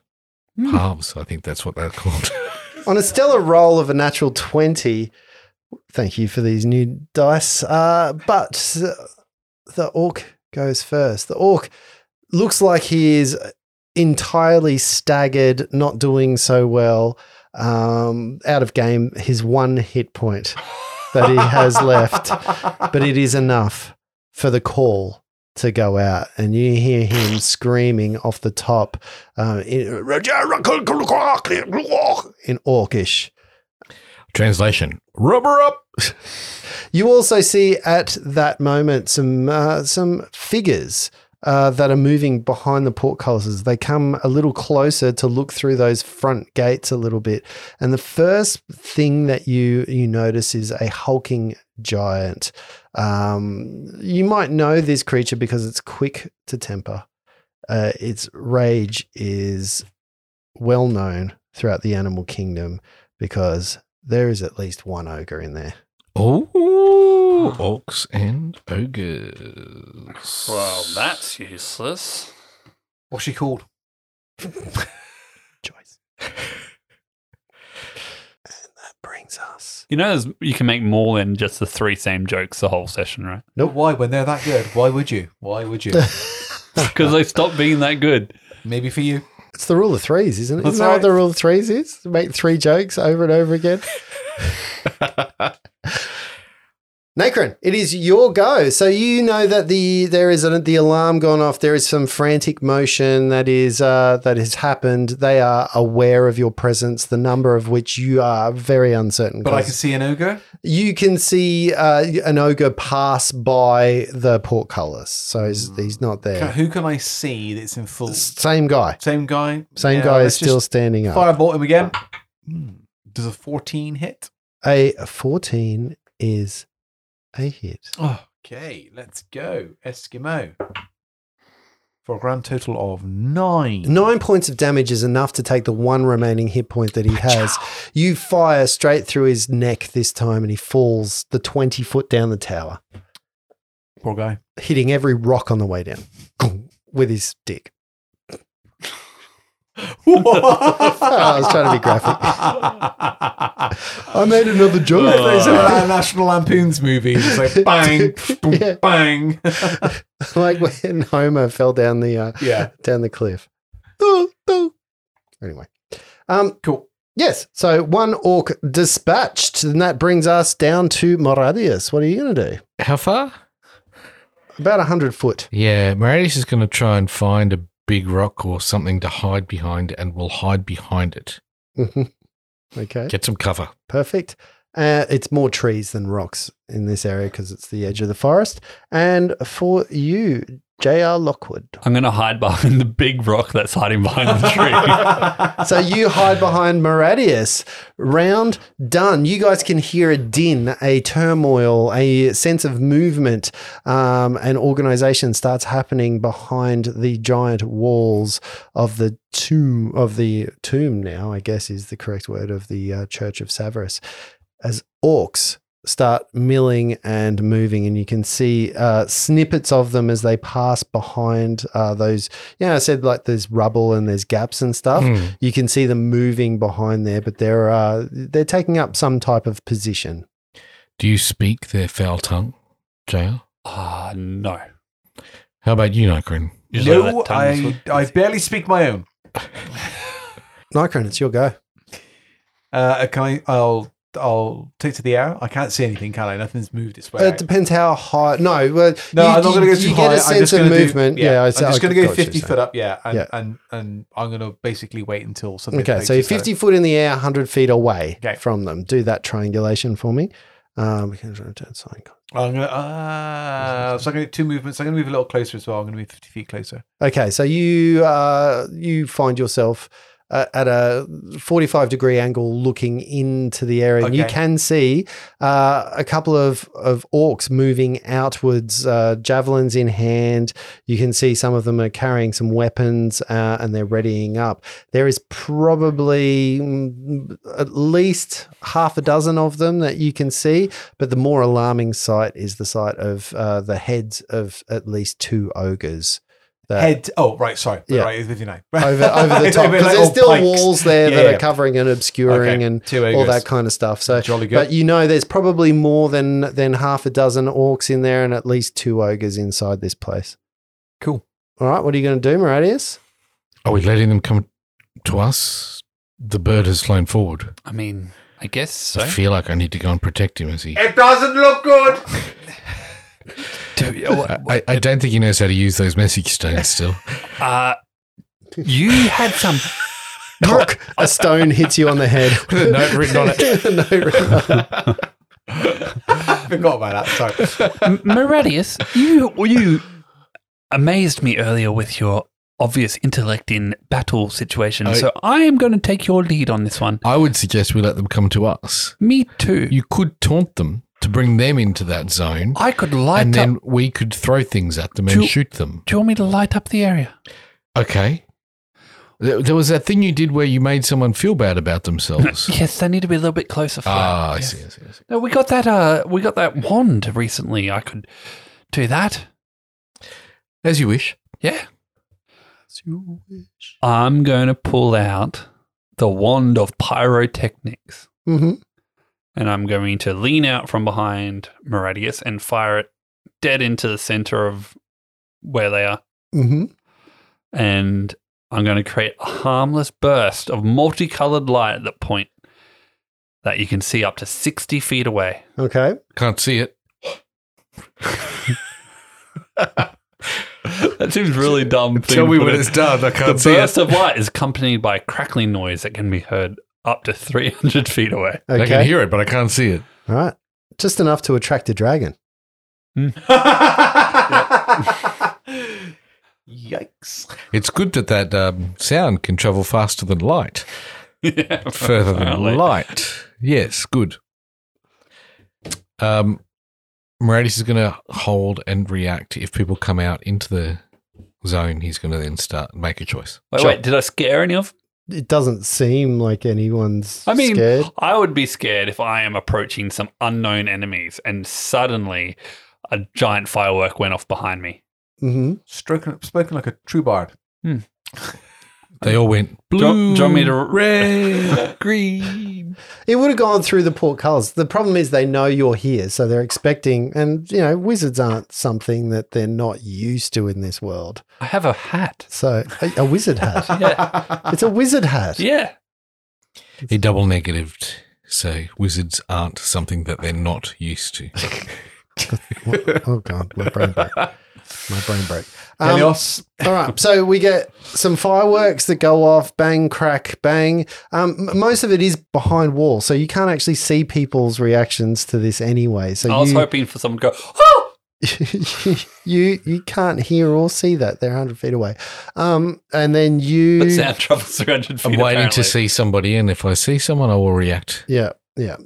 [SPEAKER 5] Palms, I think that's what they're called.
[SPEAKER 2] On a stellar roll of a natural 20, thank you for these new dice. Uh, but the, the orc goes first. The orc looks like he is entirely staggered, not doing so well, um, out of game, his one hit point that he has left. But it is enough for the call. To go out, and you hear him screaming off the top uh, in, in Orcish.
[SPEAKER 5] Translation Rubber up.
[SPEAKER 2] You also see at that moment some uh, some figures uh, that are moving behind the portcullises. They come a little closer to look through those front gates a little bit, and the first thing that you you notice is a hulking giant. Um, you might know this creature because it's quick to temper. Uh, its rage is well known throughout the animal kingdom because there is at least one ogre in there.
[SPEAKER 5] Oh, orcs and ogres.
[SPEAKER 3] Well, that's useless.
[SPEAKER 4] What's she called?
[SPEAKER 2] choice. and that brings us.
[SPEAKER 3] You know, there's- you can make more than just the three same jokes the whole session, right?
[SPEAKER 2] Nope.
[SPEAKER 4] Why, when they're that good? Why would you? Why would you?
[SPEAKER 3] Because they stopped being that good.
[SPEAKER 4] Maybe for you.
[SPEAKER 2] It's the rule of threes, isn't it?
[SPEAKER 4] That's
[SPEAKER 2] Isn't that what
[SPEAKER 4] right.
[SPEAKER 2] the rule of threes is? Make three jokes over and over again. Nacron, it is your go. So you know that the there is an, the alarm gone off. There is some frantic motion that is uh, that has happened. They are aware of your presence, the number of which you are very uncertain.
[SPEAKER 4] But I
[SPEAKER 2] 'cause-
[SPEAKER 4] can see an ogre.
[SPEAKER 2] you can see uh, an ogre pass by the portcullis, so he's,
[SPEAKER 4] Hmm.
[SPEAKER 2] he's not
[SPEAKER 4] Can-
[SPEAKER 2] there.
[SPEAKER 4] Who can I see that's in full?
[SPEAKER 2] Same guy,
[SPEAKER 4] Same guy.
[SPEAKER 2] same
[SPEAKER 4] Yeah,
[SPEAKER 2] guy is
[SPEAKER 4] let's
[SPEAKER 2] still
[SPEAKER 4] just
[SPEAKER 2] standing up.
[SPEAKER 4] Firebolt him again. Hmm. Does a 14 hit?
[SPEAKER 2] A fourteen is a hit.
[SPEAKER 4] okay, let's go. Eskimo. For a grand total of nine.
[SPEAKER 2] Nine points of damage is enough to take the one remaining hit point that he has. You fire straight through his neck this time, and he falls the twenty foot down the tower,
[SPEAKER 4] Poor guy.
[SPEAKER 2] hitting every rock on the way down with his dick. I was trying to be
[SPEAKER 4] graphic.
[SPEAKER 2] I made another joke.
[SPEAKER 4] It's like a National Lampoon's movie. It's like bang, boom,
[SPEAKER 2] Yeah.
[SPEAKER 4] bang.
[SPEAKER 2] like when Homer fell down the uh,
[SPEAKER 4] yeah,
[SPEAKER 2] down the cliff. Doo, doo. Anyway, um,
[SPEAKER 4] cool.
[SPEAKER 2] yes. So one orc dispatched, and that brings us down to Moradius. What are you going to do?
[SPEAKER 5] How far?
[SPEAKER 2] About hundred foot.
[SPEAKER 5] Yeah, Maradis is going to try and find a big rock or something to hide behind and will hide behind it.
[SPEAKER 2] Mhm. okay,
[SPEAKER 5] Get some cover.
[SPEAKER 2] perfect. Uh, it's more trees than rocks in this area because it's the edge of the forest. And for you, J.R. Lockwood.
[SPEAKER 3] I'm going to hide behind the big rock that's hiding behind the tree.
[SPEAKER 2] So you hide behind Moradius. Round done. You guys can hear a din, a turmoil, a sense of movement, um, and organization starts happening behind the giant walls of the tomb of the tomb. Now, I guess is the correct word of the uh, Church of Severus, as orcs. Start milling and moving, and you can see uh, snippets of them as they pass behind uh, those. Yeah, I said like there's rubble and there's gaps and stuff
[SPEAKER 5] Hmm.
[SPEAKER 2] you can see them moving behind there, but they're uh, they're taking up some type of position.
[SPEAKER 5] Do you speak their foul tongue, JR?
[SPEAKER 3] Ah, no.
[SPEAKER 5] How about you, Nykron?
[SPEAKER 3] Usually
[SPEAKER 4] no,
[SPEAKER 3] that tongue is
[SPEAKER 4] I, I barely speak my own.
[SPEAKER 2] Nikron, it's your go.
[SPEAKER 4] Uh, can I? I'll I'll take to the air. I can't see anything, can I? Nothing's moved its way.
[SPEAKER 2] It depends how high. No, well,
[SPEAKER 4] no,
[SPEAKER 2] you-
[SPEAKER 4] I'm not going to
[SPEAKER 2] you-
[SPEAKER 4] go too
[SPEAKER 2] you
[SPEAKER 4] high.
[SPEAKER 2] get a
[SPEAKER 4] I'm just
[SPEAKER 2] sense
[SPEAKER 4] gonna
[SPEAKER 2] of
[SPEAKER 4] do-
[SPEAKER 2] movement. yeah,
[SPEAKER 4] yeah,
[SPEAKER 2] I,
[SPEAKER 4] I'm just going to go 50 foot
[SPEAKER 2] up.
[SPEAKER 4] up. Yeah, and
[SPEAKER 2] Yeah.
[SPEAKER 4] and, and I'm going to basically wait until something.
[SPEAKER 2] Okay,
[SPEAKER 4] takes
[SPEAKER 2] so you're
[SPEAKER 4] its head.
[SPEAKER 2] 50 foot in the air, 100 feet away
[SPEAKER 4] Okay.
[SPEAKER 2] from them. Do that triangulation for me. Um, we can return sign.
[SPEAKER 4] I'm gonna. Uh, so I'm gonna do two movements. I'm gonna move a little closer as well. I'm gonna move 50 feet closer.
[SPEAKER 2] Okay, so you uh, you find yourself uh, at a 45 degree angle looking into the area, and you
[SPEAKER 4] Okay.
[SPEAKER 2] can see uh, a couple of, of orcs moving outwards, uh, javelins in hand. You can see some of them are carrying some weapons uh, and they're readying up. There is probably mm, at least half a dozen of them that you can see, but the more alarming sight is the sight of uh, the heads of at least two ogres that
[SPEAKER 4] Head. Oh, right. Sorry.
[SPEAKER 2] Yeah.
[SPEAKER 4] Right. It's with you now.
[SPEAKER 2] over over the
[SPEAKER 4] It's
[SPEAKER 2] top
[SPEAKER 4] a bit
[SPEAKER 2] because
[SPEAKER 4] like
[SPEAKER 2] there's
[SPEAKER 4] old
[SPEAKER 2] still
[SPEAKER 4] pikes.
[SPEAKER 2] walls there
[SPEAKER 4] Yeah,
[SPEAKER 2] that
[SPEAKER 4] yeah.
[SPEAKER 2] are covering and obscuring
[SPEAKER 4] Okay,
[SPEAKER 2] and
[SPEAKER 4] two
[SPEAKER 2] all
[SPEAKER 4] ogres.
[SPEAKER 2] that kind of stuff. So
[SPEAKER 4] Jolly good.
[SPEAKER 2] But you know, there's probably more than than half a dozen orcs in there, and at least two ogres inside this place.
[SPEAKER 4] Cool.
[SPEAKER 2] All right, what are you going to do, Moradius?
[SPEAKER 5] Are we letting them come to us? The bird has flown forward.
[SPEAKER 3] I mean, I guess so.
[SPEAKER 5] I feel like I need to go and protect him as he.
[SPEAKER 4] It doesn't look good.
[SPEAKER 3] Do- uh,
[SPEAKER 5] Oh, I, I don't think he knows how to use those message stones still.
[SPEAKER 3] uh, you had some.
[SPEAKER 2] Cock, a stone hits you on the head.
[SPEAKER 5] With a note written on it.
[SPEAKER 2] A note written on it.
[SPEAKER 4] I forgot about that. Sorry.
[SPEAKER 3] M- Moradius, you you amazed me earlier with your obvious intellect in battle situations.
[SPEAKER 5] I-
[SPEAKER 3] so I am going to take your lead on this one.
[SPEAKER 5] I would suggest we let them come to us.
[SPEAKER 3] Me too.
[SPEAKER 5] You could taunt them to bring them into that zone,
[SPEAKER 3] I could light up.
[SPEAKER 5] and then we could throw things at them and
[SPEAKER 3] Ju-
[SPEAKER 5] shoot them.
[SPEAKER 3] Do you want me to light up the area?
[SPEAKER 5] Okay. There, there was that thing you did where you made someone feel bad about themselves.
[SPEAKER 3] Yes, they need to be a little bit closer. For
[SPEAKER 5] ah,
[SPEAKER 3] that.
[SPEAKER 5] I
[SPEAKER 3] Yes.
[SPEAKER 5] see, I see, I see.
[SPEAKER 3] No, we got that. Uh, we got that wand recently. I could do that.
[SPEAKER 5] As you wish.
[SPEAKER 3] Yeah. I'm going to pull out the wand of pyrotechnics,
[SPEAKER 2] Mhm.
[SPEAKER 3] and I'm going to lean out from behind Moradius and fire it dead into the center of where they are,
[SPEAKER 2] Mhm.
[SPEAKER 3] and I'm going to create a harmless burst of multicolored light at that point that you can see up to 60 feet away.
[SPEAKER 2] Okay.
[SPEAKER 5] Can't see it.
[SPEAKER 3] That seems really dumb. thing, but
[SPEAKER 5] done. I
[SPEAKER 3] The burst of light is accompanied by a crackling noise that can be heard up to 300 feet away.
[SPEAKER 5] I can
[SPEAKER 2] Okay.
[SPEAKER 5] hear it, but I can't see it.
[SPEAKER 2] All right. Just enough to attract a dragon.
[SPEAKER 4] Yikes.
[SPEAKER 5] It's good that that um, sound can travel faster than light,
[SPEAKER 3] Yeah,
[SPEAKER 5] further than
[SPEAKER 3] apparently.
[SPEAKER 5] light. Yes, good. Um, Moradis is going to hold and react if people come out into the zone. He's going to then start and make a choice.
[SPEAKER 3] Wait,
[SPEAKER 2] Sure.
[SPEAKER 3] wait, did I scare any of them?
[SPEAKER 2] It doesn't seem like anyone's
[SPEAKER 3] I mean,
[SPEAKER 2] scared.
[SPEAKER 3] I would be scared if I am approaching some unknown enemies and suddenly a giant firework went off behind me.
[SPEAKER 2] hmm
[SPEAKER 4] Stroking, spoken like a true bard.
[SPEAKER 5] They all went
[SPEAKER 3] Do you want-
[SPEAKER 5] blue,
[SPEAKER 3] do you want me to-
[SPEAKER 5] red, green.
[SPEAKER 2] It would have gone through the portcullis. The problem is they know you're here, so they're expecting. And you know, wizards aren't something that they're not used to in this world.
[SPEAKER 3] I have a hat.
[SPEAKER 2] So a, a wizard hat.
[SPEAKER 3] Yeah.
[SPEAKER 2] It's a wizard hat.
[SPEAKER 3] yeah.
[SPEAKER 5] He double negatived. So wizards aren't something that they're not used to.
[SPEAKER 2] Oh god, my brain broke. My brain broke. Um,
[SPEAKER 4] Helios.
[SPEAKER 2] all right, so we get some fireworks that go off, bang, crack, bang. Um, m- most of it is behind walls, so you can't actually see people's reactions to this anyway. So
[SPEAKER 3] I was
[SPEAKER 2] you,
[SPEAKER 3] hoping for someone to go, oh!
[SPEAKER 2] you you can't hear or see that they're 100 feet away um and then you
[SPEAKER 3] But sound travels 300 feet.
[SPEAKER 5] I'm waiting
[SPEAKER 3] apparently.
[SPEAKER 5] to see somebody, and if I see someone, I will react.
[SPEAKER 2] yeah yeah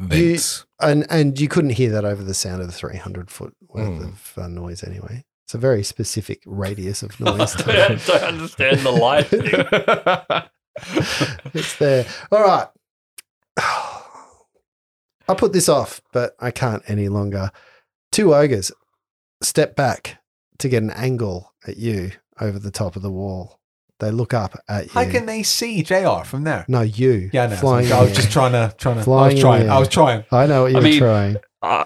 [SPEAKER 5] Thence.
[SPEAKER 2] and and you couldn't hear that over the sound of the 300 foot worth
[SPEAKER 5] Hmm.
[SPEAKER 2] of uh, noise anyway it's a very specific radius of noise
[SPEAKER 3] I don't understand the light thing.
[SPEAKER 2] it's there all right i put this off but i can't any longer two ogres step back to get an angle at you over the top of the wall they look up at you
[SPEAKER 4] How can they see JR from there?
[SPEAKER 2] No, you.
[SPEAKER 4] Yeah, I know.
[SPEAKER 2] Flying.
[SPEAKER 4] I was
[SPEAKER 2] in
[SPEAKER 4] just
[SPEAKER 2] the
[SPEAKER 4] trying to, trying to.
[SPEAKER 2] Flying
[SPEAKER 4] I
[SPEAKER 2] in
[SPEAKER 4] was
[SPEAKER 2] the
[SPEAKER 4] trying.
[SPEAKER 2] air.
[SPEAKER 4] I was trying.
[SPEAKER 2] air. I know what you
[SPEAKER 3] I
[SPEAKER 2] were
[SPEAKER 3] mean-
[SPEAKER 2] trying.
[SPEAKER 3] Uh,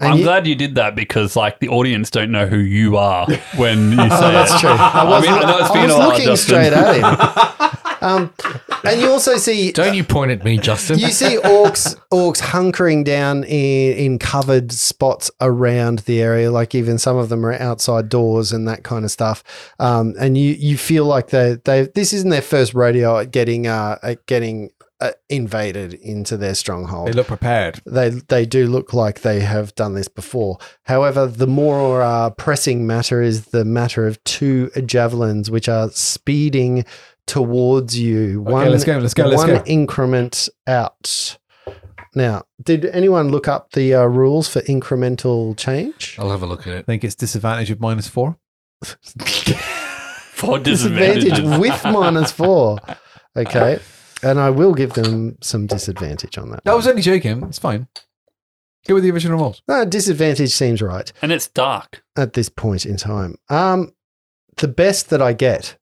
[SPEAKER 2] And
[SPEAKER 3] I'm
[SPEAKER 2] you-
[SPEAKER 3] glad you did that because, like, the audience don't know who you are when you say
[SPEAKER 2] Oh, that's
[SPEAKER 3] it.
[SPEAKER 2] true. I was,
[SPEAKER 3] mean, I know it's
[SPEAKER 2] I
[SPEAKER 3] been
[SPEAKER 2] was
[SPEAKER 3] a while,
[SPEAKER 2] looking
[SPEAKER 3] Justin.
[SPEAKER 2] straight at him. Um, and you also see
[SPEAKER 5] Don't you point at me, Justin.
[SPEAKER 2] you see orcs orcs hunkering down in, in covered spots around the area like even some of them are outside doors and that kind of stuff um, and you you feel like they they this isn't their first rodeo at getting uh at getting uh, invaded into their stronghold
[SPEAKER 4] They look prepared.
[SPEAKER 2] they they do look like they have done this before. However, the more uh, pressing matter is the matter of two javelins which are speeding towards you.
[SPEAKER 4] Okay, let's go. Let's go. Let's
[SPEAKER 2] one
[SPEAKER 4] go.
[SPEAKER 2] increment out. Now, did anyone look up the uh, rules for incremental change?
[SPEAKER 5] I'll have a look at it.
[SPEAKER 4] I think it's disadvantage of minus four.
[SPEAKER 3] For
[SPEAKER 2] Disadvantage
[SPEAKER 3] disadvantages.
[SPEAKER 2] with minus four. Okay. And I will give them some disadvantage on that.
[SPEAKER 4] That was only joking. It's fine. Go with the original rules.
[SPEAKER 2] No, disadvantage seems right.
[SPEAKER 3] and it's dark.
[SPEAKER 2] at this point in time. Um, the best that I get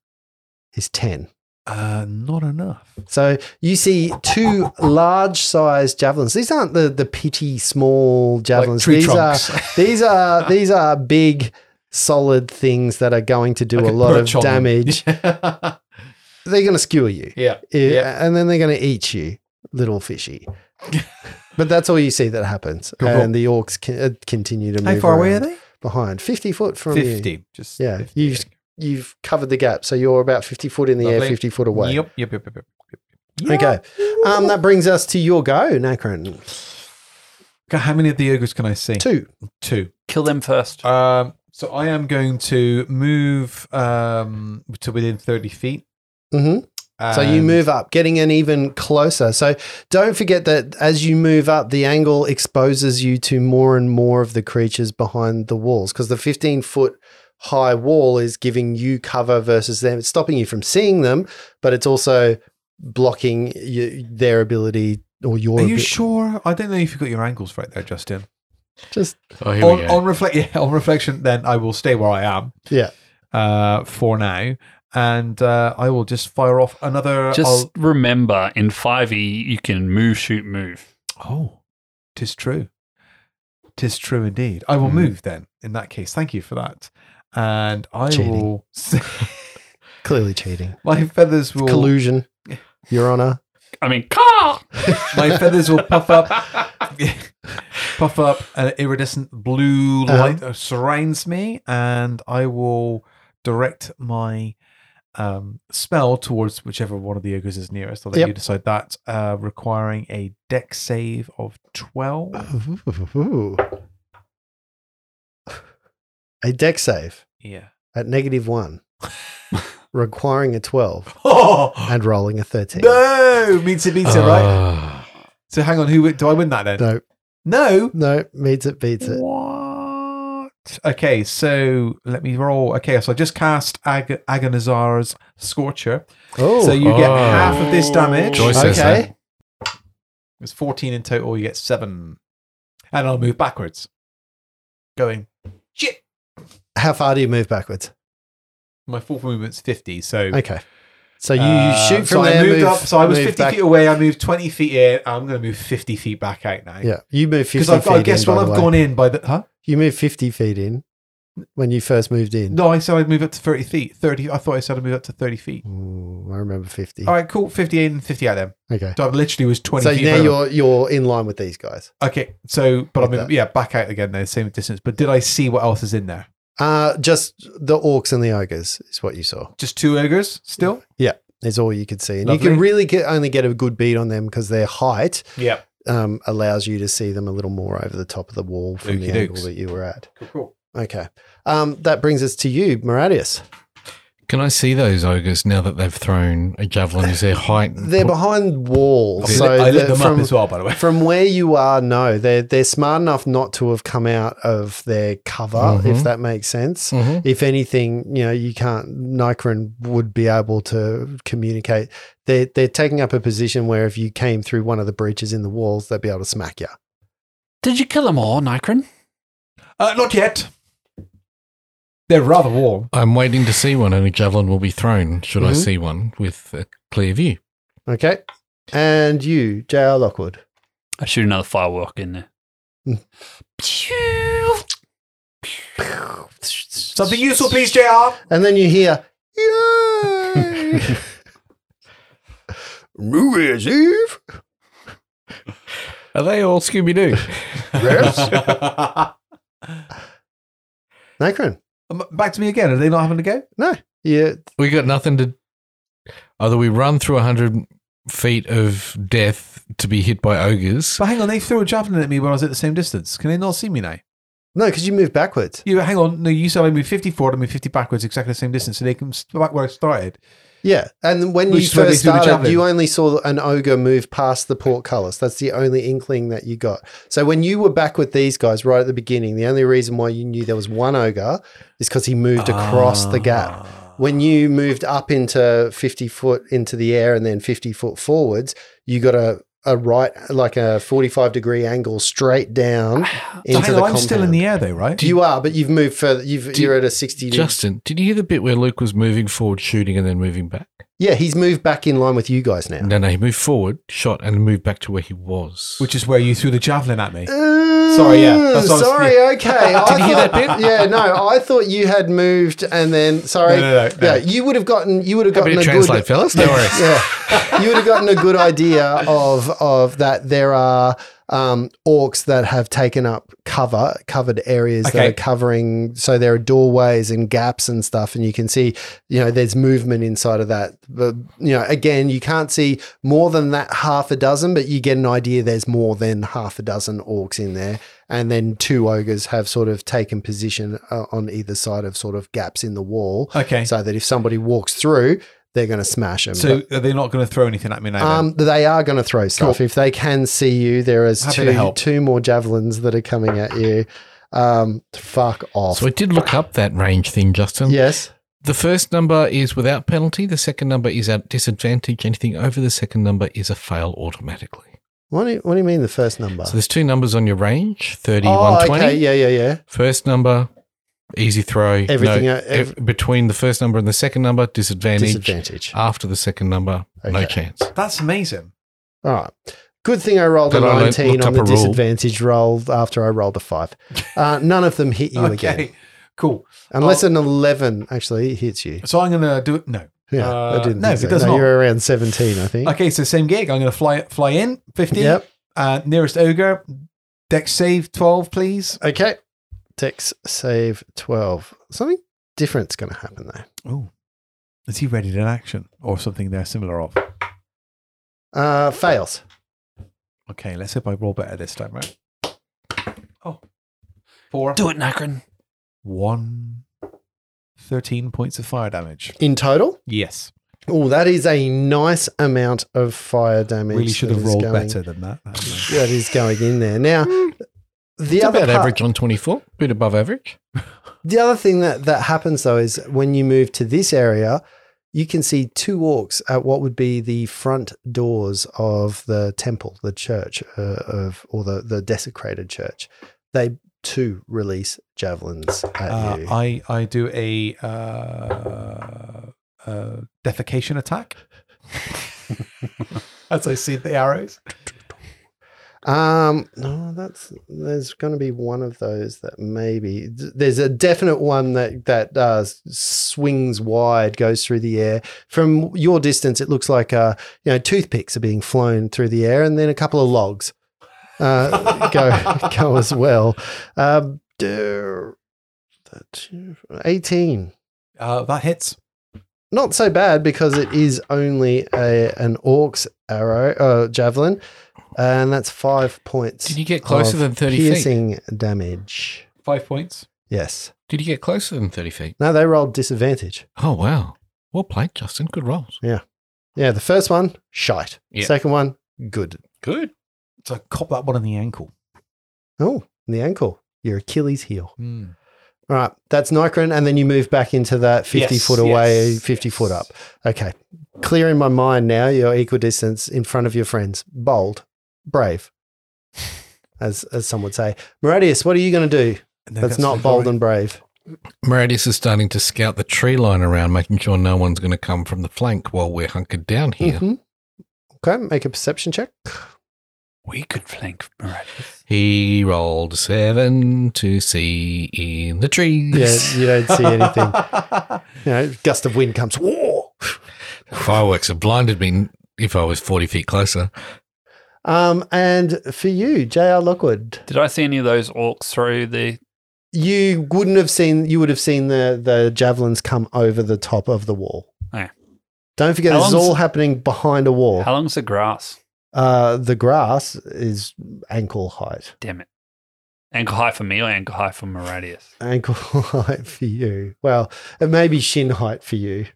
[SPEAKER 2] is 10.
[SPEAKER 4] Uh, not enough.
[SPEAKER 2] So you see two large sized javelins. These aren't the, the pitty small javelins.
[SPEAKER 4] tree
[SPEAKER 2] these
[SPEAKER 4] trunks.
[SPEAKER 2] are these are these are big solid things that are going to do
[SPEAKER 4] Like
[SPEAKER 2] a lot of
[SPEAKER 4] perch on them.
[SPEAKER 2] damage. They're going to skewer you.
[SPEAKER 4] yeah.
[SPEAKER 2] uh, Yeah,
[SPEAKER 4] Yeah.
[SPEAKER 2] and then they're going to eat you, little fishy. but that's all you see that happens.
[SPEAKER 4] Cool, cool.
[SPEAKER 2] and the orcs can, uh, continue to move.
[SPEAKER 1] How far away are
[SPEAKER 2] around
[SPEAKER 1] they?
[SPEAKER 2] Behind, fifty foot
[SPEAKER 4] Oh,
[SPEAKER 2] from you.
[SPEAKER 4] Fifty. Just
[SPEAKER 2] Yeah,
[SPEAKER 4] 50.
[SPEAKER 2] you just- You've covered the gap, so you're about fifty foot in the air,
[SPEAKER 4] Lovely.
[SPEAKER 2] fifty foot away.
[SPEAKER 4] Yep. Yep. Yep. Yep. yep.
[SPEAKER 2] Okay, um, that brings us to your go, Nacron.
[SPEAKER 4] Okay, How many of the ogres can I see?
[SPEAKER 2] Two.
[SPEAKER 4] Two.
[SPEAKER 3] Kill them first.
[SPEAKER 4] Um, so I am going to move um, to within thirty feet.
[SPEAKER 2] hmm So you
[SPEAKER 4] and-
[SPEAKER 2] move up, getting in even closer. So don't forget that as you move up, the angle exposes you to more and more of the creatures behind the walls because the 15 foot high wall is giving you cover versus them. It's stopping you from seeing them, but it's also blocking you, their ability or your
[SPEAKER 4] Are you
[SPEAKER 2] abi-
[SPEAKER 4] sure? I don't know if you got your angles right there, Justin.
[SPEAKER 2] just
[SPEAKER 5] Oh, here
[SPEAKER 4] on,
[SPEAKER 5] we go.
[SPEAKER 4] on reflect, yeah, on reflection, then I will stay where I am.
[SPEAKER 2] Yeah.
[SPEAKER 4] Uh, for now, and uh, I will just fire off another.
[SPEAKER 3] Just remember, in 5e, you can move, shoot, move.
[SPEAKER 4] I'll- oh, tis true. Tis true indeed. I will
[SPEAKER 5] Hmm.
[SPEAKER 4] move then. In that case, thank you for that. And I
[SPEAKER 2] Cheating.
[SPEAKER 4] will.
[SPEAKER 2] clearly cheating.
[SPEAKER 4] my feathers will.
[SPEAKER 2] Collusion, Your Honor.
[SPEAKER 3] I mean, car!
[SPEAKER 4] my feathers will puff up. puff up. An iridescent blue
[SPEAKER 2] Uh-huh.
[SPEAKER 4] light that surrounds me, and I will direct my um, spell towards whichever one of the ogres is nearest. I'll let
[SPEAKER 2] Yep.
[SPEAKER 4] you decide that, uh, requiring a deck save of 12.
[SPEAKER 2] A deck save
[SPEAKER 4] Yeah.
[SPEAKER 2] at negative one, requiring a 12.
[SPEAKER 4] Oh,
[SPEAKER 2] and rolling a 13.
[SPEAKER 4] no! Meets it, beats it, right?
[SPEAKER 5] Ah.
[SPEAKER 4] So hang on, who wi- do I win that then?
[SPEAKER 2] Uh. No,
[SPEAKER 4] No?
[SPEAKER 2] no, beats it, beats it.
[SPEAKER 4] What? Okay, so let me roll. Okay, so I just cast Ag- Agonizar's Scorcher.
[SPEAKER 2] Oh,
[SPEAKER 4] So you get
[SPEAKER 5] Oh.
[SPEAKER 4] half of this damage.
[SPEAKER 5] Joy says
[SPEAKER 2] okay.
[SPEAKER 5] that.
[SPEAKER 4] It's 14 in total. You get seven. And I'll move backwards. Going. Shit.
[SPEAKER 2] How far do you move backwards?
[SPEAKER 4] My full movement's 50. So
[SPEAKER 2] Okay. So you, you
[SPEAKER 4] uh,
[SPEAKER 2] shoot from
[SPEAKER 4] so
[SPEAKER 2] there.
[SPEAKER 4] I moved
[SPEAKER 2] move-
[SPEAKER 4] up. So I was
[SPEAKER 2] move
[SPEAKER 4] 50
[SPEAKER 2] back-
[SPEAKER 4] feet away. I moved 20 feet in. I'm going to move 50 feet back out now.
[SPEAKER 2] Yeah, you move 50
[SPEAKER 4] Because
[SPEAKER 2] feet
[SPEAKER 4] I've- I guess
[SPEAKER 2] in,
[SPEAKER 4] when
[SPEAKER 2] by the
[SPEAKER 4] I've
[SPEAKER 2] way.
[SPEAKER 4] gone in by the. Huh?
[SPEAKER 2] You move 50 feet in when you first moved in.
[SPEAKER 4] No, I said I'd move up to 30 feet. 30. I thought I said I'd move up to 30 feet.
[SPEAKER 2] Ooh, I remember 50.
[SPEAKER 4] All right, cool. 50 in, 50 out then.
[SPEAKER 2] Okay.
[SPEAKER 4] So I literally was 20
[SPEAKER 2] So
[SPEAKER 4] feet.
[SPEAKER 2] now
[SPEAKER 4] further.
[SPEAKER 2] you're you're in line with these guys.
[SPEAKER 4] Okay, so, but
[SPEAKER 2] Like
[SPEAKER 4] I'm, in-
[SPEAKER 2] that.
[SPEAKER 4] yeah, back out again though, same distance. But did I see what else is in there?
[SPEAKER 2] Uh, just the orcs and the ogres is what you saw.
[SPEAKER 4] Just two ogres still?
[SPEAKER 2] Is all you could see, and you
[SPEAKER 4] Lovely.
[SPEAKER 2] can really get, only get a good beat on them because their height
[SPEAKER 4] Yeah.
[SPEAKER 2] um, allows you to see them a little more over the top of the wall from the
[SPEAKER 4] Okey-dokes.
[SPEAKER 2] angle that you were at.
[SPEAKER 4] Cool, cool.
[SPEAKER 2] Okay. Um, that brings us to you, Maradius.
[SPEAKER 5] Can I see those ogres now that they've thrown a javelin? Is their height?
[SPEAKER 2] They're behind walls.
[SPEAKER 4] I
[SPEAKER 2] So
[SPEAKER 4] lit- I lit
[SPEAKER 2] the-
[SPEAKER 4] them up
[SPEAKER 2] from,
[SPEAKER 4] as well, by the way.
[SPEAKER 2] from where you are, no, they're, they're smart enough not to have come out of their cover, if
[SPEAKER 4] Mm-hmm.
[SPEAKER 5] Mhm.
[SPEAKER 2] that makes sense.
[SPEAKER 5] Mhm.
[SPEAKER 2] If anything, you know, you can't, Nikron would be able to communicate. They're, they're taking up a position where if you came through one of the breaches in the walls, they'd be able to smack you.
[SPEAKER 3] Did you kill them all, Nikron?
[SPEAKER 4] Uh, not yet. They're rather warm.
[SPEAKER 5] I'm waiting to see one, and a javelin will be thrown. Should I
[SPEAKER 2] Mhm.
[SPEAKER 5] see one with a clear view?
[SPEAKER 2] Okay. And you, J.R. Lockwood.
[SPEAKER 3] I shoot another firework in there.
[SPEAKER 2] Mm.
[SPEAKER 3] Pew!
[SPEAKER 4] Something useful, please, JR.
[SPEAKER 2] And then you hear, Yay! New Year's Eve?
[SPEAKER 5] Are they all Scooby Doo?
[SPEAKER 2] Yes.
[SPEAKER 4] Um,
[SPEAKER 2] Nacron.
[SPEAKER 4] Back to me again. Are they not having a go?
[SPEAKER 2] Yeah.
[SPEAKER 5] we got nothing to. Either we run through hundred feet of death to be hit by ogres.
[SPEAKER 4] But hang on, they threw a javelin at me when I was at the same distance. Can they not see me now?
[SPEAKER 2] No, because you move backwards.
[SPEAKER 4] You hang on. No, you said I moved 50 forward, I moved 50 backwards, exactly the same distance. So they can st- back where I started.
[SPEAKER 2] Yeah. And when
[SPEAKER 4] Which
[SPEAKER 2] you
[SPEAKER 4] is where
[SPEAKER 2] first
[SPEAKER 4] they threw the
[SPEAKER 2] started,
[SPEAKER 4] javelin.
[SPEAKER 2] you only saw an ogre move past the portcullis. That's the only inkling that you got. So when you were back with these guys right at the beginning, the only reason why you knew there was one ogre is because he moved across the gap.
[SPEAKER 4] Ah.
[SPEAKER 2] When you moved up into 50 foot into the air and then 50 foot forwards, you got a a right, like a 45 degree angle straight down into
[SPEAKER 4] So hang
[SPEAKER 2] the
[SPEAKER 4] on, Ah, I'm
[SPEAKER 2] compound.
[SPEAKER 4] still in the air though, right?
[SPEAKER 2] you are, but you've moved further. You've,
[SPEAKER 5] Do-
[SPEAKER 2] you're at a 60 degree.
[SPEAKER 5] Justin, did you hear the bit where Luke was moving forward, shooting, and then moving back?
[SPEAKER 2] Yeah, he's moved back in line with you guys now.
[SPEAKER 5] No, no, he moved forward, shot, and moved back to where he was.
[SPEAKER 4] Which is where you threw the javelin at
[SPEAKER 2] Uh,
[SPEAKER 4] me.
[SPEAKER 2] Sorry,
[SPEAKER 4] yeah, that's what I was-
[SPEAKER 2] sorry, okay. I
[SPEAKER 5] Did you hear
[SPEAKER 2] thought-
[SPEAKER 5] that bit?
[SPEAKER 2] Yeah, no, I thought you had moved, and then sorry,
[SPEAKER 4] No, no, no, no.
[SPEAKER 2] yeah, you would have gotten, you would have
[SPEAKER 5] Happy
[SPEAKER 2] gotten
[SPEAKER 5] to
[SPEAKER 2] a
[SPEAKER 5] translate,
[SPEAKER 2] good,
[SPEAKER 5] fellas. No worries.
[SPEAKER 2] yeah, you would have gotten a good idea of of that. There are um, orcs that have taken up cover, covered areas that
[SPEAKER 4] Okay.
[SPEAKER 2] are covering. So there are doorways and gaps and stuff, and you can see, you know, there's movement inside of that. But you know, again, you can't see more than that half a dozen, but you get an idea. There's more than half a dozen orcs in there. And then two ogres have sort of taken position uh, on either side of sort of gaps in the wall,
[SPEAKER 4] Okay. So,
[SPEAKER 2] so that if somebody walks through, they're going to smash them.
[SPEAKER 4] are they not going to throw anything at me now? then?
[SPEAKER 2] Um, they are going to throw stuff. If they can see you, there is
[SPEAKER 4] Happy to
[SPEAKER 2] two,
[SPEAKER 4] help.
[SPEAKER 2] two more javelins that are coming at you. Um, fuck off.
[SPEAKER 5] So I did look up that range thing, Justin.
[SPEAKER 2] yes.
[SPEAKER 5] The first number is without penalty. The second number is at disadvantage. Anything over the second number is a fail automatically.
[SPEAKER 2] What do you, what do you mean the first number?
[SPEAKER 5] So there's two numbers on your range 30,
[SPEAKER 2] oh,
[SPEAKER 5] 120.
[SPEAKER 2] okay. Yeah, yeah, yeah.
[SPEAKER 5] First number, easy throw. No,
[SPEAKER 2] Everything, uh, ev-
[SPEAKER 5] ev- between the first number and the second number, disadvantage.
[SPEAKER 2] Disadvantage.
[SPEAKER 5] After the second number, no
[SPEAKER 2] Okay.
[SPEAKER 5] chance.
[SPEAKER 4] That's amazing.
[SPEAKER 2] All right. Good thing I rolled a
[SPEAKER 5] Then I learnt-
[SPEAKER 2] 19
[SPEAKER 5] looked
[SPEAKER 2] on
[SPEAKER 5] up
[SPEAKER 2] the
[SPEAKER 5] a rule.
[SPEAKER 2] disadvantage roll after I rolled a 5. Uh, none of them hit you again.
[SPEAKER 4] Okay. Oh. Cool.
[SPEAKER 2] Unless an 11 actually hits you.
[SPEAKER 4] So I'm going to do it. No.
[SPEAKER 2] Yeah,
[SPEAKER 4] Uh,
[SPEAKER 2] I didn't.
[SPEAKER 4] no,
[SPEAKER 2] think
[SPEAKER 4] it
[SPEAKER 2] so.
[SPEAKER 4] does not.
[SPEAKER 2] You're around 17, I think.
[SPEAKER 4] Okay, so same gig. I'm going to fly fly in 15.
[SPEAKER 2] Yep.
[SPEAKER 4] Uh, nearest ogre. Dex save 12, please.
[SPEAKER 2] Okay. Dex save 12. Something different's going to happen though.
[SPEAKER 4] Oh. Is he ready in action or something they're similar of?
[SPEAKER 2] Uh, fails.
[SPEAKER 4] Okay, let's hope I roll better this time, right? Oh. Four.
[SPEAKER 3] Do it, Nacron.
[SPEAKER 4] One. 13 points of fire damage.
[SPEAKER 2] In total?
[SPEAKER 4] Yes.
[SPEAKER 2] Oh, that is a nice amount of fire damage.
[SPEAKER 4] Really should
[SPEAKER 2] that
[SPEAKER 4] have
[SPEAKER 2] is
[SPEAKER 4] rolled
[SPEAKER 2] going-
[SPEAKER 4] better than that. actually.
[SPEAKER 2] That is going in there. Now, the
[SPEAKER 5] It's
[SPEAKER 2] other
[SPEAKER 5] about
[SPEAKER 2] part-
[SPEAKER 5] average on 24, bit above average.
[SPEAKER 2] The other thing that, that happens though is when you move to this area, you can see two orcs at what would be the front doors of the temple, the church uh, of, or the, the desecrated church. They too release javelins at
[SPEAKER 4] Uh,
[SPEAKER 2] you.
[SPEAKER 4] I, I do a uh, uh, defecation attack. As I see the arrows.
[SPEAKER 2] Um, no, that's there's going to be one of those that maybe there's a definite one that that uh, s- swings wide, goes through the air. From your distance, it looks like uh, you know toothpicks are being flown through the air, and then a couple of logs uh, go go as well. Um, do- that- eighteen,
[SPEAKER 4] Uh, that hits.
[SPEAKER 2] not so bad because it is only a an orc's arrow uh, javelin, and that's five points.
[SPEAKER 5] Did you get closer
[SPEAKER 2] of
[SPEAKER 5] than 30 feet?
[SPEAKER 2] Oh, piercing damage.
[SPEAKER 4] Five points.
[SPEAKER 2] Yes.
[SPEAKER 5] Did you get closer than 30 feet?
[SPEAKER 2] No, they rolled disadvantage.
[SPEAKER 5] Oh, wow. Well played, Justin. Good rolls.
[SPEAKER 2] Yeah, the first one, shite.
[SPEAKER 5] Yeah.
[SPEAKER 2] Second one, good.
[SPEAKER 5] Good.
[SPEAKER 4] So cop that one on the ankle.
[SPEAKER 2] Oh, the ankle. Your Achilles heel. All right, that's Nikron, and then you move back into that 50
[SPEAKER 4] Yes,
[SPEAKER 2] foot away,
[SPEAKER 4] yes,
[SPEAKER 2] 50
[SPEAKER 4] yes.
[SPEAKER 2] foot up. Okay. Clear in my mind now, you're equal distance in front of your friends. Bold, brave, as, as some would say. Moradius, what are you going to do
[SPEAKER 4] And then
[SPEAKER 2] that's
[SPEAKER 4] that's
[SPEAKER 2] not
[SPEAKER 4] the
[SPEAKER 2] bold
[SPEAKER 4] glory.
[SPEAKER 2] and brave?
[SPEAKER 5] Moradius is starting to scout the tree line around, making sure no one's going to come from the flank while we're hunkered down here.
[SPEAKER 2] Mhm. Okay, make a perception check.
[SPEAKER 3] We could flank Moradius.
[SPEAKER 5] He rolled a seven to see in the trees.
[SPEAKER 2] Yeah, you don't see anything. you know, gust of wind comes. Whoa!
[SPEAKER 5] Fireworks have blinded me if I was 40 feet closer.
[SPEAKER 2] Um, and for you, J.R. Lockwood,
[SPEAKER 3] Did I see any of those orcs through the?
[SPEAKER 2] you wouldn't have seen. You would have seen the the javelins come over the top of the wall.
[SPEAKER 3] Okay.
[SPEAKER 2] Don't forget,
[SPEAKER 3] How
[SPEAKER 2] this is
[SPEAKER 3] long's-
[SPEAKER 2] all happening behind a wall.
[SPEAKER 3] How long's the grass?
[SPEAKER 2] Uh, the grass is ankle height.
[SPEAKER 3] Damn it! Ankle high for me or ankle high for Moradius?
[SPEAKER 2] Ankle height for you. Well, it may be shin height for you.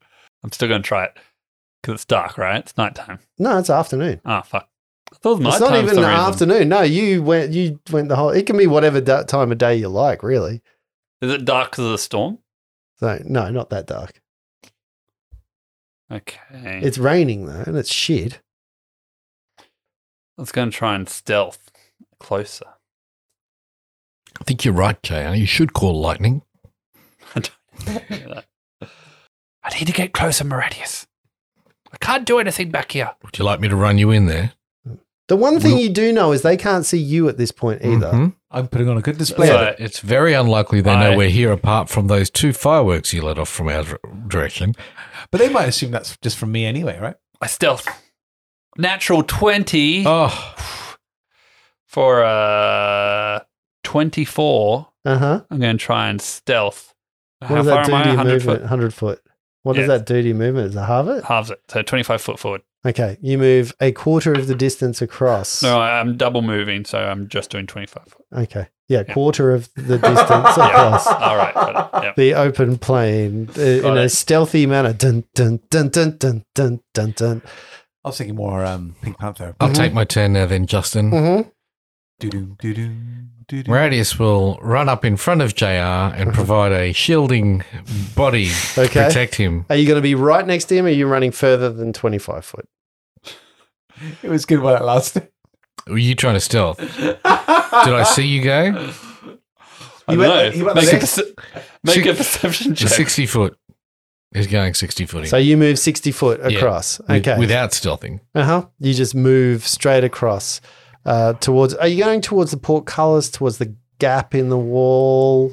[SPEAKER 3] I'm still gonna try it because it's dark, right? It's nighttime.
[SPEAKER 2] No, it's afternoon.
[SPEAKER 3] Ah, fuck. I thought it was
[SPEAKER 2] it's
[SPEAKER 3] nighttime.
[SPEAKER 2] not
[SPEAKER 3] for
[SPEAKER 2] even
[SPEAKER 3] some reason.
[SPEAKER 2] afternoon. No, you went. You went the whole. It can be whatever da- time of day you like, really.
[SPEAKER 3] Is it dark because of the storm?
[SPEAKER 2] So no, not that dark.
[SPEAKER 3] Okay.
[SPEAKER 2] It's raining though, and it's shit.
[SPEAKER 3] Let's go and try and stealth closer.
[SPEAKER 5] I think you're right, JR. You should call lightning.
[SPEAKER 3] I need to get closer, Meridius. I can't do anything back here.
[SPEAKER 5] Would you like me to run you in there?
[SPEAKER 2] The one thing you do know is they can't see you at this point either.
[SPEAKER 5] Mhm.
[SPEAKER 4] I'm putting on a good display.
[SPEAKER 3] So-
[SPEAKER 4] of it.
[SPEAKER 5] It's very unlikely they know
[SPEAKER 3] I-
[SPEAKER 5] we're here apart from those two fireworks you let off from our dir- direction.
[SPEAKER 4] But they might assume that's just from me anyway, right?
[SPEAKER 3] I stealth. Natural 20
[SPEAKER 5] Oh,
[SPEAKER 3] for uh 24.
[SPEAKER 2] Uh huh.
[SPEAKER 3] I'm going to try and stealth.
[SPEAKER 2] What does that do to your movement? 100 foot. What does
[SPEAKER 3] Yeah.
[SPEAKER 2] that do to your movement? Is it halve it?
[SPEAKER 3] Halves it. So 25 foot forward.
[SPEAKER 2] Okay. You move a quarter of the distance across.
[SPEAKER 3] No, I- I'm double moving, so I'm just doing 25 foot.
[SPEAKER 2] Okay. Yeah.
[SPEAKER 3] Yeah.
[SPEAKER 2] Quarter of the distance across.
[SPEAKER 3] All right. got it. Yep.
[SPEAKER 2] the open plane uh, in
[SPEAKER 3] Got
[SPEAKER 2] a
[SPEAKER 3] it.
[SPEAKER 2] stealthy manner. Dun dun dun dun dun dun dun dun.
[SPEAKER 4] I was thinking more um, Pink Panther.
[SPEAKER 5] I'll
[SPEAKER 2] Mhm.
[SPEAKER 5] take my turn now, then, Justin.
[SPEAKER 2] Mm-hmm.
[SPEAKER 4] Doo-doo, doo-doo, doo-doo.
[SPEAKER 5] Radius will run up in front of JR and provide a shielding body to
[SPEAKER 2] Okay.
[SPEAKER 5] protect him.
[SPEAKER 2] Are you going to be right next to him? Or are you running further than twenty five foot?
[SPEAKER 4] It was good while it lasted.
[SPEAKER 5] Were you trying to stealth? Did I see you go?
[SPEAKER 3] I
[SPEAKER 4] You
[SPEAKER 3] don't
[SPEAKER 4] went- you
[SPEAKER 3] know.
[SPEAKER 4] went
[SPEAKER 3] Make, a,
[SPEAKER 4] six-
[SPEAKER 3] perce- make a
[SPEAKER 5] six-
[SPEAKER 3] perception
[SPEAKER 5] The
[SPEAKER 3] check.
[SPEAKER 5] 60 foot. He's going 60 footing.
[SPEAKER 2] So you move sixty foot
[SPEAKER 5] Yeah.
[SPEAKER 2] across.
[SPEAKER 5] with-
[SPEAKER 2] Okay.
[SPEAKER 5] Without stealthing.
[SPEAKER 2] uh huh. You just move straight across uh, towards. Are you going towards the portcullis? Towards the gap in the wall?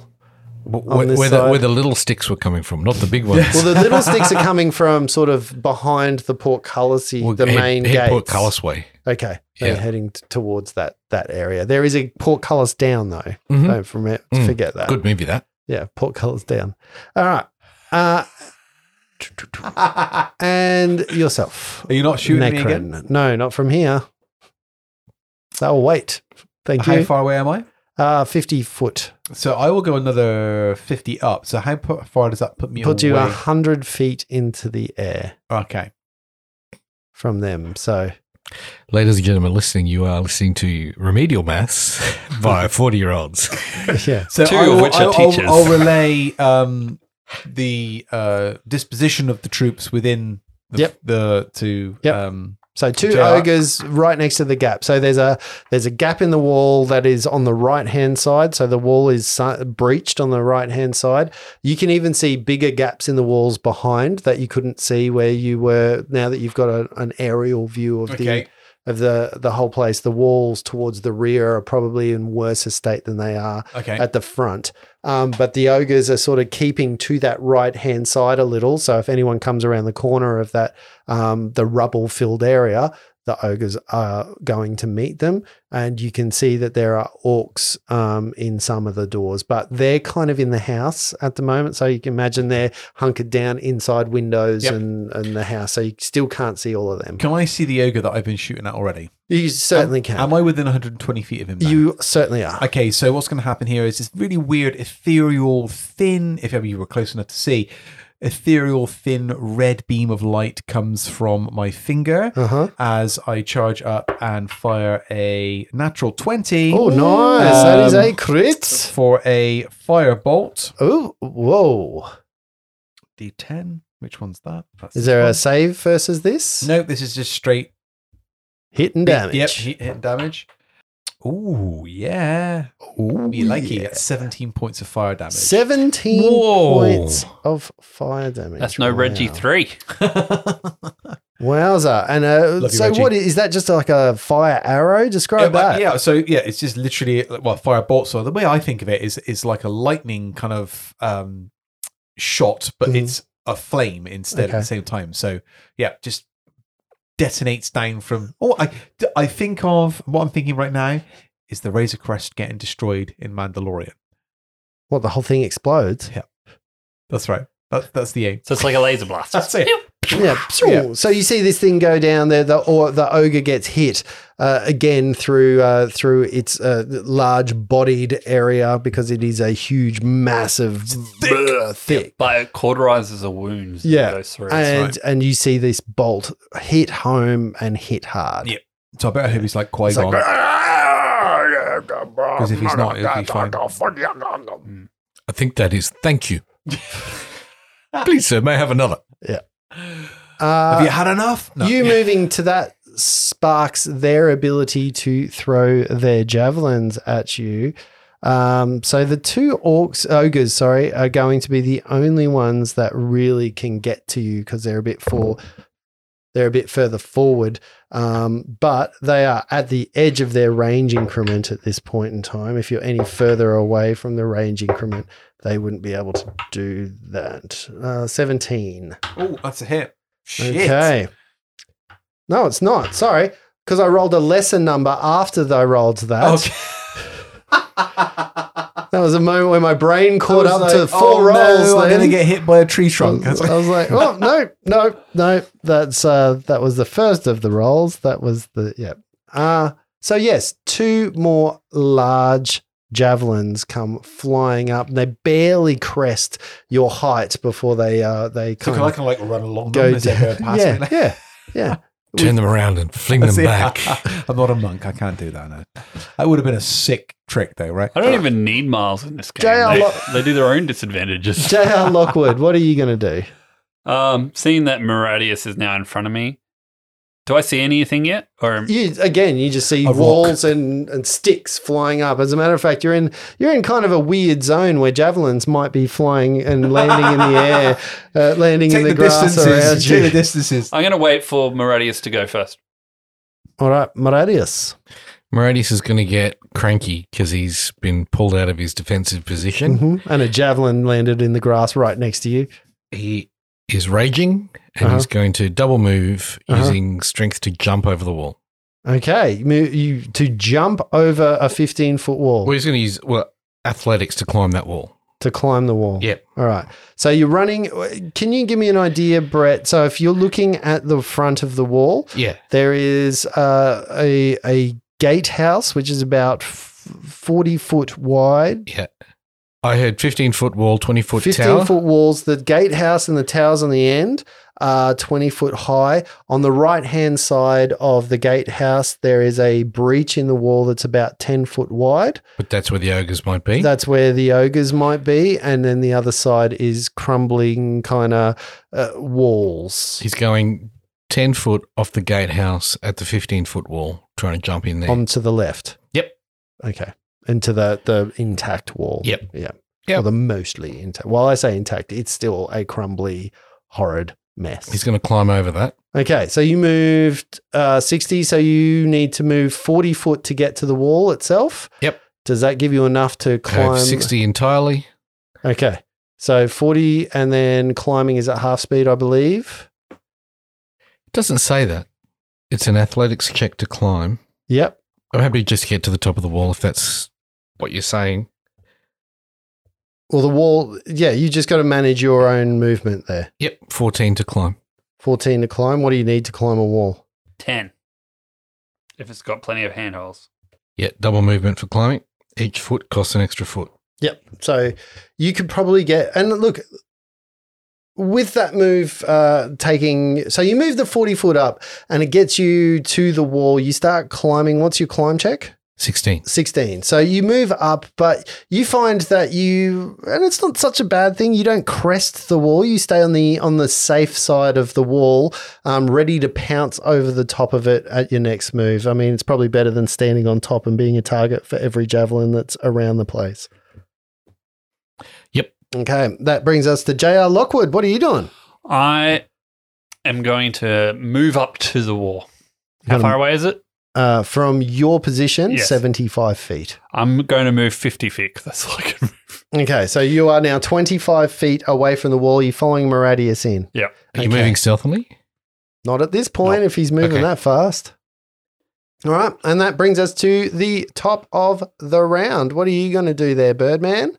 [SPEAKER 5] Where,
[SPEAKER 2] this
[SPEAKER 5] where the,
[SPEAKER 2] side.
[SPEAKER 5] where the little sticks were coming from, not the big ones.
[SPEAKER 2] Well, the little sticks are coming from sort of behind the portcullis,
[SPEAKER 5] Well,
[SPEAKER 2] the
[SPEAKER 5] head-
[SPEAKER 2] main
[SPEAKER 5] head
[SPEAKER 2] gate.
[SPEAKER 5] portcullis way.
[SPEAKER 2] Okay, they're
[SPEAKER 5] Yeah.
[SPEAKER 2] heading t- towards that that area. There is a portcullis down though.
[SPEAKER 5] Mhm.
[SPEAKER 2] Don't forget,
[SPEAKER 5] Mm.
[SPEAKER 2] forget that.
[SPEAKER 5] Good movie, that.
[SPEAKER 2] Yeah, portcullis down. All right. Uh, and yourself,
[SPEAKER 4] Are you not shooting me again?
[SPEAKER 2] Necron. No, not from here. That will wait. Thank
[SPEAKER 4] How
[SPEAKER 2] you.
[SPEAKER 4] far away am I?
[SPEAKER 2] Uh, Fifty foot
[SPEAKER 4] So I will go another 50 up. So how pu- far does that put me
[SPEAKER 2] puts
[SPEAKER 4] away?
[SPEAKER 2] you a hundred feet into the air
[SPEAKER 4] Okay.
[SPEAKER 2] from them. So
[SPEAKER 5] Ladies and gentlemen listening, you are listening to Remedial Maths by 40 year olds.
[SPEAKER 2] yeah,
[SPEAKER 4] So
[SPEAKER 3] Two
[SPEAKER 4] I
[SPEAKER 3] of
[SPEAKER 4] will-
[SPEAKER 3] which are
[SPEAKER 4] I'll- I'll-
[SPEAKER 3] teachers.
[SPEAKER 4] I'll, relay um, the uh, disposition of the troops within the,
[SPEAKER 2] Yep.
[SPEAKER 4] the to
[SPEAKER 2] Yep.
[SPEAKER 4] um,
[SPEAKER 2] So two
[SPEAKER 4] JR.
[SPEAKER 2] ogres right next to the gap. So there's a there's a gap in the wall that is on the right hand side. So the wall is su- breached on the right hand side. You can even see bigger gaps in the walls behind that you couldn't see where you were. Now that you've got a, an aerial view of
[SPEAKER 4] Okay.
[SPEAKER 2] the of the the whole place, the walls towards the rear are probably in worse a state than they are
[SPEAKER 4] okay.
[SPEAKER 2] at the front. Um, but the ogres are sort of keeping to that right hand side a little. So if anyone comes around the corner of that, um, the rubble filled area, the ogres are going to meet them. And you can see that there are orcs um, in some of the doors, but they're kind of in the house at the moment. So you can imagine they're hunkered down inside windows
[SPEAKER 4] Yep.
[SPEAKER 2] and, and the house. So you still can't see all of them.
[SPEAKER 4] Can I see the ogre that I've been shooting at already?
[SPEAKER 2] You certainly can.
[SPEAKER 4] Am I within 120 feet of him? now?
[SPEAKER 2] you certainly are.
[SPEAKER 4] Okay, so what's going to happen here is this really weird, ethereal, thin, if ever you were close enough to see, ethereal, thin red beam of light comes from my finger
[SPEAKER 2] Uh huh.
[SPEAKER 4] as I charge up and fire a natural 20
[SPEAKER 2] Oh, nice. that is
[SPEAKER 4] Um,
[SPEAKER 2] a crit.
[SPEAKER 4] for a firebolt.
[SPEAKER 2] Oh, whoa.
[SPEAKER 4] D10. Which one's that? That's
[SPEAKER 2] Is there a
[SPEAKER 4] this
[SPEAKER 2] save versus this?
[SPEAKER 4] one. No, this is just straight
[SPEAKER 2] Hit and damage.
[SPEAKER 4] Yep, hit, hit damage. Ooh, yeah.
[SPEAKER 2] Ooh,
[SPEAKER 4] Be likey.
[SPEAKER 2] yeah.
[SPEAKER 4] That's 17 points of fire damage.
[SPEAKER 2] 17
[SPEAKER 5] Whoa.
[SPEAKER 2] points of fire damage.
[SPEAKER 3] That's no
[SPEAKER 2] Wow.
[SPEAKER 3] Reggie 3.
[SPEAKER 2] Wowza. And uh,
[SPEAKER 4] Love you,
[SPEAKER 2] so,
[SPEAKER 4] Reggie.
[SPEAKER 2] what is, is that just like a fire arrow? Describe
[SPEAKER 4] yeah,
[SPEAKER 2] that.
[SPEAKER 4] like- yeah, so yeah, it's just literally well, fire bolt. So the way I think of it is is like a lightning kind of um shot, but
[SPEAKER 2] Mhm.
[SPEAKER 4] it's a flame instead at
[SPEAKER 2] Okay.
[SPEAKER 4] the same time. So yeah, just detonates down from. Oh, I d- I think of what I'm thinking right now is the Razor Crest getting destroyed in Mandalorian.
[SPEAKER 2] What, the whole thing explodes?
[SPEAKER 4] That's right. That, that's the aim.
[SPEAKER 3] So it's like a laser blast.
[SPEAKER 4] That's it.
[SPEAKER 2] Yeah.
[SPEAKER 4] Yeah.
[SPEAKER 2] So you see this thing go down there, the or the ogre gets hit uh, again through uh, through its uh, large-bodied area because it is a huge, massive,
[SPEAKER 4] thick.
[SPEAKER 2] bleh, thick.
[SPEAKER 3] But it cauterizes the wounds. that
[SPEAKER 2] Yeah.
[SPEAKER 3] Goes through.
[SPEAKER 2] and
[SPEAKER 4] right.
[SPEAKER 2] and you see this bolt hit home and hit hard.
[SPEAKER 4] Yeah. So I better hope he's like Qui
[SPEAKER 2] It's like,
[SPEAKER 4] Gon. Because if he's not, he'll be fine.
[SPEAKER 5] I think that is. Thank you. Please, sir, may I have another?
[SPEAKER 2] Uh,
[SPEAKER 4] Have "Ah, you had enough? No.
[SPEAKER 2] you moving to that sparks their ability to throw their javelins at you. Um, so the two orcs, ogres, sorry, are going to be the only ones that really can get to you because they're a bit for, they're a bit further forward. Um, but they are at the edge of their range increment at this point in time. If you're any further away from the range increment, they wouldn't be able to do that. Uh, Seventeen.
[SPEAKER 4] Oh, that's a hit. Shit.
[SPEAKER 2] Okay. No, it's not. Sorry, because I rolled a lesser number after I rolled that.
[SPEAKER 4] Okay.
[SPEAKER 2] That was a moment where my brain
[SPEAKER 4] I
[SPEAKER 2] caught
[SPEAKER 4] was
[SPEAKER 2] up
[SPEAKER 4] like,
[SPEAKER 2] to four
[SPEAKER 4] oh,
[SPEAKER 2] rolls.
[SPEAKER 4] No, I'm
[SPEAKER 2] then.
[SPEAKER 4] going to get hit by a tree
[SPEAKER 2] I
[SPEAKER 4] trunk. I
[SPEAKER 2] was,
[SPEAKER 4] was like,
[SPEAKER 2] I was like, oh no, no, no. That's uh, that was the first of the rolls. That was the yeah. Uh so yes, two more large javelins come flying up. They barely crest your height before they uh they
[SPEAKER 4] so
[SPEAKER 2] kind
[SPEAKER 4] can I
[SPEAKER 2] of
[SPEAKER 4] kind of like run along
[SPEAKER 2] go
[SPEAKER 4] them as they
[SPEAKER 2] down.
[SPEAKER 4] go past me?
[SPEAKER 2] yeah,
[SPEAKER 4] Like,
[SPEAKER 2] yeah, yeah.
[SPEAKER 5] Turn them around and fling
[SPEAKER 4] that's
[SPEAKER 5] them
[SPEAKER 4] it.
[SPEAKER 5] back.
[SPEAKER 4] I'm not a monk. I can't do that. No. That would have been a sick trick, though, right?
[SPEAKER 3] I don't even need miles in this game.
[SPEAKER 2] JR
[SPEAKER 3] They,
[SPEAKER 2] Lo-
[SPEAKER 3] they do their own disadvantages.
[SPEAKER 2] J.R. Lockwood, what are you going to do?
[SPEAKER 3] Um, seeing that Miradius is now in front of me, do I see anything yet? Or
[SPEAKER 2] You again, you just see
[SPEAKER 4] A rock.
[SPEAKER 2] walls and, and sticks flying up. As a matter of fact, you're in you're in kind of a weird zone where javelins might be flying and landing in the air, uh, landing in
[SPEAKER 4] Take
[SPEAKER 2] the,
[SPEAKER 4] the,
[SPEAKER 2] grass around
[SPEAKER 4] distances. Take the
[SPEAKER 2] you.
[SPEAKER 4] distances.
[SPEAKER 3] I'm going to wait for Miradius to go first.
[SPEAKER 2] All right, Maradius.
[SPEAKER 5] Moradius is going to get cranky because he's been pulled out of his defensive position.
[SPEAKER 2] hmm And a javelin landed in the grass right next to you.
[SPEAKER 5] He is raging and
[SPEAKER 2] Mm-hmm. Uh-huh.
[SPEAKER 5] he's going to double move
[SPEAKER 2] Uh-huh.
[SPEAKER 5] using strength to jump over the wall.
[SPEAKER 2] Okay, mo- you to jump over a 15 foot wall
[SPEAKER 5] Well, he's going to use well athletics to climb that wall.
[SPEAKER 2] to climb the wall.
[SPEAKER 5] Yep.
[SPEAKER 2] All right. So you're running. Can you give me an idea, Brett? So if you're looking at the front of the wall,
[SPEAKER 5] Yeah.
[SPEAKER 2] There is uh, a a gatehouse which is about f- forty foot wide,
[SPEAKER 5] Yeah. I heard 15 foot wall, 20 foot
[SPEAKER 2] fifteen
[SPEAKER 5] tower.
[SPEAKER 2] foot walls. The gatehouse and the towers on the end are twenty foot high. On the right hand side of the gatehouse, there is a breach in the wall that's about ten foot wide.
[SPEAKER 5] But that's where the ogres might be.
[SPEAKER 2] That's where the ogres might be, and then the other side is crumbling kind of uh, walls.
[SPEAKER 5] he's going 10 foot off the gatehouse at the 15 foot wall, trying to jump in there.
[SPEAKER 2] On to the left.
[SPEAKER 5] Yep.
[SPEAKER 2] Okay. Into the the intact wall.
[SPEAKER 5] Yep.
[SPEAKER 2] Yeah.
[SPEAKER 5] Yep.
[SPEAKER 2] Or the mostly intact. While I say intact, it's still a crumbly, horrid mess.
[SPEAKER 5] he's going to climb over that.
[SPEAKER 2] okay. So you moved uh, 60. So you need to move 40 foot to get to the wall itself.
[SPEAKER 5] Yep.
[SPEAKER 2] Does that give you enough to
[SPEAKER 5] I have
[SPEAKER 2] climb?
[SPEAKER 5] 60 entirely.
[SPEAKER 2] Okay. So 40 and then climbing is at half speed, I believe.
[SPEAKER 5] It doesn't say that. It's an athletics check to climb.
[SPEAKER 2] Yep.
[SPEAKER 5] I'm happy to just get to the top of the wall if that's what you're saying.
[SPEAKER 2] Well, the wall. Yeah. You just got to manage your own movement there.
[SPEAKER 5] Yep. 14 to climb.
[SPEAKER 2] 14 to climb. What do you need to climb a wall?
[SPEAKER 3] 10. If it's got plenty of handholds.
[SPEAKER 5] Yeah. Double movement for climbing. Each foot costs an extra foot.
[SPEAKER 2] Yep. So you could probably get and look with that move uh, taking so you move the 40 foot up and it gets you to the wall you start climbing what's your climb check
[SPEAKER 5] 16.
[SPEAKER 2] 16 so you move up but you find that you and it's not such a bad thing you don't crest the wall you stay on the on the safe side of the wall um, ready to pounce over the top of it at your next move i mean it's probably better than standing on top and being a target for every javelin that's around the place
[SPEAKER 5] Yep.
[SPEAKER 2] Okay, that brings us to JR Lockwood. What are you doing?
[SPEAKER 3] I am going to move up to the wall. How
[SPEAKER 2] Gotta-
[SPEAKER 3] far away is it?
[SPEAKER 2] Uh, from your position,
[SPEAKER 3] Yes.
[SPEAKER 2] 75 feet.
[SPEAKER 3] I'm going to move 50 feet 'cause that's all I can move.
[SPEAKER 2] Okay, so you are now 25 feet away from the wall. You're following Maradius in.
[SPEAKER 3] Yep.
[SPEAKER 5] Are you
[SPEAKER 2] Okay.
[SPEAKER 5] moving stealthily?
[SPEAKER 2] Not at this point if he's moving
[SPEAKER 5] Okay.
[SPEAKER 2] that fast. All right, and that brings us to the top of the round. What are you going to do there, Birdman?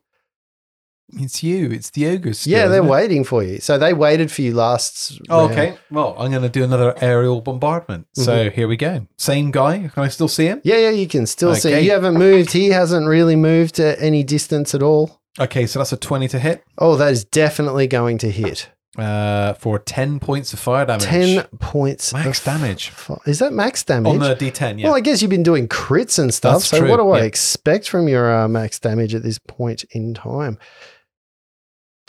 [SPEAKER 4] It's you. It's the ogres. still,
[SPEAKER 2] yeah, they're
[SPEAKER 4] isn't it?
[SPEAKER 2] waiting for you. So they waited for you last.
[SPEAKER 4] Oh,
[SPEAKER 2] round.
[SPEAKER 4] okay. Well, I'm going to do another aerial bombardment.
[SPEAKER 2] Mm-hmm.
[SPEAKER 4] So here we go. Same guy. Can I still see him?
[SPEAKER 2] Yeah, yeah, you can still see.
[SPEAKER 4] Okay.
[SPEAKER 2] You haven't moved. He hasn't really moved to any distance at all.
[SPEAKER 4] Okay, so that's a 20 to hit
[SPEAKER 2] Oh, that is definitely going to hit.
[SPEAKER 4] uh, for 10 points of fire damage.
[SPEAKER 2] 10 points.
[SPEAKER 4] max
[SPEAKER 2] of
[SPEAKER 4] damage. Oh,
[SPEAKER 2] fi- Is that max damage?
[SPEAKER 4] On the D10, yeah.
[SPEAKER 2] Well, I guess you've been doing crits and stuff.
[SPEAKER 4] That's
[SPEAKER 2] so,
[SPEAKER 4] true,
[SPEAKER 2] what do I
[SPEAKER 4] yeah.
[SPEAKER 2] expect from your uh, max damage at this point in time?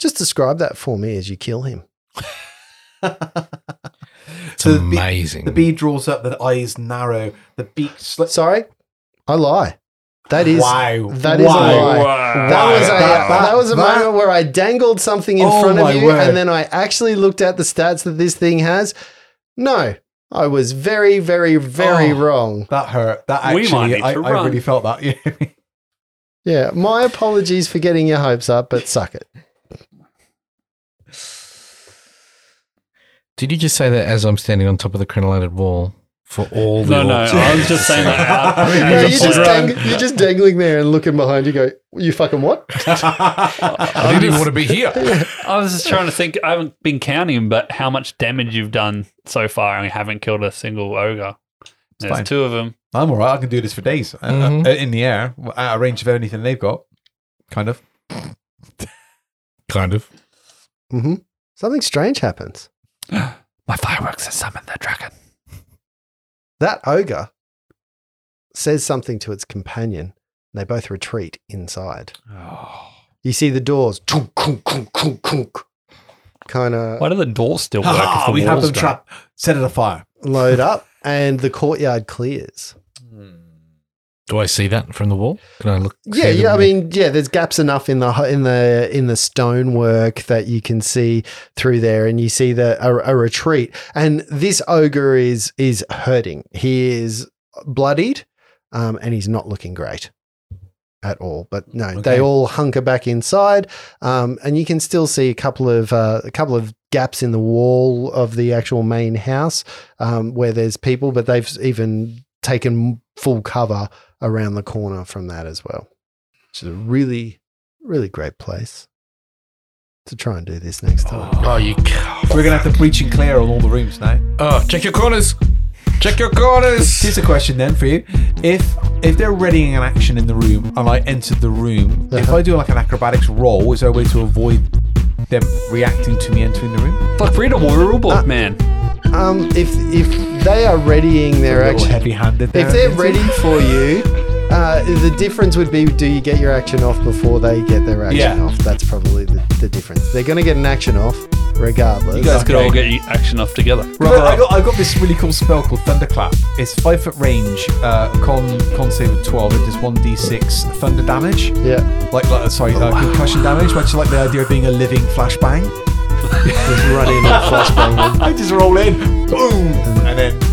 [SPEAKER 2] Just describe that for me as you kill him.
[SPEAKER 5] It's
[SPEAKER 4] So the bee-
[SPEAKER 5] amazing.
[SPEAKER 4] The bee draws up, the eyes narrow, the beak slips.
[SPEAKER 2] Sorry, I lie. That is
[SPEAKER 4] wow.
[SPEAKER 2] that is
[SPEAKER 4] wow.
[SPEAKER 2] a lie.
[SPEAKER 3] Wow.
[SPEAKER 2] That was a
[SPEAKER 4] Oh, That-
[SPEAKER 2] that was a
[SPEAKER 4] that-
[SPEAKER 2] moment where I dangled something in
[SPEAKER 4] Oh
[SPEAKER 2] front of
[SPEAKER 4] my
[SPEAKER 2] you,
[SPEAKER 4] word.
[SPEAKER 2] and then I actually looked at the stats that this thing has. No, I was very, very, very
[SPEAKER 4] Oh.
[SPEAKER 2] wrong.
[SPEAKER 4] That hurt. That
[SPEAKER 3] We might
[SPEAKER 4] actually,
[SPEAKER 3] need
[SPEAKER 4] I,
[SPEAKER 3] to
[SPEAKER 4] I
[SPEAKER 3] run.
[SPEAKER 4] really felt that. Yeah.
[SPEAKER 2] Yeah, my apologies for getting your hopes up, but suck it.
[SPEAKER 5] Did you just say that as I'm standing on top of the crenellated wall for all the
[SPEAKER 3] No, no,
[SPEAKER 5] orcs?
[SPEAKER 3] I was just saying that out.
[SPEAKER 2] No,
[SPEAKER 3] as a
[SPEAKER 2] you're, just
[SPEAKER 3] point.
[SPEAKER 2] dang- you're just dangling there and looking behind you. Go, you fucking what?
[SPEAKER 5] I didn't even want to be here.
[SPEAKER 3] I was just trying to think. I haven't been counting, but how much damage you've done so far, and haven't killed a single ogre. There's
[SPEAKER 4] fine.
[SPEAKER 3] two of them.
[SPEAKER 4] I'm all right. I can do this for days Uh,
[SPEAKER 2] Mm-hmm.
[SPEAKER 5] Mhm.
[SPEAKER 4] uh, in the air, out of range of anything they've got. Kind of.
[SPEAKER 5] kind of.
[SPEAKER 2] hmm Something strange happens.
[SPEAKER 3] My fireworks have summoned the dragon.
[SPEAKER 2] That ogre says something to its companion. And they both retreat inside. You see the doors kind of
[SPEAKER 3] Why do the doors still work?
[SPEAKER 4] Ah,
[SPEAKER 3] if the
[SPEAKER 4] we have
[SPEAKER 3] walls
[SPEAKER 4] them
[SPEAKER 3] don't?
[SPEAKER 4] trapped. Set it afire.
[SPEAKER 2] load up, and the courtyard clears.
[SPEAKER 5] Do I see that from the wall? Can I look?
[SPEAKER 2] Yeah,
[SPEAKER 5] see
[SPEAKER 2] yeah. I
[SPEAKER 5] them?
[SPEAKER 2] mean, yeah. There's gaps enough in the in the in the stonework that you can see through there, and you see the a, a retreat. And this ogre is is hurting. He is bloodied, um, and he's not looking great at all. But no,
[SPEAKER 4] Okay.
[SPEAKER 2] they all hunker back inside, um, and you can still see a couple of uh, a couple of gaps in the wall of the actual main house um, where there's people, but they've even taken full cover around the corner from that as well. Which is a really, really great place to try and do this next time.
[SPEAKER 5] oh, you.
[SPEAKER 4] We're going to have to breach and clear on all the rooms now.
[SPEAKER 5] Oh, check your corners. Check your corners.
[SPEAKER 4] Here's a question then for you: If if they're readying an action in the room and I entered the room, if I do like an acrobatics roll, is there a way to avoid them reacting to me entering the room?
[SPEAKER 3] Fuck, read a rulebook, man.
[SPEAKER 2] Um, if if they are readying their
[SPEAKER 4] A little
[SPEAKER 2] action,
[SPEAKER 4] heavy-handed.
[SPEAKER 2] if
[SPEAKER 4] there,
[SPEAKER 2] they're
[SPEAKER 4] isn't it?
[SPEAKER 2] ready for you, uh, the difference would be: do you get your action off before they get their action
[SPEAKER 4] Yeah.
[SPEAKER 2] off? That's probably the, the difference. They're going to get an action off regardless.
[SPEAKER 4] You
[SPEAKER 3] You guys
[SPEAKER 4] Okay.
[SPEAKER 3] could all get your action off together.
[SPEAKER 4] Look, I got, I got this really cool spell called Thunderclap. It's five foot range, uh, con con save of twelve. It does one d six thunder damage,
[SPEAKER 2] yeah,
[SPEAKER 4] like, like sorry, uh, concussion damage. Much like the idea of being a living flashbang.
[SPEAKER 2] just run in and flashbang. them.
[SPEAKER 4] I just roll in, boom, and then